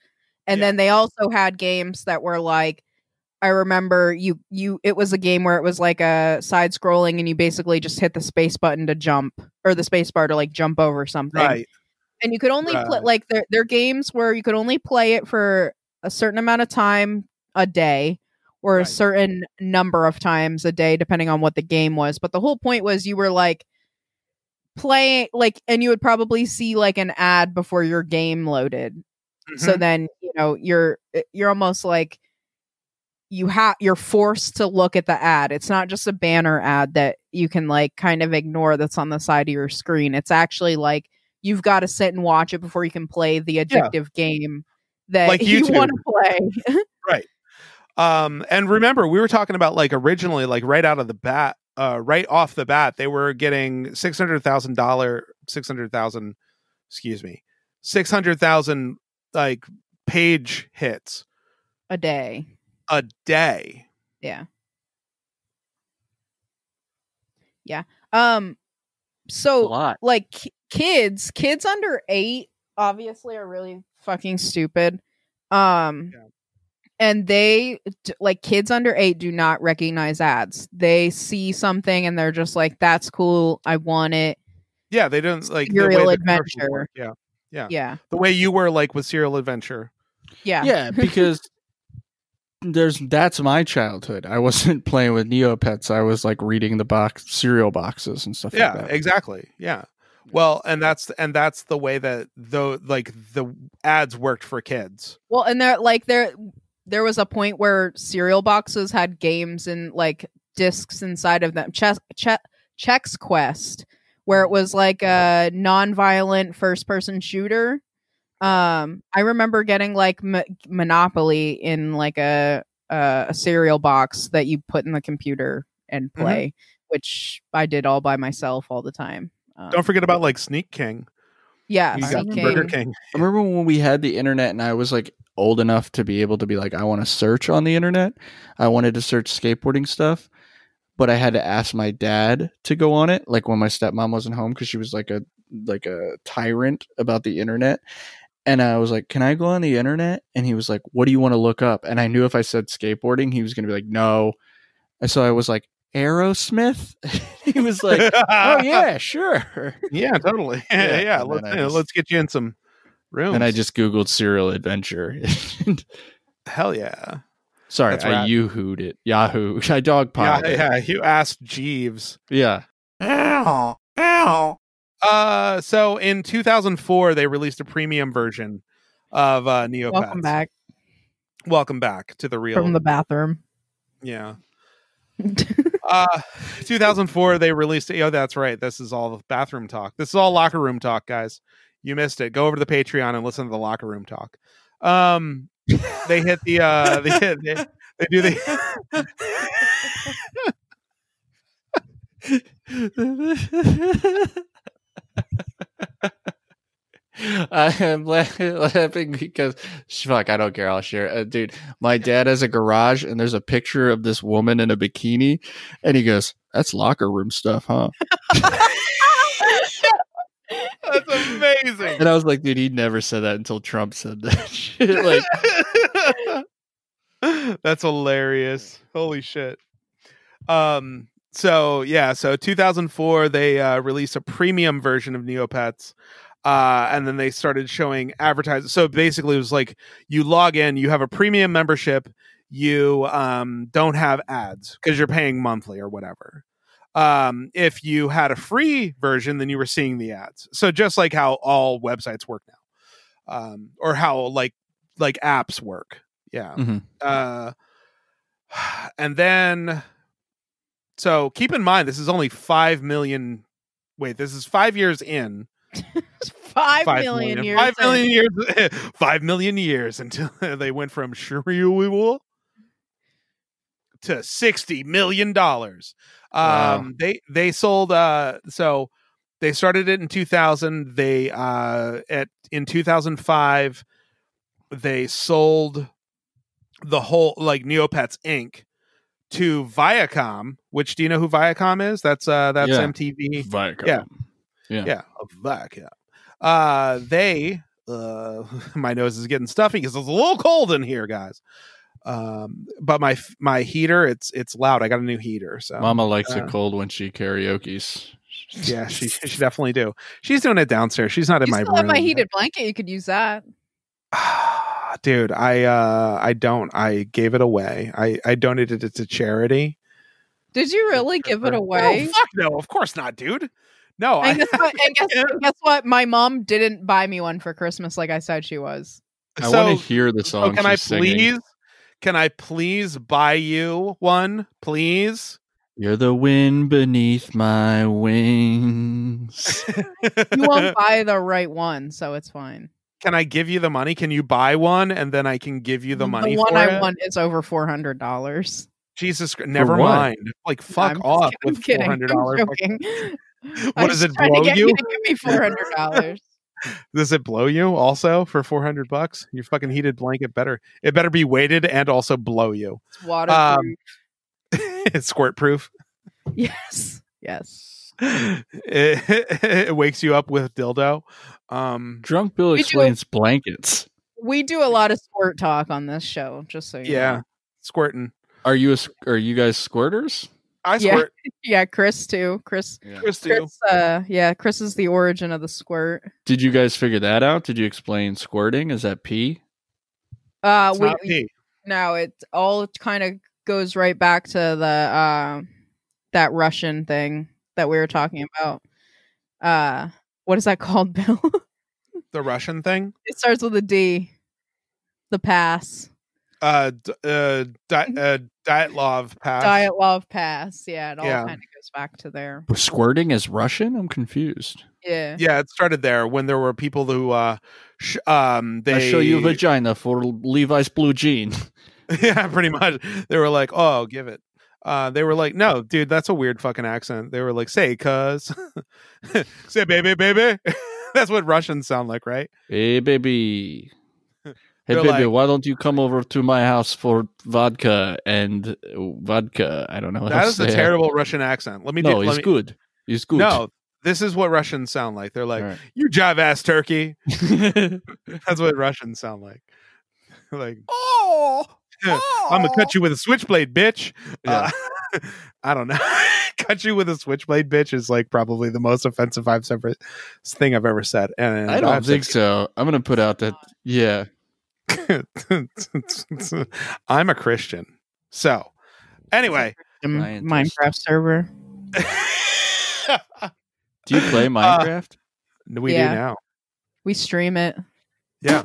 S4: And
S2: Yeah.
S4: then they also had games that were like, I remember you you. It was a game where it was like a side scrolling, and you basically just hit the space button to jump or the space bar to like jump over something.
S2: right
S4: And you could only play
S2: Right.
S4: like their their games where you could only play it for a certain amount of time a day or a
S2: Right.
S4: certain number of times a day depending on what the game was but the whole point was you were like playing like and you would probably see like an ad before your game loaded so
S2: Mhm.
S4: then you know you're eh, you're almost like you have you're forced to look at the ad it's not just a banner ad that you can like kind of ignore that's on the side of your screen it's actually like you've got to sit and watch it before you can play the addictive game that
S2: Like
S4: you
S2: YouTube.
S4: want to play
S2: Um, and remember, we were talking about like originally, like right out of the bat, uh, right off the bat, they were getting six hundred thousand dollar, six hundred thousand, excuse me, six hundred thousand like page hits
S4: a day
S2: a day.
S4: Yeah. Yeah. Um
S6: A
S4: so
S6: lot.
S4: like ki- kids, kids under 8 obviously are really fucking stupid. Um
S2: Yeah.
S4: and they d- like kids under 8 do not recognize ads. They see something and they're just like that's cool, I want it.
S2: Yeah, they didn't like the
S4: Serial
S2: way the commercials
S4: Adventure.
S2: work, Yeah, Yeah.
S4: Yeah.
S2: the way you were like with Serial Adventure.
S4: Yeah.
S3: Yeah, because there's that's my childhood. I wasn't playing with Neopets. I was like reading the box cereal boxes and stuff
S2: yeah
S3: like that.
S2: exactly yeah well and that's and that's the way that though like the ads worked for kids
S4: Well, and there like there there was a point where cereal boxes had games and like discs inside of them. Chess che- Chex Quest, where it was like a non-violent first-person shooter. Um, I remember getting like M- Monopoly in like a uh, a cereal box that you put in the computer and play, which I did all by myself all the time. Um,
S2: don't forget about like sneak king
S4: yeah,
S2: you got
S4: Sneak
S2: from burger
S4: King.
S2: king
S3: I remember when we had the internet and I was like old enough to be able to be like, I want to search on the internet. I wanted to search skateboarding stuff, but I had to ask my dad to go on it. Like when my stepmom wasn't home because she was like a like a tyrant about the internet. And I was like, Can I go on the internet? And he was like, What do you want to look up? And I knew if I said skateboarding, he was gonna be like, No. And so I was like, Aerosmith? he was like, Oh yeah, sure.
S2: yeah totally
S3: Yeah,
S2: yeah,
S3: and
S2: let's,
S3: then I just-
S2: let's get you in some rooms
S3: And I just Googled serial adventure.
S2: hell yeah
S3: Sorry,
S2: That's
S3: I
S2: rad.
S3: yoo-hooed it. Yahoo. I dog
S2: yeah,
S3: piled
S2: yeah you asked jeeves
S3: Yeah.
S2: uh so in 2004 they released a premium version of uh neopets
S4: Welcome back
S2: welcome back to the real
S4: from the bathroom.
S2: yeah Uh, 2004, they released. Oh, that's right. This is all the bathroom talk. This is all locker room talk, guys. You missed it. Go over to the Patreon and listen to the locker room talk. Um, they hit the uh, they, hit, they, they do
S3: I am la- laughing because sh- fuck, I don't care. I'll share, it. uh, dude. My dad has a garage, and there's a picture of this woman in a bikini, and he goes, "That's locker room stuff, huh?"
S2: the. That's amazing.
S3: And I was like, "Dude, he never said that until Trump said that shit." Like,
S2: That's hilarious. Holy shit. Um so yeah, so 2004 they uh released a premium version of Neopets. Uh and then they started showing advertising. So basically it was like you log in, you have a premium membership, you um don't have ads cuz you're paying monthly or whatever. Um if you had a free version then you were seeing the ads. So just like how all websites work now. Um or how like like apps work. Yeah uh and then so keep in mind this is only 5 million wait this is 5 years in
S4: Five million, years.
S2: Five
S4: old.
S2: million years. Five million years until they went from Shriwul to sixty million dollars. Um,
S3: Wow.
S2: They they sold. Uh, so they started it in two thousand. They uh, at in two thousand five, they sold the whole like Neopets Inc. to Viacom. Which do you know who Viacom is? That's uh, that's
S3: Yeah.
S2: MTV.
S3: Viacom.
S2: Yeah.
S3: Yeah.
S2: Yeah, a Viacom. Uh, they, uh, my nose is getting stuffy because it's a little cold in here, guys. Um, but my my heater, it's it's loud. I got a new heater, so
S3: Mama likes it
S2: uh,
S3: cold when she karaoke's.
S2: yeah, she she definitely do. She's doing it downstairs. She's not in
S4: You
S2: my
S4: still have my
S2: room. Ah,
S4: heated blanket. You could use that.
S2: Dude, I uh I don't. I gave it away. I I donated it to charity.
S4: Did you really give it
S2: No,
S4: away?
S2: Oh, fuck no. Of course not, dude. No, I
S4: and, guess what, and, guess, and guess what? My mom didn't buy me one for Christmas like I said she was.
S3: I
S2: so-
S3: want to hear the song.
S2: So can I
S3: she's singing.
S2: please? Can I please buy you one, please?
S3: You're the wind beneath my wings.
S4: You won't buy the right one, so it's fine.
S2: can I give you the money? Can you buy one and then I can give you the money
S4: the one
S2: for
S4: I
S2: it?
S4: want is over four hundred dollars.
S2: Jesus, Christ, never
S3: what?
S2: mind. Like fuck off with four hundred dollars. What, does it blow
S4: get
S2: you?
S4: to give me four hundred dollars.
S2: Does it blow you also for four hundred bucks? Your fucking heated blanket better. It better be weighted and also blow you. Um
S4: It's waterproof.
S2: it's squirt proof.
S4: yes. Yes.
S2: It, it wakes you up with dildo. Um,
S3: Drunk Bill
S4: do.
S3: explains blankets.
S4: We do a lot of squirt talk on this show, just so you
S2: yeah,
S4: know.
S2: squirting.
S3: Are you a, squ- are you guys squirters?
S2: I
S4: Yeah.
S2: squirt.
S4: Yeah, Chris too. Chris
S2: Chris too.
S4: Chris uh yeah, Chris is the origin of the squirt.
S3: Did you guys figure that out? Did you explain squirting? Is that pee?
S4: Uh
S2: It's
S4: we
S2: not me.
S4: no, it all kind of goes right back to the uh, that Russian thing that we were talking about. Uh what is that called, Bill?
S2: The Russian thing.
S4: it starts with a D. The pass.
S2: uh, d- uh,
S4: Mm-hmm.
S2: di- uh Dyatlov pass.
S4: Diet love pass. Yeah, it all
S2: Yeah.
S4: kind of goes back to there.
S3: Squirting is Russian? I'm confused.
S4: Yeah.
S2: yeah, it started there when there were people who uh, sh- um, they
S3: I show you vagina for Levi's blue jean.
S2: yeah, pretty much. They were like, "Oh, give it." Uh, they were like, "No, dude, that's a weird fucking accent." They were like, "Say, cuz, say, baby, baby." that's what Russians sound like, right?
S3: Hey baby. Hey
S2: They're
S3: baby,
S2: like-
S3: why don't you come over to my house for vodka and uh, vodka? I don't know. What
S2: that
S3: else
S2: is a
S3: they have.
S2: terrible Russian accent. Let me
S3: No,
S2: do.
S3: it's
S2: let me-
S3: good. It's good.
S2: No, this is what Russians sound like. They're like, "You jive ass turkey." That's what Russians sound like. like, oh, I'm gonna cut you with a switchblade, bitch.
S3: Yeah.
S2: Uh, I don't know. cut you with a switchblade, bitch, is like probably the most offensive I've ever thing I've ever said. And
S3: I
S2: I've
S3: don't
S2: said-
S3: think so. I'm gonna put out that yeah.
S2: I'm a Christian. So, anyway,
S4: M-
S3: Scientist.
S4: Minecraft server.
S3: Do you
S2: Uh,
S3: play Minecraft?
S2: we
S4: Yeah.
S2: do now.
S4: We stream it.
S2: Yeah,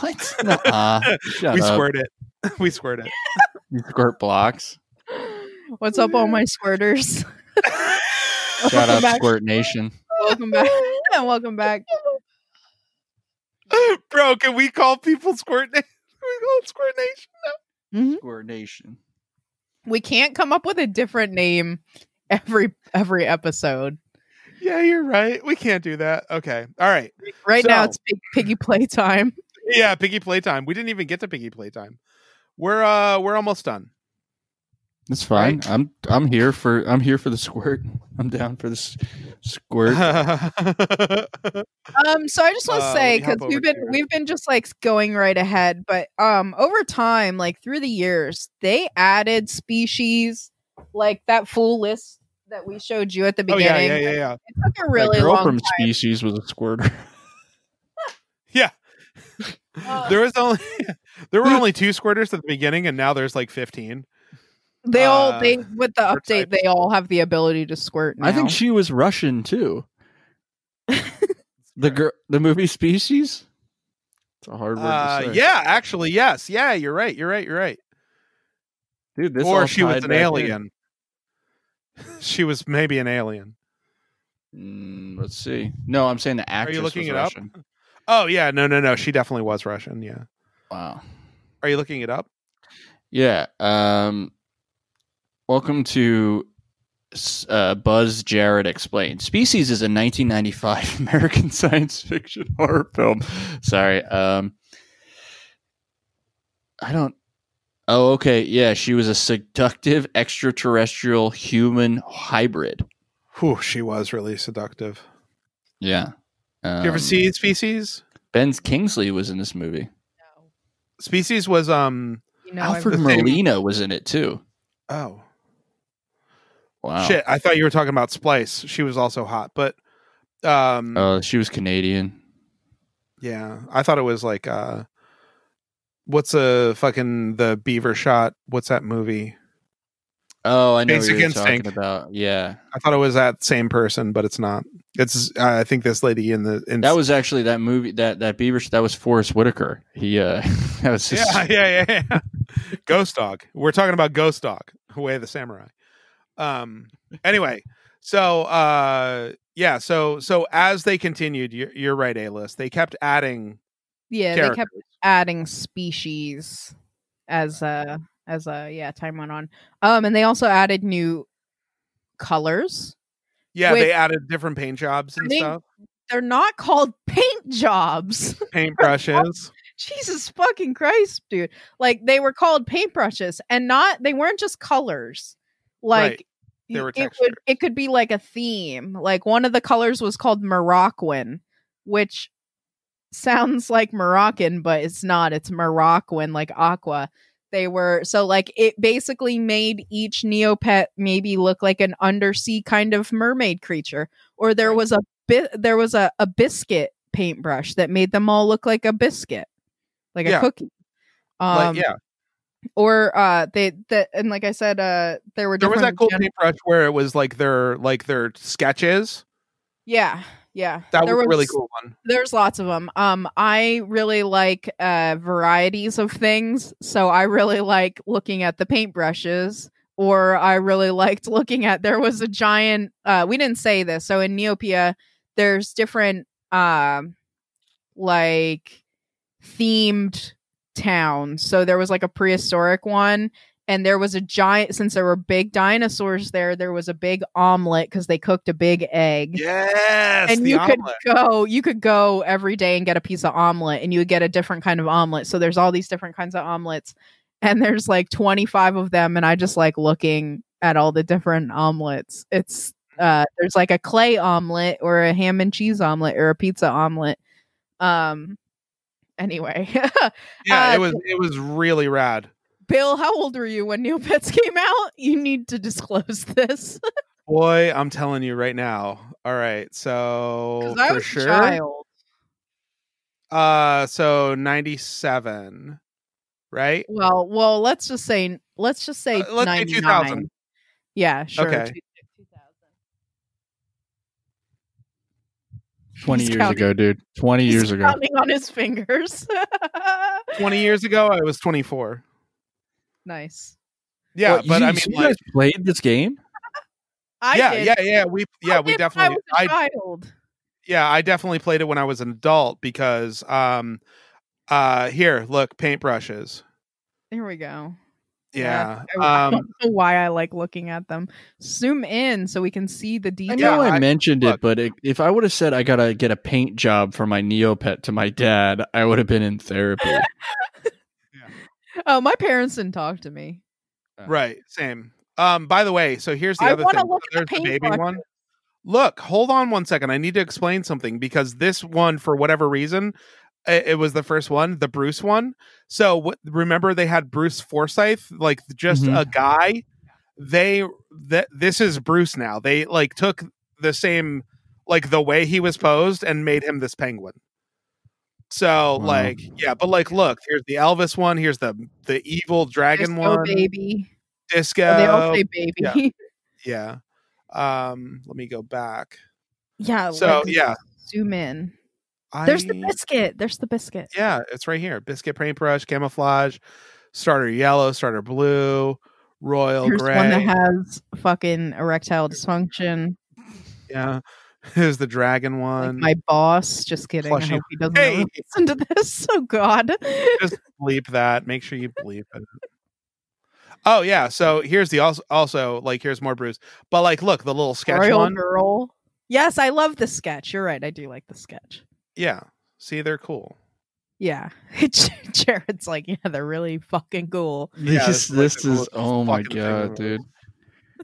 S3: what? Nuh-uh. Shut
S2: we
S3: up.
S2: squirt it. We squirt it.
S3: You squirt blocks.
S4: What's up, all my squirters?
S3: Shout out
S4: back.
S3: Squirt Nation.
S4: welcome back. welcome back.
S2: Bro, can we call people squirt? Na- we call it squirt nation.
S3: Squirt Nation.
S4: We can't come up with a different name every every episode.
S2: Yeah, you're right. We can't do that. Okay. All right.
S4: Right now
S2: So-
S4: it's pig, piggy play time.
S2: yeah piggy playtime we didn't even get to piggy playtime we're uh we're almost done
S3: That's fine. I'm I'm here for I'm here for the squirt. I'm down for the s- squirt.
S4: Um, so I just want to
S2: Uh,
S4: say
S2: let me hop
S4: because
S2: over
S4: we've been
S2: here.
S4: we've been just like going right ahead, but um, over time, like through the years, they added species like that full list that we showed you at the
S2: oh
S4: beginning.
S2: yeah yeah yeah yeah
S4: It took a really
S3: that girl
S4: long.
S3: from Species was a squirter.
S4: time.
S2: there was only there were only two squirters at the beginning and now there's like 15
S4: they all
S2: uh,
S4: they with the
S2: her
S4: update,
S2: types.
S4: they all have the ability to squirt. Now.
S3: I think she was Russian too. the girl, the movie Species. It's a hard word
S2: uh
S3: to say.
S2: yeah actually yes yeah you're right you're right you're right
S3: dude. This all
S2: or she was
S3: tied
S2: an
S3: back in.
S2: alien she was maybe an alien
S3: Mm, let's see. No, I'm saying the actress
S2: looking
S3: was
S2: it up?
S3: Russian.
S2: Oh yeah, no, no, no. She definitely was Russian. Yeah.
S3: Wow.
S2: Are you looking it up?
S3: Yeah. Um, welcome to s- uh, Buzz Jarrett Explained. Species is a 1995 American science fiction horror film. Sorry. Um, I don't. Oh, okay. Yeah, she was a seductive extraterrestrial human hybrid.
S2: Whew, she was really seductive.
S3: Yeah. Um,
S2: you ever see Species?
S3: Ben's Kingsley was in this movie.
S4: No.
S2: Species was um
S4: You know,
S3: Alfred
S2: the same-
S3: Molina was in it too.
S2: oh
S3: Wow.
S2: shit. I thought you were talking about Splice. She was also hot, but um
S3: Uh, she was Canadian.
S2: yeah, I thought it was like uh what's a fucking the Beaver Shot? What's that movie?
S3: Oh, I know what
S2: Basic
S3: you're
S2: Instinct.
S3: talking about. Yeah,
S2: I thought it was that same person, but it's not. It's uh, I think this lady in the in
S3: that was actually that movie that that Beaver that was Forrest Whitaker. He uh, that was his,
S2: yeah, yeah, yeah, yeah. Ghost Dog. We're talking about Ghost Dog, Way of the Samurai. Um. Anyway, so uh, yeah, so so as they continued, you're, you're right, A list. They kept adding
S4: yeah, they
S2: characters.
S4: kept adding species as uh as uh yeah, time went on. Um and they also added new colors.
S2: yeah,
S4: with-
S2: they added different paint jobs and
S4: I think-
S2: stuff,
S4: They're not called paint jobs.
S2: paintbrushes.
S4: Jesus fucking Christ, dude. Like they were called paintbrushes and not they weren't just colors. Like
S2: Right. They were
S4: it
S2: textures.
S4: would it could be like a theme. Like one of the colors was called Moroccan, which sounds like Moroccan, but it's not. It's Moroccan, like aqua. They were so like it basically made each Neopet maybe look like an undersea kind of mermaid creature. Or there was a bit there was a, a biscuit paintbrush that made them all look like a biscuit. Like
S2: Yeah.
S4: a cookie. Um
S2: like, yeah,
S4: or uh they that and like I said, uh there were
S2: there was that
S4: different
S2: cool
S4: gen-
S2: paintbrush where it was like their like their sketches.
S4: Yeah, yeah.
S2: That
S4: There
S2: was a really cool one.
S4: There's lots of them. Um, I really like uh varieties of things, so I really like looking at the paintbrushes. Or I really liked looking at. There was a giant. Uh, we didn't say this. So in Neopia, there's different um, like themed towns. So there was like a prehistoric one, and there was a giant. Since there were big dinosaurs there, there was a big omelet because they cooked a big egg
S2: Yes,
S4: and
S2: the
S4: you
S2: omelet.
S4: could go you could go every day and get a piece of omelet and you would get a different kind of omelet so there's all these different kinds of omelets and there's like 25 of them and i just like looking at all the different omelets it's uh there's like a clay omelet or a ham and cheese omelet or a pizza omelet um anyway
S2: yeah,
S4: uh,
S2: it was it was really rad.
S4: bill how old were you when neopets came out you need to disclose this
S2: Boy, I'm telling you right now. All right, so
S4: 'Cause i
S2: Oh, for
S4: was
S2: sure.
S4: a child
S2: Uh, so ninety-seven, right?
S4: Well, well, let's just say let's just say
S2: Uh, let's say
S4: 99.
S2: 2000.
S4: Yeah, sure.
S2: Okay.
S4: two- 2000.
S3: twenty
S4: He's
S3: years
S4: counting.
S3: ago, dude. Twenty
S4: He's
S3: years ago.
S4: counting on his fingers.
S2: Twenty years ago, I was twenty-four.
S4: nice.
S2: Yeah,
S3: What,
S2: but
S3: you,
S2: I mean,
S3: so you
S2: like,
S3: guys played this game.
S4: I
S2: yeah,
S4: did.
S2: yeah, yeah. We, yeah,
S4: I
S2: we
S4: did when
S2: definitely.
S4: I was a
S2: I,
S4: child.
S2: yeah, I definitely played it when I was an adult because, um, uh, here, look, paintbrushes.
S4: Here we go.
S2: Yeah,
S4: I, I
S2: um,
S4: don't know why I like looking at them. Zoom in so we can see the
S3: I
S4: detail.
S3: know I,
S2: I-
S3: mentioned
S2: look.
S3: it, but it, if I would have said I gotta get a paint job for my Neopet to my dad, I would have been in therapy.
S4: Oh, my parents didn't talk to me.
S2: right, same. Um, by the way, so here's the
S4: I
S2: other
S4: wanna
S2: thing.
S4: look at
S2: There's
S4: the
S2: the baby
S4: paintbrushes.
S2: one. Look, hold on one second. I need to explain something because this one, for whatever reason, it, it was the first one, the Bruce one. So what, remember, they had Bruce Forsyth, like just
S4: Mm-hmm.
S3: Mhm.
S2: a guy. They that this is Bruce now. They like took the same, like the way he was posed, and made him this penguin. So
S3: Wow.
S2: like yeah, but like look, here's the Elvis one. Here's the the evil
S4: There's
S2: dragon
S4: no
S2: one.
S4: "Oh, baby.
S2: Disco.
S4: Oh, they all say baby.
S2: yeah. yeah. Um, let me go back.
S4: Yeah,
S2: So
S4: let's
S2: yeah,
S4: Zoom in.
S2: I,
S4: There's the biscuit. There's the biscuit.
S2: yeah, it's right here. Biscuit paintbrush, camouflage, starter yellow, starter blue, royal
S4: Here's
S2: gray.
S4: one that has fucking erectile dysfunction.
S2: yeah, There's the dragon
S4: Like
S2: one.
S4: my boss. Just kidding. I
S2: Plushie.
S4: hope he doesn't
S2: Hey!
S4: ever listen to this. Oh God.
S2: just bleep that. Make sure you bleep it. Oh yeah. So here's the also also like here's more Bruce. But like look, the little sketch
S4: Royal
S2: one.
S4: girl. Yes, I love the sketch. You're right. I do like the sketch.
S2: Yeah. See, they're cool.
S4: Yeah. Jared's like, yeah, they're really fucking cool.
S2: Yeah, this
S3: this,
S2: is like
S3: this
S2: the
S3: is
S2: most
S3: oh my
S2: fucking thing
S3: god,
S2: ever.
S3: dude.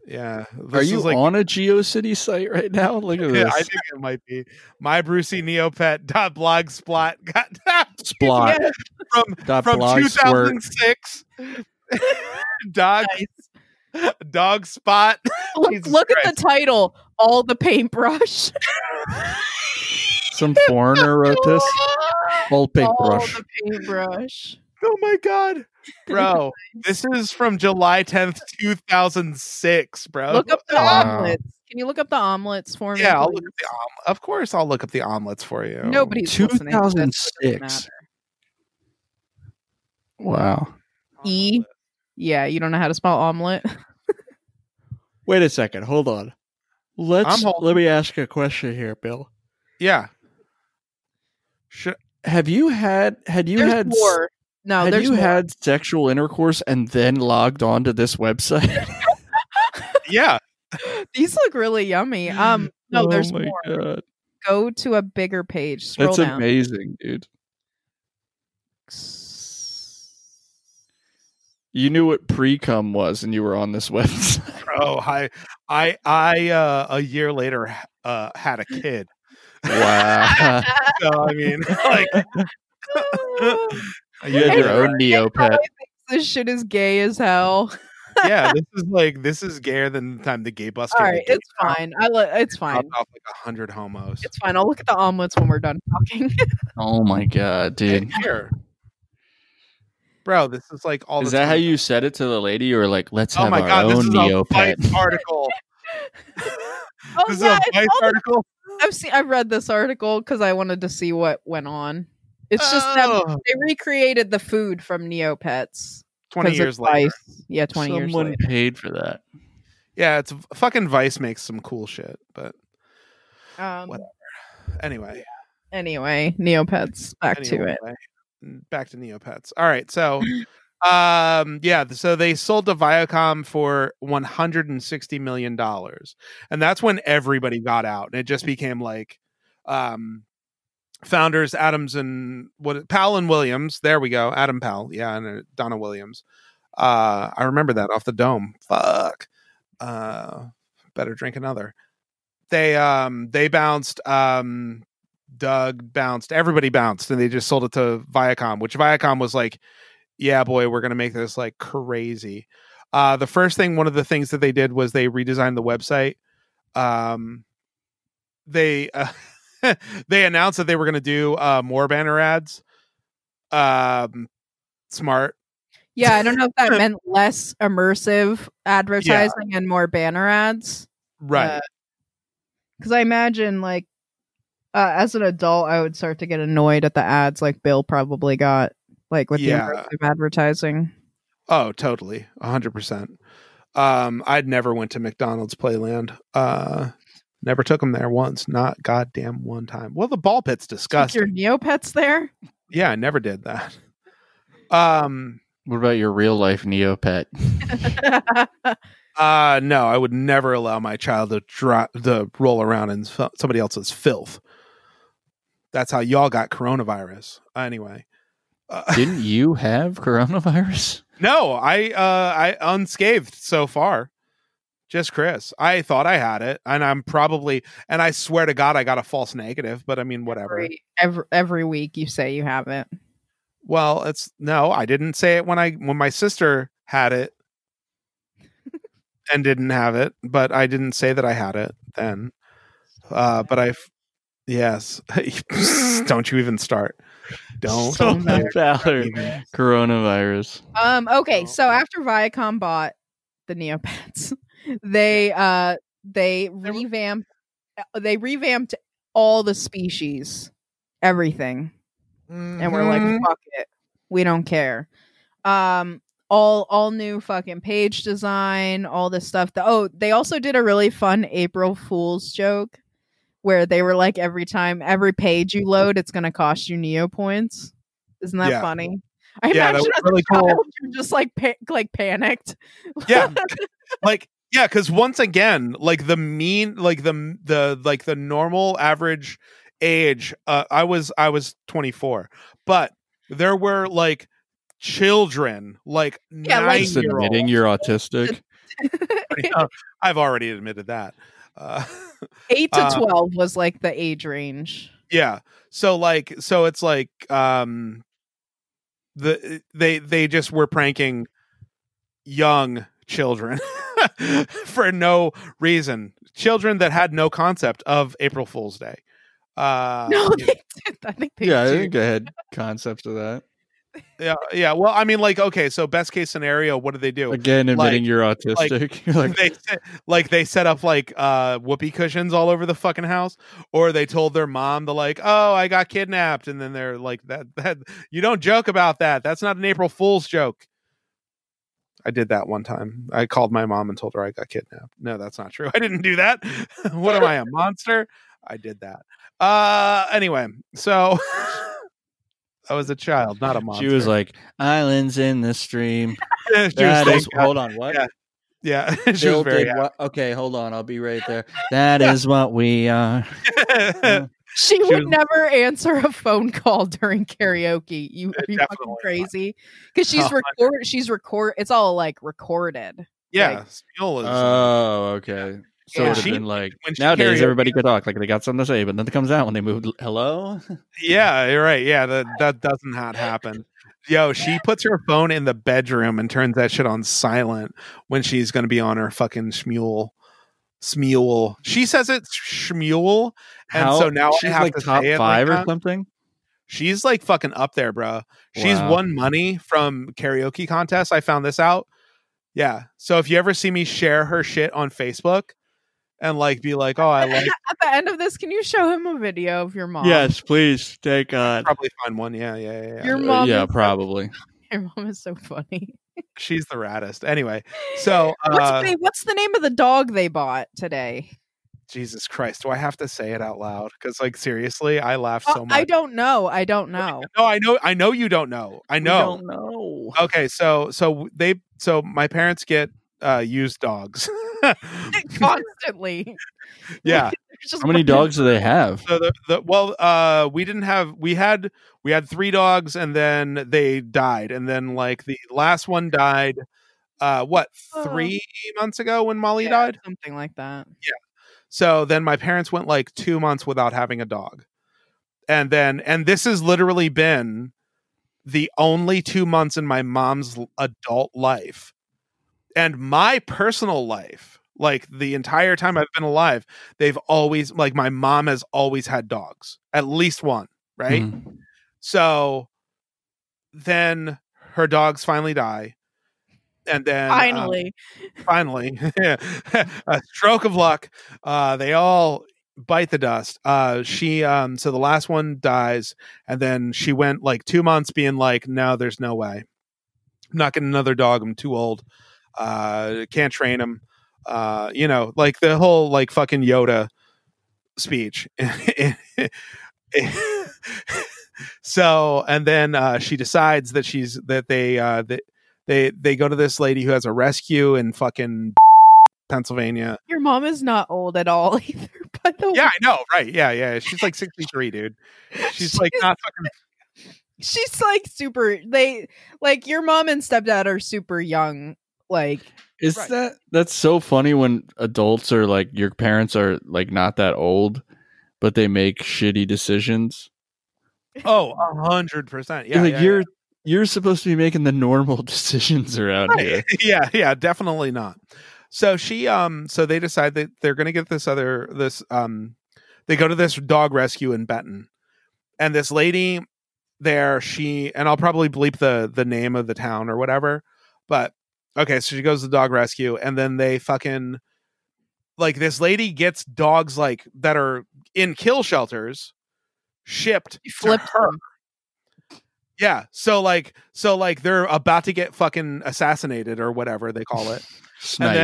S2: Yeah. This
S3: Are you
S2: is like
S3: on a GeoCity site right now? Look at
S2: Yeah, I
S3: this.
S2: think it might be my Brucey Neopet dot blogspot got
S3: Splot
S2: from
S3: dot
S2: from
S3: blog squirt.
S2: 2006 dog dog spot
S4: Look,
S2: Jesus
S4: look at the title. All the paintbrush.
S3: Some foreigner wrote this.
S4: All
S3: Old paintbrush.
S4: the paintbrush.
S2: oh my god bro this is from july 10th 2006 bro
S4: Look up the
S2: Ah,
S3: Wow.
S4: omelets. Can you look up the omelets for me?
S2: yeah I'll
S4: please?
S2: look at the om- of course i'll look up the omelets for you
S4: Nobody's listening. That's what doesn't
S3: 2006.
S4: matter.
S3: Wow.
S4: E. Yeah, you don't know how to spell omelet.
S3: Wait a second. Hold on. Let's
S2: holding-
S3: let me ask you a question here, Bill.
S2: yeah Sh-
S3: Have you had had you
S4: there's
S3: had s-
S4: more. No,
S3: had
S4: there's
S3: you
S4: more.
S3: had sexual intercourse and then logged on to this website?
S2: yeah
S4: These look really yummy. Um, no,
S3: oh
S4: there's
S3: my
S4: more.
S3: God.
S4: Go to a bigger page. Scroll
S3: That's
S4: down.
S3: amazing, dude. You knew what pre cum was and you were on this website.
S2: bro i i i uh a year later uh had a kid
S3: Wow.
S2: so i mean like
S3: you had your own Neopet.
S4: this shit is gay as hell.
S2: yeah this is like this is gayer than the time the gay bus
S4: All
S2: came to
S4: right,
S2: gay
S4: it's
S2: town.
S4: fine. I li- it's fine.
S3: Um,
S2: Dropped off like a hundred homos
S4: It's fine. I'll look at the omelets when we're done talking.
S3: Oh my god, dude.
S2: And here. Bro, this is like all.
S3: Is
S2: the
S3: that how
S2: time-
S3: you said it to the lady? You were like, let's
S2: Oh
S3: have
S2: my
S3: our
S2: god, this
S3: own
S2: is a Vice
S3: Neopet.
S2: article.
S4: oh
S2: this
S4: yeah,
S2: is a Vice
S4: all the-
S2: article.
S4: I've seen. I've read this article because I wanted to see what went on. It's just that
S2: Oh,
S4: they recreated the food from Neopets.
S2: 20
S4: 'cause
S2: years
S4: it's
S2: later.
S4: Vice. Yeah, twenty years
S3: Someone
S4: later.
S3: paid for that.
S2: Yeah, it's fucking Vice makes some cool shit, but
S4: Um,
S2: What- anyway.
S4: anyway, Neopets. Back to
S2: anyway, mm,
S4: it.
S2: Back to Neopets. All right, so um yeah, so they sold to Viacom for 160 million dollars. And that's when everybody got out and it just became like um founders Adams and what Powell and Williams. There we go. Adam Powell. Yeah, and uh, Donna Williams. Uh I remember that off the dome. Fuck. Uh better drink another. They um they bounced um Doug bounced, everybody bounced, and they just sold it to Viacom, which Viacom was like, yeah, boy, we're going to make this like crazy. Uh, the first thing, one of the things that they did was they redesigned the website. Um, they uh, they announced that they were going to do uh, more banner ads. Um, smart.
S4: Yeah, I don't know if that meant less immersive advertising and more banner ads.
S2: Right.
S4: Because I imagine, like, uh, as an adult, I would start to get annoyed at the ads, like Bill probably got, like with
S2: Yeah.
S4: the immersive advertising.
S2: oh, totally. 100%. Um, I'd never went to McDonald's Playland. Uh, never took them there once. Not goddamn one time. Well, the ball pit's
S4: Took
S2: disgusting.
S4: your Neopets there.
S2: yeah i never did that um
S3: What about your real life Neopet?
S2: uh no i would never allow my child to dri to roll around in so- somebody else's filth that's how y'all got coronavirus anyway uh,
S3: Didn't you have coronavirus?
S2: no i uh i unscathed so far just chris i thought i had it and i'm probably and i swear to god i got a false negative but i mean whatever
S4: Every, every every week you say you have it.
S2: well it's no i didn't say it when i when my sister had it and didn't have it, but I didn't say that I had it then. Uh, but I, f- yes, don't you even start. Don't.
S3: So
S2: you
S3: the Valor
S2: even-
S3: coronavirus.
S4: Um. Okay.
S2: Oh.
S4: So after Viacom bought the Neopets, they uh they revamped uh, they revamped all the species, everything, and we're
S2: Mhm.
S4: like, fuck it, we don't care. Um. All all new fucking page design, all this stuff. The, oh, they also did a really fun April Fool's joke. where they were like every time every page you load it's going to cost you neo points isn't that
S2: Yeah.
S4: funny i
S2: Yeah, that
S4: imagine
S2: was
S4: as
S2: really
S4: a
S2: cool.
S4: child, you're just like pa- like panicked
S2: yeah like yeah because once again like the mean like the the like the normal average age uh, i was i was 24 but there were like children like
S4: Yeah, like-
S2: nine
S3: Just
S2: year
S3: admitting you're autistic.
S2: i've already admitted that uh
S4: 8 to
S2: Uh,
S4: 12 was like the age range
S2: yeah so like so it's like um the they they just were pranking young children for no reason children that had no concept of april fool's day uh
S4: no they did i think they
S3: Yeah, I
S4: do.
S3: think I had concepts of that.
S2: yeah yeah well i mean like okay so best case scenario what do they do
S3: Again, admitting
S2: Like-
S3: you're autistic. You're like,
S2: they set, like they set up like uh whoopee cushions all over the fucking house or they told their mom the like oh i got kidnapped and then they're like that that you don't joke about that that's not an april fool's joke i did that one time i called my mom and told her i got kidnapped no that's not true i didn't do that what am i a monster i did that uh anyway so i was a child not a monster
S3: she was like,
S6: Islands in the stream.
S2: She was
S6: That is,
S2: thank God.
S6: hold on, what?
S2: Yeah, yeah she was
S6: Bill
S2: very
S6: did what? Okay, hold on. I'll be right there. That is what we are.
S2: happy.
S4: she,
S2: She
S4: would
S2: was-
S4: never answer a phone call during karaoke. You
S2: Eh,
S4: are you
S2: definitely
S4: fucking
S2: not.
S4: crazy? Because she's
S2: Oh, I-
S4: record. She's record. It's all like recorded.
S2: yeah Spiola is-
S3: oh, okay. So
S4: Yeah.
S3: it would
S2: uh, She-
S3: have been like,
S2: when she
S3: nowadays
S2: karaoke-
S3: everybody could talk. Like they got something to say, but nothing comes out when they moved. Hello?
S2: Yeah, you're right. Yeah, that that does not happen. Yo, she puts her phone in the bedroom and turns that shit on silent when she's gonna be on her fucking schmule. Smule. She says it's schmule, and so now
S3: she's
S2: I have
S3: like
S2: to
S3: top
S2: say it
S3: five
S2: like
S3: or
S2: that.
S3: something.
S2: She's like fucking up there, bro. She's
S3: Wow.
S2: won money from karaoke contests. I found this out. Yeah. So if you ever see me share her shit on Facebook and like be like, oh, I like,
S4: At the end of this, can you show him a video of your mom?
S3: Yes, please. Thank God.
S2: probably find one. Yeah, yeah, yeah. yeah.
S4: Your mom
S3: Uh, yeah,
S4: is-
S3: probably.
S4: your mom is so funny.
S2: She's the raddest. Anyway, so uh,
S4: what's, the, what's the name of the dog they bought today?
S2: Jesus Christ, do I have to say it out loud? Because like seriously, I laugh so
S4: Uh,
S2: much.
S4: I don't know. I don't know.
S2: No, I know, I know you don't know. I know.
S3: don't know.
S2: Okay, so so they so my parents get uh used dogs.
S4: Constantly.
S2: yeah.
S4: There's just
S3: How many
S4: one-
S3: dogs do they have?
S2: So the, the well, uh, we didn't have we had we had three dogs, and then they died, and then like the last one died. Uh, what
S4: Oh.
S2: three months ago when Molly
S4: Yeah,
S2: died?
S4: Something like that.
S2: So then my parents went like two months without having a dog. And then, and this has literally been the only two months in my mom's l- adult life and my personal life. Like the entire time I've been alive, they've always, like, my mom has always had dogs, at least one, right?
S3: Hmm.
S2: So then her dogs finally die. And then, um,
S4: Finally,
S2: finally a stroke of luck uh they all bite the dust uh she um so the last one dies and then she went like two months being like no there's no way i'm not getting another dog i'm too old uh can't train him uh you know like the whole like fucking yoda speech so and then uh she decides that she's that they uh that they they go to this lady who has a rescue in fucking Pennsylvania.
S4: your mom is not old at all either. By the
S2: Yeah, I know, right? Yeah, yeah. She's like sixty three, dude. She's like not fucking.
S4: she's like super they like your mom and stepdad are super young like
S3: Is
S2: Right.
S3: that that's so funny when adults are like your parents are like not that old, but they make shitty decisions.
S2: Oh, a hundred percent. Yeah,
S3: You're like
S2: yeah,
S3: you're you're supposed to be making the normal decisions around
S2: yeah.
S3: here.
S2: yeah, yeah, definitely not. So she, um, so they decide that they're gonna get this other this um, they go to this dog rescue in Benton, and this lady there, she and I'll probably bleep the the name of the town or whatever, but okay, so she goes to the dog rescue, and then they fucking like this lady gets dogs like that are in kill shelters shipped
S4: flipped
S2: to her. Yeah. So like so like they're about to get fucking assassinated or whatever they call it. And
S3: Sniped.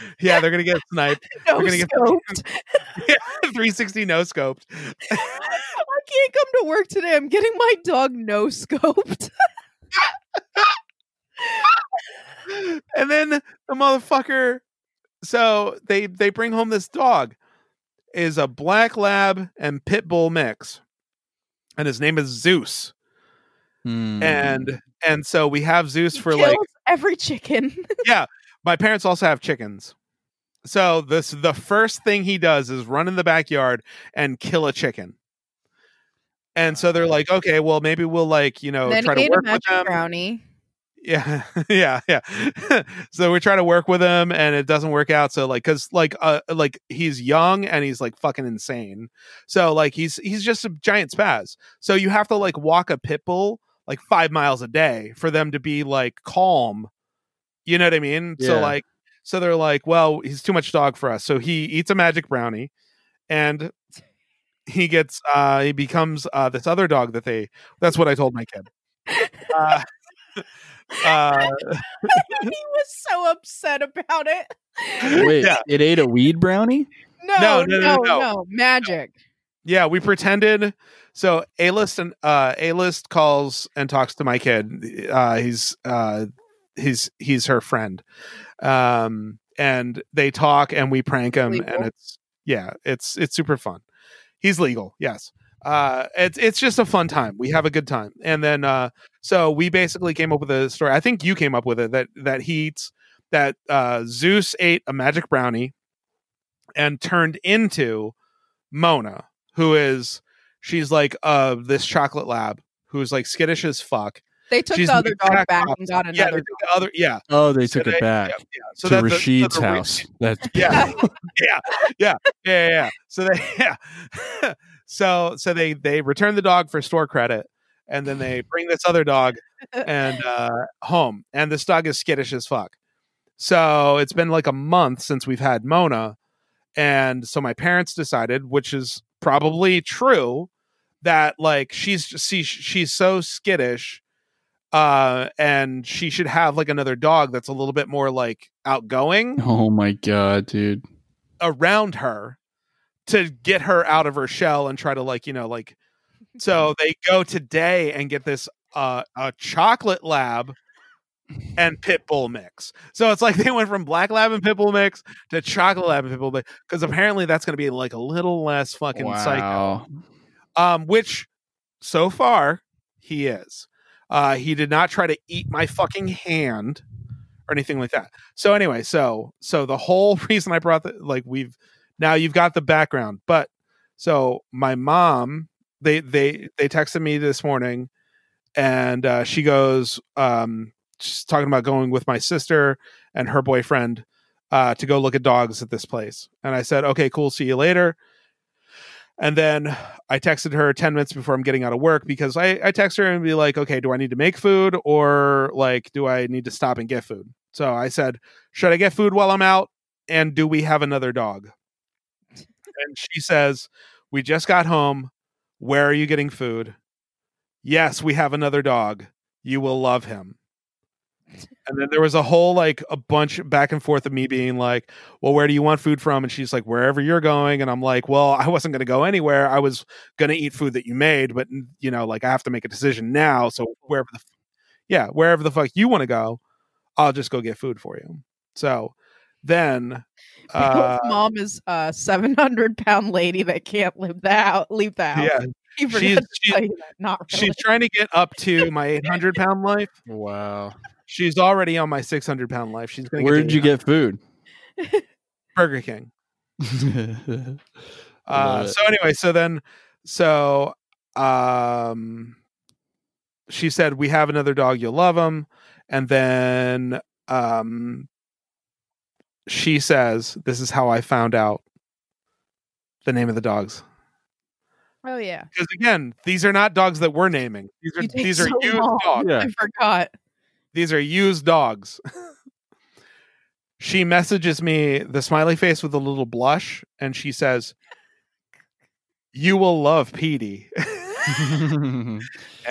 S2: then yeah, they're gonna get sniped.
S4: No
S2: We're gonna get-
S4: scoped.
S2: 360 no scoped.
S4: I can't come to work today. I'm getting my dog no scoped.
S2: And then the motherfucker so they they bring home this dog is a black lab and pit bull mix. And his name is Zeus.
S3: Hmm.
S4: Mm.
S2: And and so we have Zeus for
S4: Kills
S2: like
S4: every chicken.
S2: my parents also have chickens. So this the first thing he does is run in the backyard and kill a chicken. And so they're like, okay, well maybe we'll like, you know,
S4: then
S2: Oh, try
S4: he
S2: to
S4: ate a
S2: work with
S4: magic
S2: them.
S4: brownie.
S2: Yeah. yeah, yeah. so we try to work with him and it doesn't work out. So like cuz like uh like he's young and he's like fucking insane. So like he's he's just a giant spaz. So you have to like walk a pit bull like 5 miles a day for them to be like calm. You know what I mean? So
S3: Yeah.
S2: like so they're like, well, he's too much dog for us. So he eats a magic brownie and he gets uh he becomes uh this other dog that they that's what I told my kid. Uh, uh
S4: he was so upset about it.
S3: Hmm. Wait,
S2: Yeah.
S3: it ate a weed brownie?
S4: No,
S2: no, no, no.
S4: Magic.
S2: Yeah, we pretended. So A list and uh, A list calls and talks to my kid. Uh, he's uh, he's he's her friend, um, and they talk and we prank him,
S4: Legal.
S2: and it's yeah, it's it's super fun. He's legal, yes. Uh, it's it's just a fun time. We have a good time, and then uh, so we basically came up with a story. I think you came up with it that that he eats that uh, Zeus ate a magic brownie and turned into Mona, who is she's like uh this chocolate lab who's like skittish as fuck.
S4: They took
S2: She's
S4: the other
S2: the
S4: dog
S2: exact
S4: back and got
S2: Yeah,
S4: another.
S2: the other yeah.
S3: Oh, they took
S2: they-
S3: it back
S2: yeah, yeah. So
S3: to
S2: that the- so
S3: Rashid's
S2: the re-
S3: house. That's
S2: yeah, yeah, yeah, yeah, yeah, yeah. So they, yeah. so so they they return the dog for store credit, and then they bring this other dog and uh, home, and this dog is skittish as fuck. So it's been like a month since we've had Mona, and so my parents decided, which is probably true, that like she's she, she's so skittish uh and she should have like another dog that's a little bit more like outgoing
S3: Oh my god, dude.
S2: around her to get her out of her shell and try to like you know like so they go today and get this uh a chocolate lab and pit bull mix so it's like they went from black lab and pit bull mix to chocolate lab and pit bull mix because apparently that's going to be like a little less fucking psycho
S3: Wow.
S2: um, which so far he is. Uh, he did not try to eat my fucking hand or anything like that. So anyway, so so the whole reason I brought the like we've now you've got the background, but so my mom they they they texted me this morning, and uh, she goes um, she's talking about going with my sister and her boyfriend uh, to go look at dogs at this place, and I said okay, cool, see you later. And then I texted her 10 minutes before I'm getting out of work because I, I text her and be like, okay, do I need to make food or like, do I need to stop and get food? So I said, should I get food while I'm out? And do we have another dog? And she says, we just got home. Where are you getting food? Yes, we have another dog. You will love him. And then there was a whole like a bunch back and forth of me being like, well, where do you want food from? And she's like, wherever you're going. And I'm like, well, I wasn't going to go anywhere. I was going to eat food that you made, but you know, like I have to make a decision now. So wherever the, yeah, wherever the fuck you want to go, I'll just go get food for you. So then, uh,
S4: Bill's mom is a 700 pound lady that can't live the house, leave the house.
S2: yeah,
S4: He forgot
S2: she's-
S4: to
S2: she's-
S4: tell you that. Not really.
S2: she's trying to get up to my 800 pound life.
S3: Wow.
S2: She's already on my 600 pound life. She's going to
S3: Where did you get food?
S2: uh, Burger King?
S3: Love
S2: Uh,
S3: it.
S2: so anyway, so then, so um, she said, "We have another dog. You'll love him." And then um, she says, "This is how I found out the name of the dogs."
S4: Oh, yeah.
S2: Because again, these are not dogs that we're naming. These are
S4: You take
S2: these are
S4: so
S2: used
S4: long.
S2: dogs.
S3: yeah.
S4: I forgot.
S2: These are used dogs. she messages me the smiley face with a little blush, and she says, "You will love Petey." and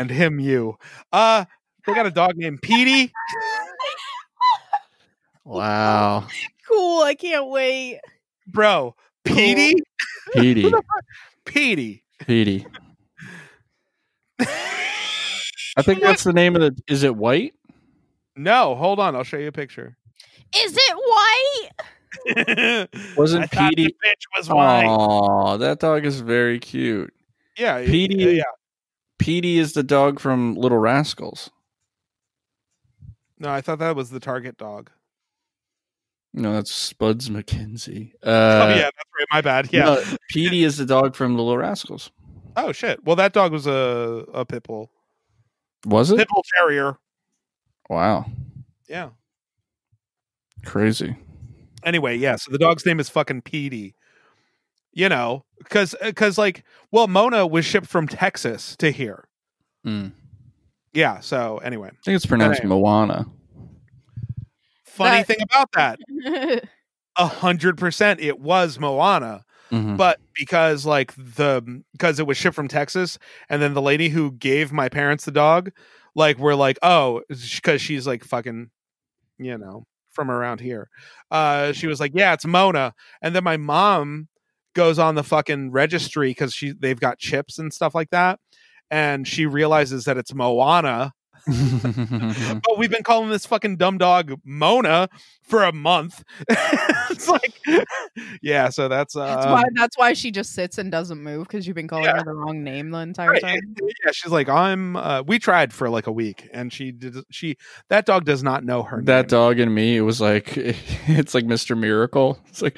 S2: him you. Uh they got a dog named Petey.
S3: wow.
S4: cool. I can't wait.
S2: Bro, Petey?
S3: Petey.
S2: Petey.
S3: Petey. I think that's the name of the. Is it white?
S2: No, hold on, I'll show you a picture.
S4: Is it white?
S3: Wasn't
S2: I thought the
S3: Petey-
S2: bitch was white.
S3: Oh, that dog is very cute.
S2: Yeah, yeah,
S3: Petey-
S2: Yeah,
S3: Petey is the dog from Little Rascals.
S2: No, I thought that was the target dog.
S3: No, that's Spuds McKenzie. Uh,
S2: oh yeah, that's right. My bad. Yeah.
S3: no, Petey is the dog from Little Rascals.
S2: Oh shit. Well, that dog was a a pit bull.
S3: Was it?
S2: Pit bull terrier.
S3: Wow.
S2: Yeah.
S3: Crazy.
S2: Anyway, yeah. So the dog's name is fucking Petey. You know, because because like, well, Mona was shipped from Texas to here.
S3: Mm.
S2: Yeah. So anyway,
S3: I think it's pronounced
S2: Alright.
S3: Moana.
S2: funny
S4: That-
S2: thing about that, a hundred percent, it was Moana.
S3: Mhm.
S2: but because like the because it was shipped from Texas, and then the lady who gave my parents the dog, like we're like, oh, because she's like fucking, you know, from around here. Uh, she was like, yeah, it's Mona, and then my mom goes on the fucking registry because she they've got chips and stuff like that, and she realizes that it's Moana.
S3: Mm-hmm.
S2: But we've been calling this fucking dumb dog Mona for a month. it's like, yeah. So that's uh,
S4: That's why. That's why she just sits and doesn't move because you've been calling
S2: Yeah.
S4: her the wrong name the entire
S2: Right,
S4: time.
S2: and- and Yeah, she's like, I'm. Uh, we tried for like a week, and she did. She that dog does not know her.
S3: that
S2: name.
S3: dog and me, it was like it's like Mr. Miracle. It's like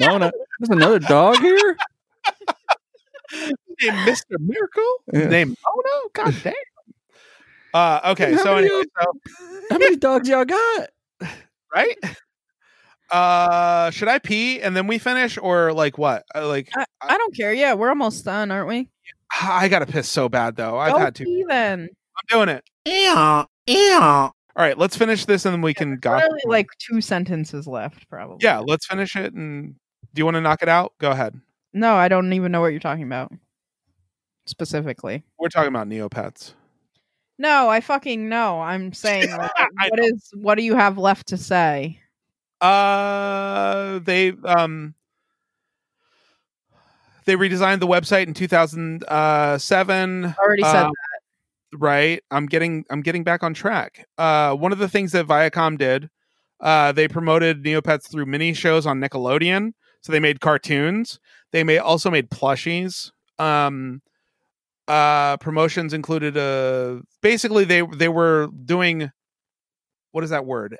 S3: Mona, there's another dog here.
S2: named Mr. Miracle.
S3: Yeah.
S2: Name Mona. God damn. Uh, okay,
S3: How
S2: so
S3: many
S2: anyway, so
S3: How many dogs y'all got?
S2: right. Uh, should I pee and then we finish, or like what? Uh, Like
S4: I don't care. Yeah, we're almost done, aren't we? Oh,
S2: I gotta piss so bad though. I've
S4: Go
S2: had to.
S4: pee then.
S2: I'm doing it.
S6: yeah, yeah.
S2: All right, let's finish this and then we can go.
S4: Literally like two sentences left, probably.
S2: Yeah, let's finish it. And do you want to knock it out? Go ahead.
S4: No, I don't even know what you're talking about specifically.
S2: We're talking about Neopets.
S4: No, I fucking know. I'm saying like,
S2: I
S4: what is what do you have left to say?
S2: Uh, they um they redesigned the website in 2007
S4: Already said
S2: Uh, right i'm getting i'm getting back on track uh one of the things that viacom did uh they promoted neopets through mini shows on nickelodeon so they made cartoons they may also made plushies um uh promotions included uh basically they they were doing what is that word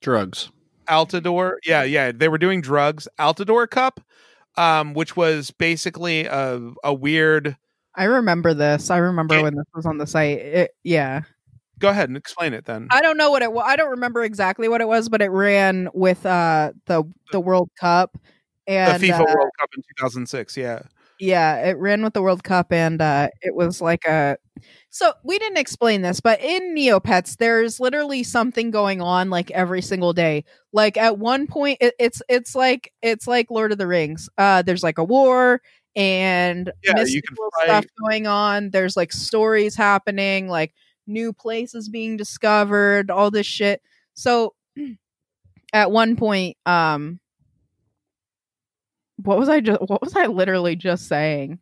S3: Drugs.
S2: Altador. Yeah, yeah. They were doing drugs. Altador cup, um, which was basically a, a weird.
S4: I remember this. I remember
S2: Yeah.
S4: when this was on the site. It, yeah.
S2: Go ahead and explain it then.
S4: I don't know what it was. I don't remember exactly what it was, but it ran with uh the the World Cup and
S2: the FIFA
S4: uh,
S2: World Cup in 2006. Yeah.
S4: yeah, it ran with the World Cup and uh it was like a So, we didn't explain this, but in Neopets there's literally something going on like every single day. Like at one point it, it's it's like it's like Lord of the Rings. Uh there's like a war and
S2: Yeah, you
S4: mystical
S2: can
S4: stuff
S2: fight.
S4: going on. There's like stories happening, like new places being discovered, all this shit. So at one point um what was I just what was I literally just saying?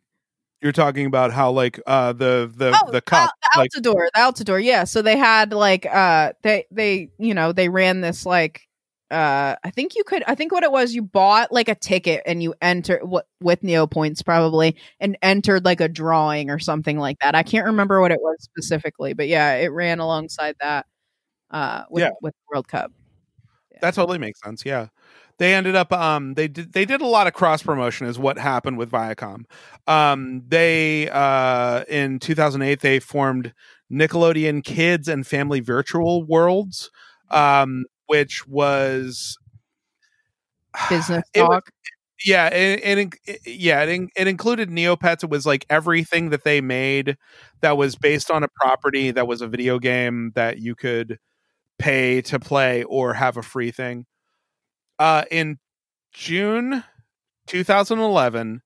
S2: You're talking about how like uh the the
S4: Oh,
S2: the cup
S4: the
S2: like
S4: Altador, the Altador, yeah. So they had like uh they they you know they ran this like uh I think you could I think what it was you bought like a ticket and you enter what with Neo points probably and entered like a drawing or something like that. I can't remember what it was specifically, but yeah, it ran alongside that uh with
S2: Yeah.
S4: with World Cup.
S2: that totally makes sense. Yeah. They ended up um they did they did a lot of cross promotion is what happened with Viacom. Um they uh in 2008 they formed Nickelodeon Kids and Family Virtual Worlds
S4: Mm-hmm.
S2: um which was
S4: Business
S2: It was-
S4: talk.
S2: yeah it, it, in- it- yeah it, in- it included neopets it was like everything that they made that was based on a property that was a video game that you could pay to play or have a free thing uh in june 2011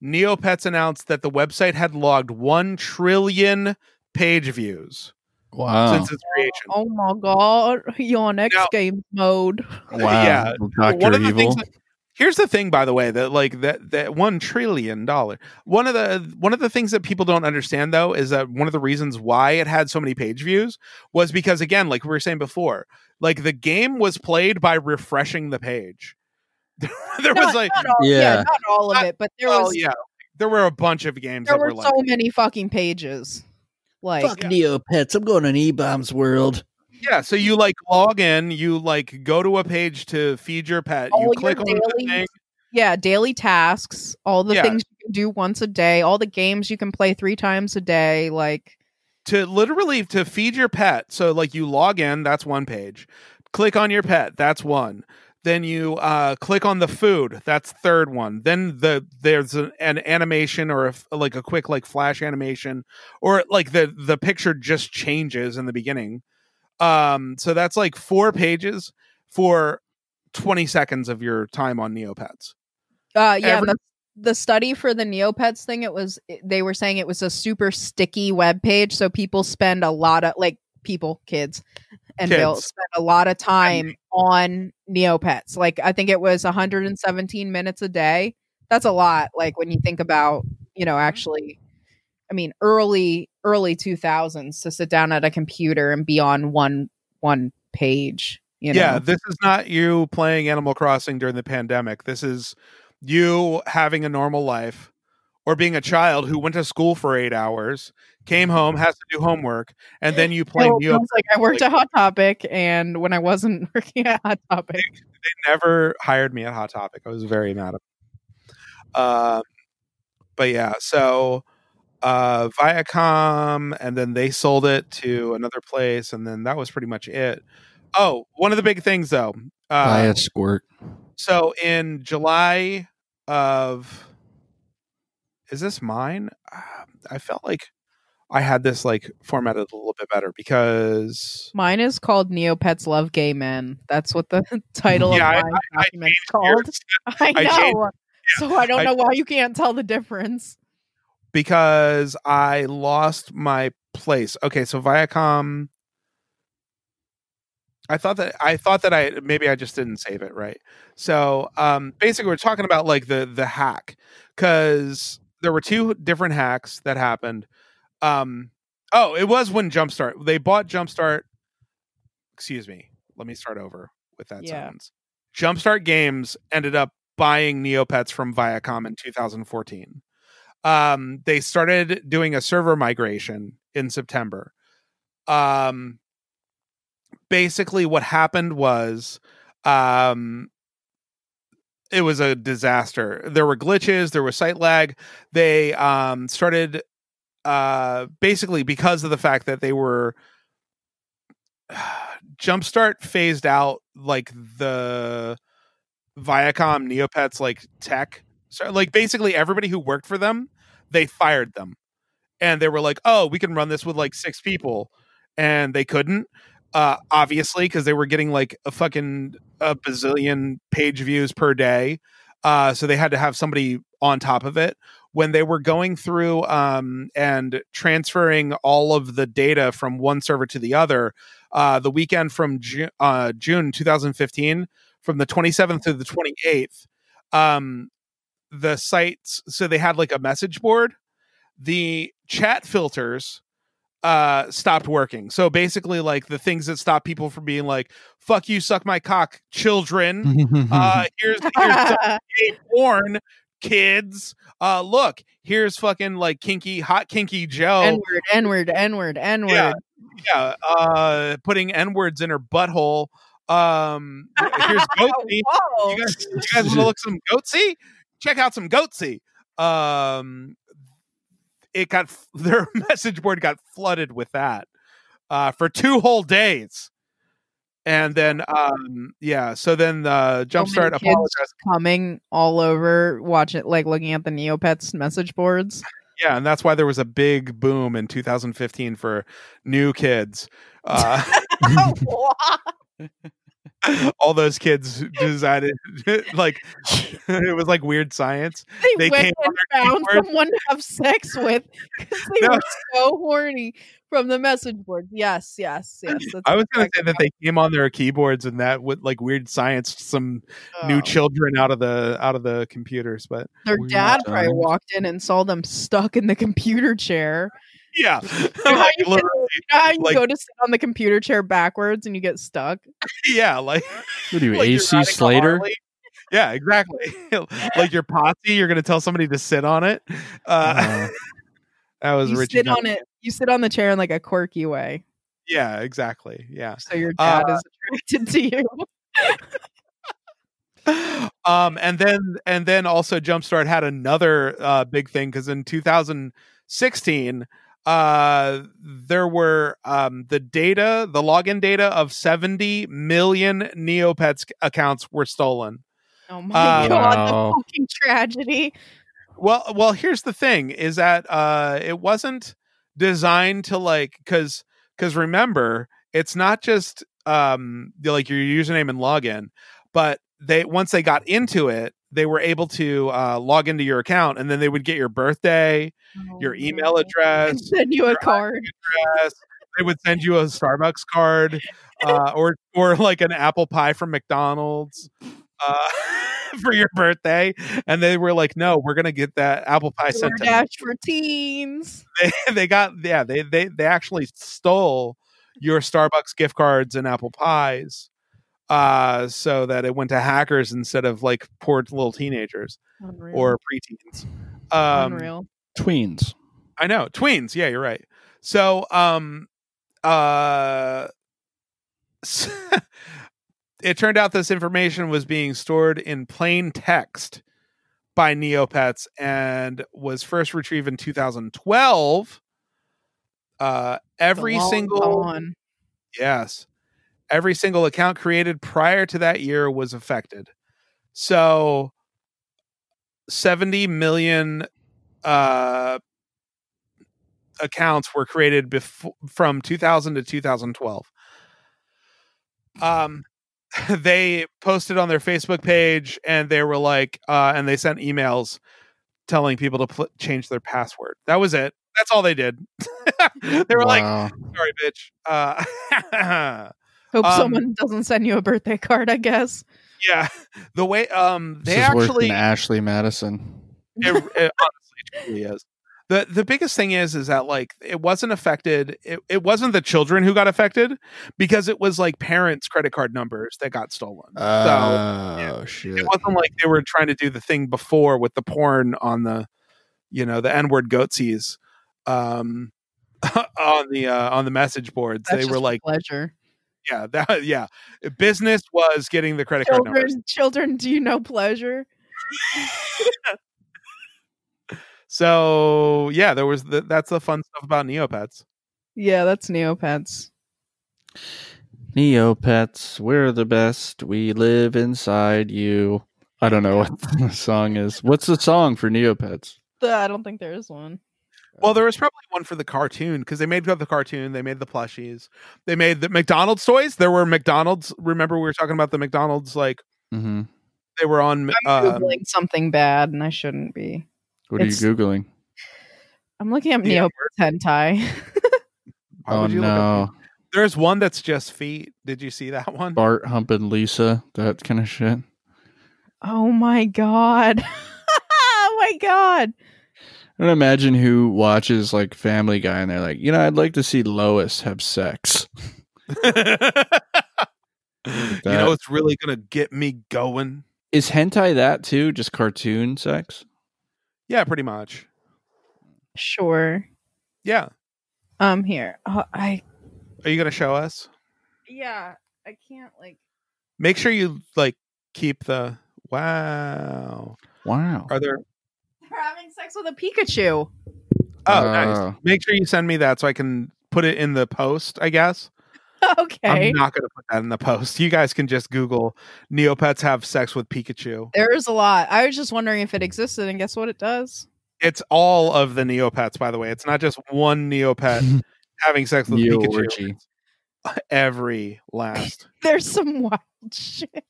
S2: Neopets announced that the website had logged 1 trillion page views
S3: Wow.
S2: since its creation.
S4: Oh my god, you're on X
S2: Now-
S4: Games mode.
S2: yeah.
S3: Doctor
S2: One of the
S3: Evil.
S2: things that- here's the thing, by the way, that like that that one trillion dollar one of the one of the things that people don't understand though is that one of the reasons why it had so many page views was because again, like we were saying before, like the game was played by refreshing the page. there was
S4: Not-
S2: like
S4: not all, yeah.
S3: Yeah.
S4: not all of
S2: Not-
S4: it, but there
S2: well,
S4: was
S2: yeah, there were a bunch of games
S4: Oh, there
S2: that were,
S4: were
S2: like
S4: so many fucking pages. Like
S6: Fuck Neopets. I'm going on E-Bombs World.
S2: yeah. So you like log in, you like go to a page to feed your pet,
S4: All
S2: you
S4: your
S2: click on the
S4: daily-
S2: thing,
S4: yeah, daily tasks, all the
S2: Yeah.
S4: things you can do once a day, all the games you can play three times a day, like
S2: to literally to feed your pet so like you log in that's one page click on your pet that's one then you uh, click on the food that's third one then the there's an, an animation or a f like a quick like flash animation or like the the picture just changes in the beginning um so that's like four pages for 20 seconds of your time on neopets
S4: uh yeah,
S2: Every-
S4: the, the study for the Neopets thing, it was they were saying it was a super sticky web page, so people spend a lot of like people, kids, and they'll
S2: Kids.
S4: spend a lot of time on Neopets. Like I think it was 117 minutes a day. That's a lot. Like when you think about, you
S2: Mm-hmm.
S4: know, actually, I mean, early early 2000s to sit down at a computer and be on one one page. You know?
S2: yeah, this is not you playing Animal Crossing during the pandemic. This is you having a normal life or being a child who went to school for eight hours, came home, has to do homework, and then you play
S4: Well,
S2: Neo.
S4: it's like I worked at Hot Topic, and when I wasn't working at Hot Topic,
S2: They never hired me at Hot Topic. I was very mad at them. Um, but yeah, so uh, Viacom, and then they sold it to another place, and then that was pretty much it. Oh, one of the big things though.
S3: Buy
S2: Uh,
S3: a squirt.
S2: So in July of is this mine? Uh, I felt like I had this like formatted a little bit better because
S4: mine is called Neopets Love Gay Men. That's what the title
S2: Yeah, I-
S4: of my document is
S2: Here's-
S4: called. I know,
S2: I changed-
S4: so I don't
S2: I-
S4: know why you can't tell the difference.
S2: because I lost my place. Okay, so Viacom. I thought that I thought that I maybe I just didn't save it right. So um, basically, we're talking about like the the hack because there were two different hacks that happened. Um, oh, it was when Jumpstart they bought Jumpstart. Excuse me. Let me start over with that
S4: Yeah.
S2: sentence. Jumpstart Games ended up buying Neopets from Viacom in 2014 um, they started doing a server migration in September. Um, basically, what happened was um, it was a disaster. There were glitches, there was site lag. They um, started uh, basically because of the fact that they were. Jumpstart phased out like the Viacom Neopets like tech. So like basically everybody who worked for them, they fired them. And they were like, "Oh, we can run this with like six people." And they couldn't uh obviously cuz they were getting like a fucking a bazillion page views per day. Uh so they had to have somebody on top of it. When they were going through um and transferring all of the data from one server to the other, uh the weekend from Ju- uh June 2015 from the 27th to the 28th um the sites so they had like a message board the chat filters uh stopped working so basically like the things that stop people from being like fuck you suck my cock
S3: Mm-hmm.
S2: children uh here's here's gay porn kids uh look here's fucking like kinky hot kinky joe
S4: N word, N word, N word, N
S2: Oh. Yeah.
S4: word.
S2: yeah uh putting n-words in her butthole um here's
S4: Oh,
S2: goatsy you guys, you guys want to look some goatsy? Check out some goatsy. Um, it got their message board got flooded with that uh, for two whole days, and then um, yeah, so then uh,
S4: So many
S2: Jumpstart
S4: kids
S2: apologized.
S4: Coming all over, watch it like looking at the Neopets message boards.
S2: Yeah, and that's why there was a big boom in 2015 for new kids. Uh,
S4: Why?
S2: all those kids decided like it was like weird science. They
S4: They, went
S2: came
S4: and
S2: on
S4: found
S2: our keyboard.
S4: someone to have sex with because they
S2: No.
S4: were so horny from the message board. Yes, yes, yes. that's
S2: I was gonna
S4: exactly
S2: say that they came on their keyboards and that would like weird science some
S4: what-
S2: new
S4: Oh.
S2: children out of the out of the computers, but
S4: Their
S3: Weird
S4: dad probably
S3: times.
S4: walked in and saw them stuck in the computer chair.
S2: yeah,
S4: know how
S2: Like,
S4: you can-
S2: literally,
S4: You know how you
S2: Like-
S4: go to sit on the computer chair backwards and you get stuck?
S2: yeah, like
S3: What are you,
S2: like you're
S3: AC
S2: riding a
S3: Slater?
S2: Harley. Yeah, exactly. like your posse, you're gonna tell somebody to sit on it. Uh,
S3: Uh,
S2: that was
S4: You
S2: Richie
S4: sit
S2: Johnson.
S4: on it. You sit on the chair in like a quirky way.
S2: Yeah, exactly. Yeah.
S4: So your
S2: Uh,
S4: dad is attracted to you.
S2: um and then and then also jumpstart had another uh big thing because in 2016 uh there were um the data the login data of 70 million neopets accounts were stolen
S4: Oh my
S2: Uh,
S4: god,
S3: Wow.
S4: the fucking tragedy.
S2: well well here's the thing is that uh it wasn't designed to like because because remember it's not just um the- like your username and login but they once they got into it they were able to uh, log into your account and then they would get your birthday your email
S4: And
S2: address
S4: Oh send you a
S2: your
S4: card.
S2: address they would send you a starbucks card uh, or or like an apple pie from mcdonald's uh, for your birthday and they were like no we're gonna get that apple pie sent to
S4: DoorDash for teens.
S2: they, they got yeah they they they actually stole your Starbucks gift cards and apple pies uh so that it went to hackers instead of like poor little teenagers
S4: Unreal.
S2: or preteens um
S4: Unreal.
S3: tweens.
S2: I know tweens yeah you're right so um uh it turned out this information was being stored in plain text by Neopets and was first retrieved in 2012. Uh, every
S4: The long
S2: single
S4: con.
S2: yes, every single account created prior to that year was affected. So, 70 million uh, accounts were created before from 2000 to 2012. Um, they posted on their Facebook page and they were like, uh, and they sent emails telling people to pl- change their password. That was it. That's all they did. they were like,
S3: Wow.
S2: sorry, bitch. Uh,
S4: Hope
S2: Um,
S4: someone doesn't send you a birthday card, I guess.
S2: yeah, the way um
S3: this
S2: they
S3: is worse
S2: actually
S3: than Ashley Madison.
S2: it, it honestly truly is. The the biggest thing is is that like it wasn't affected it, it wasn't the children who got affected because it was like parents' credit card numbers that got stolen.
S3: Oh
S2: so
S3: shit!
S2: it wasn't like they were trying to do the thing before with the porn on the you know, the N word goatsies um on the uh on the message boards.
S4: That's
S2: they
S4: just
S2: were
S4: for
S2: like,
S4: pleasure.
S2: Yeah, that yeah. Business was getting the credit card numbers.
S4: Children, children, do you know pleasure?
S2: So yeah, there was the, that's the fun stuff about Neopets.
S4: Yeah, that's Neopets.
S3: Neopets, we're the best. We live inside you. I don't know what the song is. What's the song for Neopets?
S4: The, I don't think there is one.
S2: Well, there was probably one for the cartoon because they made the cartoon, they made the plushies, they made the McDonald's toys. There were McDonald's. Remember, we were talking about the McDonald's like
S3: Mm-hmm.
S2: they were on.
S4: I'm
S2: um,
S4: googling something bad, and I shouldn't be.
S3: What
S4: It's-
S3: are you googling?
S4: I'm looking at
S2: Yeah.
S4: Neopets hentai.
S2: why
S3: oh
S2: would you look up-
S3: no,
S2: There's one that's just feet. Did you see that one?
S3: Bart humping Lisa, that kind of shit.
S4: oh my god! oh my god!
S3: I don't imagine who watches like Family Guy and they're like, you know, I'd like to see Lois have sex.
S2: you know, it's really gonna get me going.
S3: Is hentai that too? Just cartoon sex?
S2: Yeah, pretty much.
S4: Sure.
S2: Yeah.
S4: Um, here. Oh, I.
S2: Are you gonna show us?
S4: Yeah, I can't like.
S2: Make sure you like keep the. Wow.
S3: Wow.
S2: Are there?
S4: They're having sex with a Pikachu.
S2: Oh, nice.
S3: Oh.
S2: Make sure you send me that so I can put it in the post. I guess.
S4: okay.
S2: I'm not going to put that in the post. You guys can just Google Neopets have sex with Pikachu.
S4: There is a lot. I was just wondering if it existed, and guess what? It does.
S2: It's all of the Neopets, by the way. It's not just one Neopet having sex with
S3: Neo
S2: Pikachu.
S3: orgy.
S2: every last.
S4: There's some wild shit.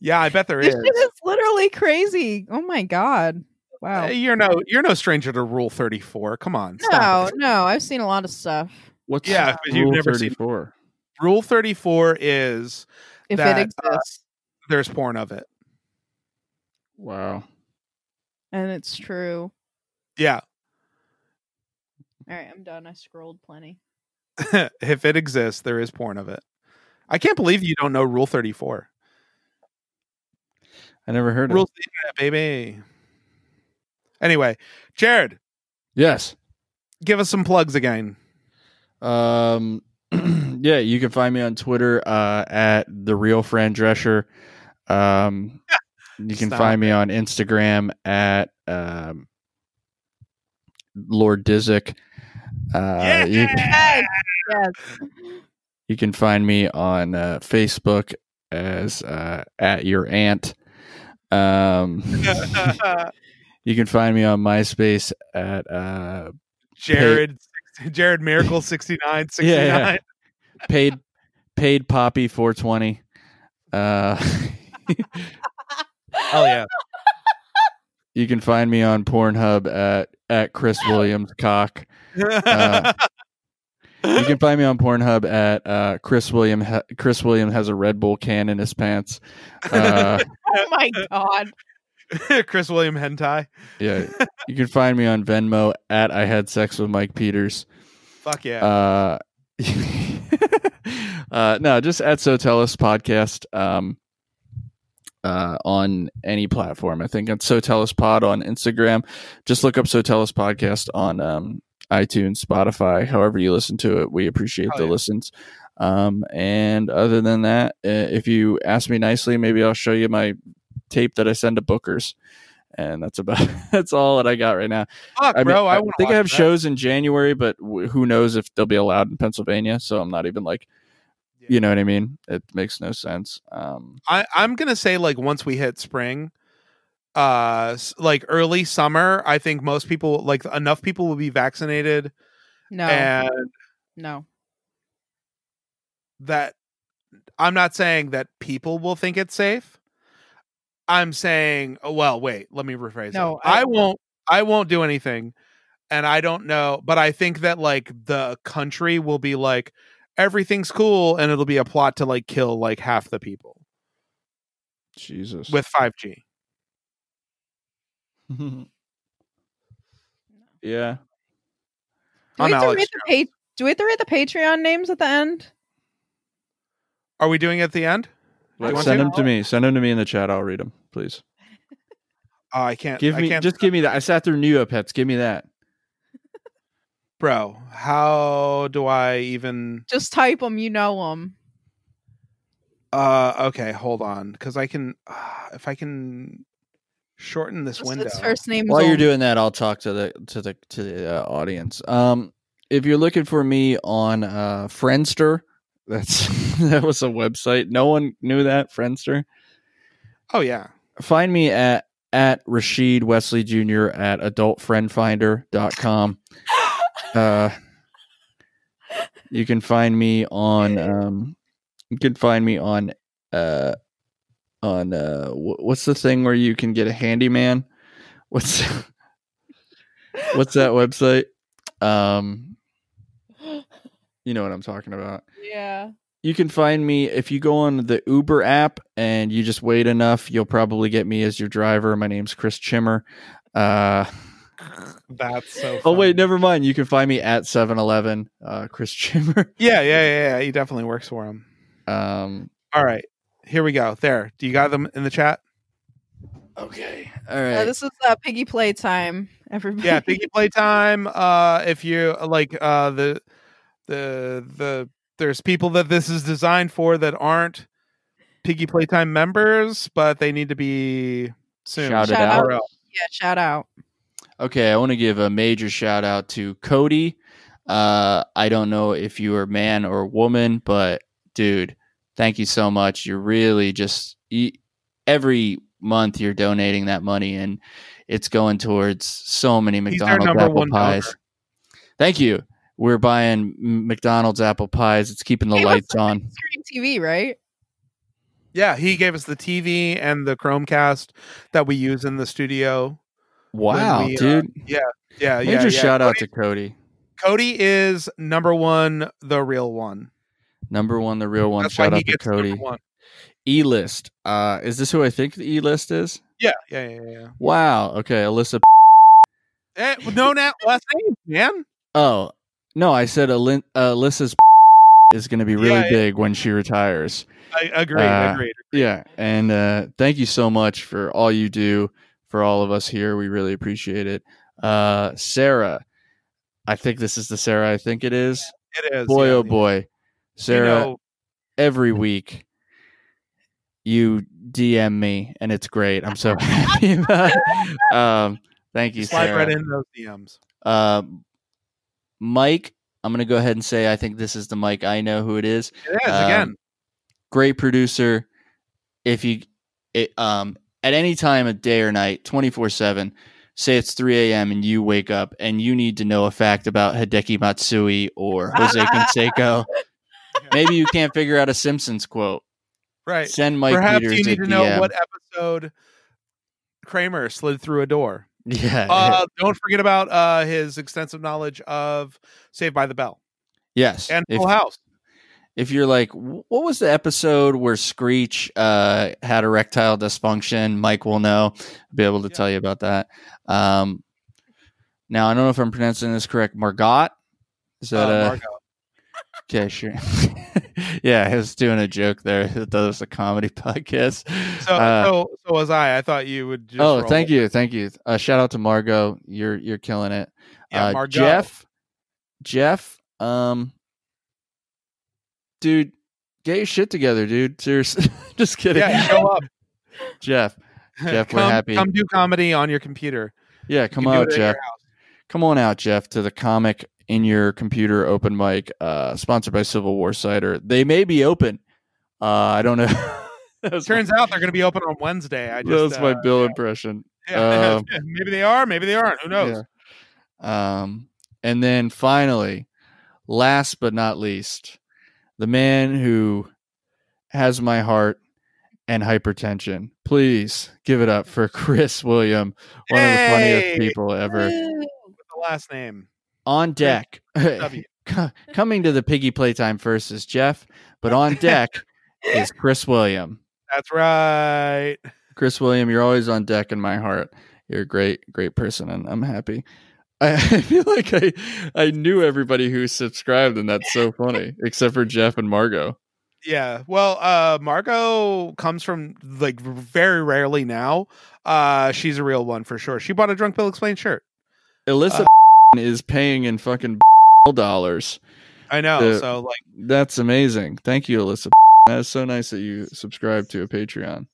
S2: Yeah, I bet there
S4: This
S2: is.
S4: shit is literally crazy. Oh my god.
S2: Uh,
S4: Wow.
S2: You're no you're no stranger to Rule Thirty Four. Come on, stop
S4: No,
S2: it.
S4: no, I've seen a lot of stuff.
S3: What's
S2: Yeah, but you've
S3: Rule
S2: never seen-
S3: 34?
S2: Rule Thirty Four is
S4: If
S2: That, uh,
S4: it exists
S2: there's porn of it.
S3: Wow.
S4: and it's true.
S2: Yeah,
S4: All right, I'm done. I scrolled plenty.
S2: if it exists, there is porn of it. I can't believe you don't know Rule Thirty Four.
S3: I never heard of
S2: Rules of the internet, baby. Anyway, Jared,
S3: it. Yes.
S2: give us some plugs again.
S3: Um, yeah, you can find me on Twitter uh, at the real Fran Drescher. Um, you can
S2: Stop
S3: find me on Instagram at um, Lord Dizzick. Uh, you,
S4: Yes. Yes.
S3: you can find me on uh, Facebook as uh, at your aunt. Um, you can find me on MySpace at uh,
S2: Jared, Jared Miracle sixty nine sixty nine.
S3: Yeah, yeah. paid paid poppy 420 uh
S2: Hell yeah.
S3: you can find me on pornhub at at chris williams cock Uh, you can find me on pornhub at uh chris william ha- chris william has a red bull can in his pants uh
S4: Oh my god.
S2: Chris William hentai.
S3: yeah you can find me on venmo at i had sex with mike peters
S2: Fuck yeah.
S3: uh, uh no just at sotellus podcast um uh on any platform i think on sotellus pod on instagram just look up sotellus podcast on um itunes spotify however you listen to it we appreciate
S2: Oh,
S3: the
S2: yeah.
S3: listens um and other than that uh, if you ask me nicely maybe i'll show you my tape that i send to bookers and that's about that's all that i got right now
S2: Fuck,
S3: I mean,
S2: bro. I,
S3: I,
S2: wanna
S3: think I
S2: watch
S3: have
S2: that.
S3: shows in January, but w- who knows if they'll be allowed in Pennsylvania? So I'm not even like, you know what I mean? It makes no sense. Um,
S2: I, I'm gonna say like once we hit spring, uh, s- like early summer, I think most people like enough people will be vaccinated,
S4: No.
S2: and
S4: no.
S2: that I'm not saying that people will think it's safe. I'm saying, oh, well, wait, let me rephrase.
S4: No,
S2: I,
S4: I-
S2: I won't. I won't do anything, and I don't know, but I think that like the country will be like everything's cool, and it'll be a plot to like kill like half the people
S3: Jesus.
S2: with 5G.
S3: yeah.
S4: Do
S2: I'm
S4: we, have to
S2: Alex
S4: read the pa- do we have to read the Patreon names at the end?
S2: Are we doing it at the end?
S3: Let-
S2: want
S3: send
S2: to?
S3: them to me. Send them to me in the chat. I'll read them, please.
S2: Oh, I can't.
S3: Give
S2: I
S3: me
S2: can't,
S3: just give me that. I sat through Neopets. Give me that.
S2: bro. How do I even?
S4: Just type them, you know them.
S2: Uh, okay, hold on, because I can. Uh, if I can shorten this window.
S4: His first name
S3: While
S4: is
S3: you're
S4: Ol-
S3: doing that, I'll talk to the to the to the uh, audience. Um, if you're looking for me on uh, Friendster, that's that was a website. No one knew that Friendster.
S2: Oh yeah,
S3: find me at at Rashid Wesley Jr. at adultfriendfinder.com. Uh, you can find me on um, you can find me on uh, on uh, wh- what's the thing where you can get a handyman? What's what's that website? Um, you know what I'm talking about
S4: Yeah.
S3: you can find me if you go on the Uber app and you just wait enough, you'll probably get me as your driver. My name's Chris Chimmer. Uh,
S2: that's so.
S3: oh wait,
S2: funny.
S3: never mind. You can find me at 7-Eleven, uh, Chris Chimmer.
S2: Yeah, yeah, yeah, yeah. He definitely works for him.
S3: Um,
S2: All right, here we go. There. Do you got them in the chat?
S3: okay, all
S4: Uh,
S3: right.
S4: this is uh, piggy play time, everybody.
S2: Yeah, Piggy Playtime. Uh, if you like, uh, the the the there's people that this is designed for that aren't Piggy Playtime members, but they need to be soon.
S3: Shouted
S4: Shout
S3: out.
S4: out. Yeah, shout out.
S3: Okay, I want to give a major shout out to Cody. Uh, I don't know if you are man or woman, but dude, thank you so much. You're really just you, every month you're donating that money, and it's going towards so many
S2: He's our
S3: McDonald's
S2: number
S3: apple
S2: one
S3: pies.
S2: donor.
S3: Thank you. We're buying M- McDonald's apple pies. It's keeping the
S4: Hey, what's
S3: lights on.
S4: streaming TV, right?
S2: Yeah, he gave us the TV and the Chromecast that we use in the studio.
S3: Wow,
S2: we, uh,
S3: dude!
S2: Yeah, yeah.
S3: Major
S2: yeah.
S3: shout out to Cody.
S2: Cody is number one, the real one.
S3: Number one, the real one.
S2: That's
S3: shout
S2: why he
S3: out to
S2: gets number
S3: Cody.
S2: one.
S3: E list. Uh, is this who I think the E list is?
S2: Yeah, yeah, yeah, yeah.
S3: Wow. Okay, Alyssa.
S2: Eh, well, no, not last name, man.
S3: Oh no, I said Alin- uh, Alyssa's is going to be really
S2: Yeah, yeah.
S3: big when she retires.
S2: I agree,
S3: Uh,
S2: agreed.
S3: Yeah, and uh, thank you so much for all you do for all of us here. We really appreciate it. Uh, Sarah, I think this is the Sarah I think it is.
S2: It is.
S3: boy,
S2: yeah,
S3: oh
S2: yeah.
S3: boy,
S2: You
S3: Sarah!
S2: know,
S3: every week you DM me, and it's great. I'm so happy about it. Um, thank you,
S2: slide
S3: Sarah.
S2: right in those DMs.
S3: Uh, Mike, I'm gonna go ahead and say I think this is the Mike. I know who it is.
S2: It is
S3: Um,
S2: again.
S3: great producer. If you, it, um, at any time of day or night, twenty four seven, say it's three a.m. and you wake up and you need to know a fact about Hideki Matsui or Jose Canseco. Maybe you can't figure out a Simpsons quote.
S2: Right.
S3: Send Mike
S2: Perhaps
S3: Peters
S2: you need
S3: a
S2: to know
S3: DM.
S2: what episode Kramer slid through a door.
S3: yeah,
S2: Uh, don't forget about uh, his extensive knowledge of Saved by the Bell
S3: yes.
S2: and
S3: if,
S2: Full House.
S3: if you're like, what was the episode where Screech uh, had erectile dysfunction? Mike will know, be able to
S2: Yeah.
S3: tell you about that. Um, now, I don't know if I'm pronouncing this correct. Margot? Is that
S2: uh,
S3: uh,
S2: Margot.
S3: okay? Sure. yeah, I was doing a joke there. That was a comedy podcast.
S2: So,
S3: uh,
S2: so, so was I. I thought you would. Just
S3: oh,
S2: roll
S3: thank
S2: with it.
S3: you, thank you. Uh, shout out to Margot. You're you're killing it.
S2: Yeah,
S3: uh,
S2: Margot.
S3: Jeff, Jeff, um, dude, get your shit together, dude. Seriously, just kidding.
S2: Yeah, show up.
S3: Jeff. Jeff, we're
S2: come,
S3: happy.
S2: Come do comedy on your computer.
S3: Yeah,
S2: You
S3: come
S2: can do
S3: out,
S2: it at your
S3: Jeff.
S2: house.
S3: Come on out, Jeff, to the comic in your computer open mic, uh, sponsored by Civil War Cider. They may be open. Uh, I don't know. that was
S2: Turns out they're going to be open on Wednesday. I just
S3: my, that was
S2: uh,
S3: my Bill impression.
S2: yeah.
S3: um,
S2: maybe they are, maybe they aren't. Who knows?
S3: Yeah. Um, and then finally, last but not least, the man who has my heart and hypertension. Please give it up for Chris William, one of the
S2: Hey!
S3: funniest people ever.
S2: With the last name.
S3: On deck,
S2: W.
S3: co- coming to the piggy playtime first is Jeff, but on deck is Chris William.
S2: That's right.
S3: Chris William, you're always on deck in my heart. You're a great, great person, and I'm happy. I, I feel like I, I knew everybody who subscribed, and that's so funny, except for Jeff and Margot.
S2: Yeah. Well, uh Margot comes from like very rarely now. Uh she's a real one for sure. She bought a drunk Bill explained shirt.
S3: Alyssa
S2: Uh,
S3: is paying in fucking dollars.
S2: I know.
S3: The-
S2: so like
S3: That's amazing. Thank you, Alyssa. That is so nice that you subscribe to a Patreon.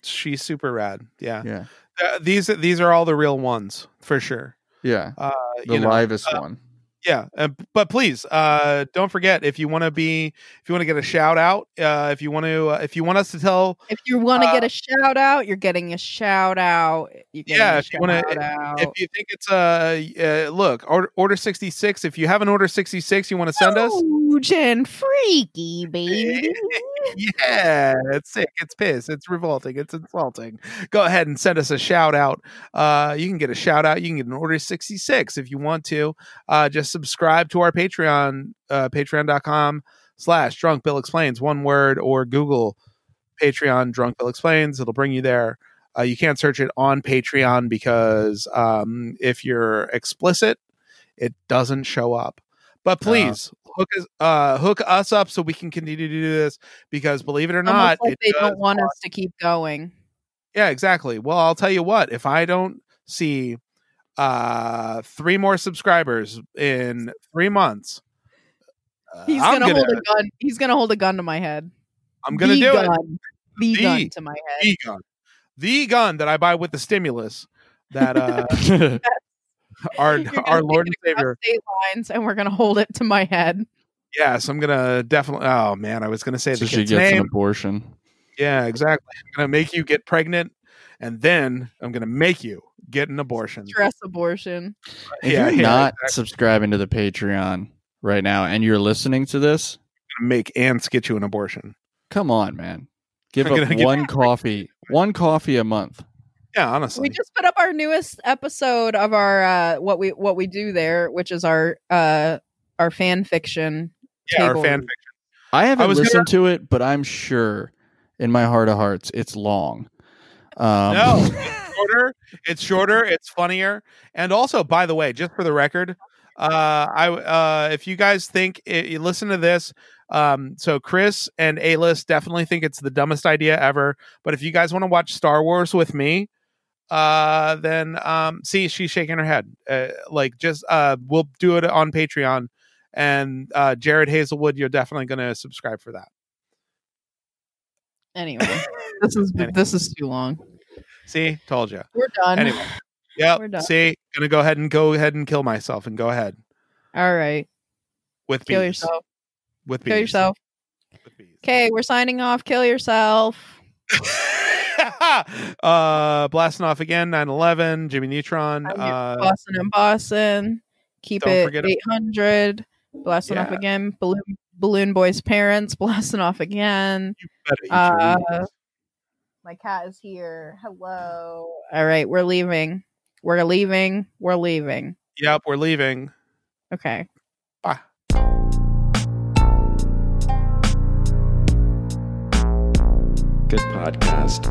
S2: she's super rad. Yeah.
S3: Yeah,
S2: Uh, these these are all the real ones for sure.
S3: yeah,
S2: Uh,
S3: the
S2: you know,
S3: livest one.
S2: yeah uh, but please uh don't forget if you want to be if you want to get a shout out uh if you want to uh, if you want us to tell
S4: If you want to
S2: Uh,
S4: get a shout out, you're getting a shout out. You're getting
S2: Yeah,
S4: a
S2: if you wanna-
S4: shout out.
S2: if you think it's uh, uh look order, order 66 if you have an order 66 you want to send us
S4: Huge and freaky, baby.
S2: yeah it's sick it's piss it's revolting it's insulting go ahead and send us a shout out uh you can get a shout out you can get an order 66 if you want to uh just subscribe to our patreon uh patreon.com slash drunk bill explains one word or google patreon drunk bill explains it'll bring you there uh, you can't search it on patreon because um if you're explicit it doesn't show up but
S3: Oh.
S2: please hook us uh hook us up so we can continue to do this because believe it or not
S4: Almost like
S2: it
S4: they
S2: does-
S4: don't want us to keep going.
S2: yeah, exactly. Well, I'll tell you what, if I don't see uh three more subscribers in three months, uh,
S4: He's
S2: I'm
S4: gonna,
S2: gonna,
S4: hold a gun. He's gonna hold a gun to my head.
S2: I'm gonna
S4: the
S2: do it.
S4: gun. The,
S2: The-
S4: gun to my head.
S2: The gun. The gun that I buy with the stimulus that uh our
S4: You're gonna
S2: our
S4: take
S2: Lord
S4: it
S2: and
S4: across
S2: Savior. Mm.
S4: State lines, and we're gonna hold it to my head.
S2: Yes, I'm gonna definitely oh man, I was gonna say
S3: so
S2: the
S3: she
S2: kid's
S3: gets an
S2: name.
S3: abortion.
S2: Yeah, exactly. I'm gonna make you get pregnant and then I'm gonna make you get an abortion.
S4: stress abortion.
S3: If
S2: Yeah, yeah,
S3: you're not subscribing to the Patreon right now and you're listening to this,
S2: Make ants get you an abortion.
S3: come on, man. Give
S2: I'm
S3: up
S2: gonna get-
S3: one coffee, one coffee a month.
S2: Yeah, honestly.
S4: We just put up our newest episode of our uh what we what we do there, which is our uh our fan fiction.
S2: yeah, our
S4: table.
S2: fan
S3: I haven't
S2: was gonna-
S3: listened to it, but I'm sure in my heart of hearts it's long. Um,
S2: No, it's shorter. It's shorter. It's funnier. And also, by the way, just for the record, uh, I uh, if you guys think i you listen to this, um, so Chris and A List definitely think it's the dumbest idea ever. But if you guys want to watch Star Wars with me, uh, then um, see she's shaking her head. Uh, like just uh, we'll do it on Patreon. And uh, Jared Hazelwood, you're definitely going to subscribe for that.
S4: Anyway, this is
S2: Anyway.
S4: this is too long.
S2: See, told you.
S4: We're done.
S2: Anyway, yep.
S4: We're done.
S2: See, gonna go ahead and go ahead and kill myself and go ahead.
S4: All right.
S2: with
S4: Kill
S2: bees.
S4: yourself.
S2: With bees.
S4: Kill yourself.
S2: With bees.
S4: Okay, we're signing off. Kill yourself.
S2: uh, blasting off again. 9-11, Jimmy Neutron.
S4: I'm your
S2: Uh,
S4: Boston and Boston. Keep
S2: Don't
S4: it
S2: forget-
S4: 800. Blasting off
S2: Yeah.
S4: again. Balloon, balloon Boy's parents. Blasting off again.
S2: better eat your
S4: Uh,
S2: bees.
S4: My cat is here. Hello. All right, we're leaving. We're leaving. We're leaving.
S2: yep, we're leaving.
S4: Okay.
S2: Bye.
S7: Good podcast.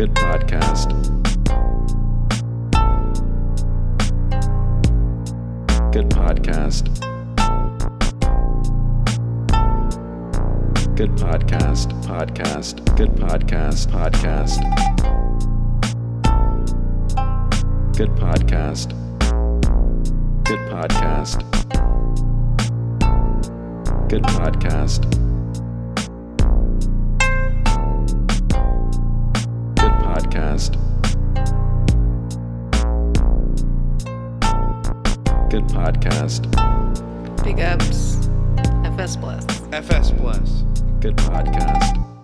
S7: Good podcast. Good podcast. Good podcast. Podcast. Good podcast. Podcast. Good podcast. Good podcast. Good podcast. Good podcast. Good podcast.
S8: Big ups. FS Plus.
S7: Good podcast.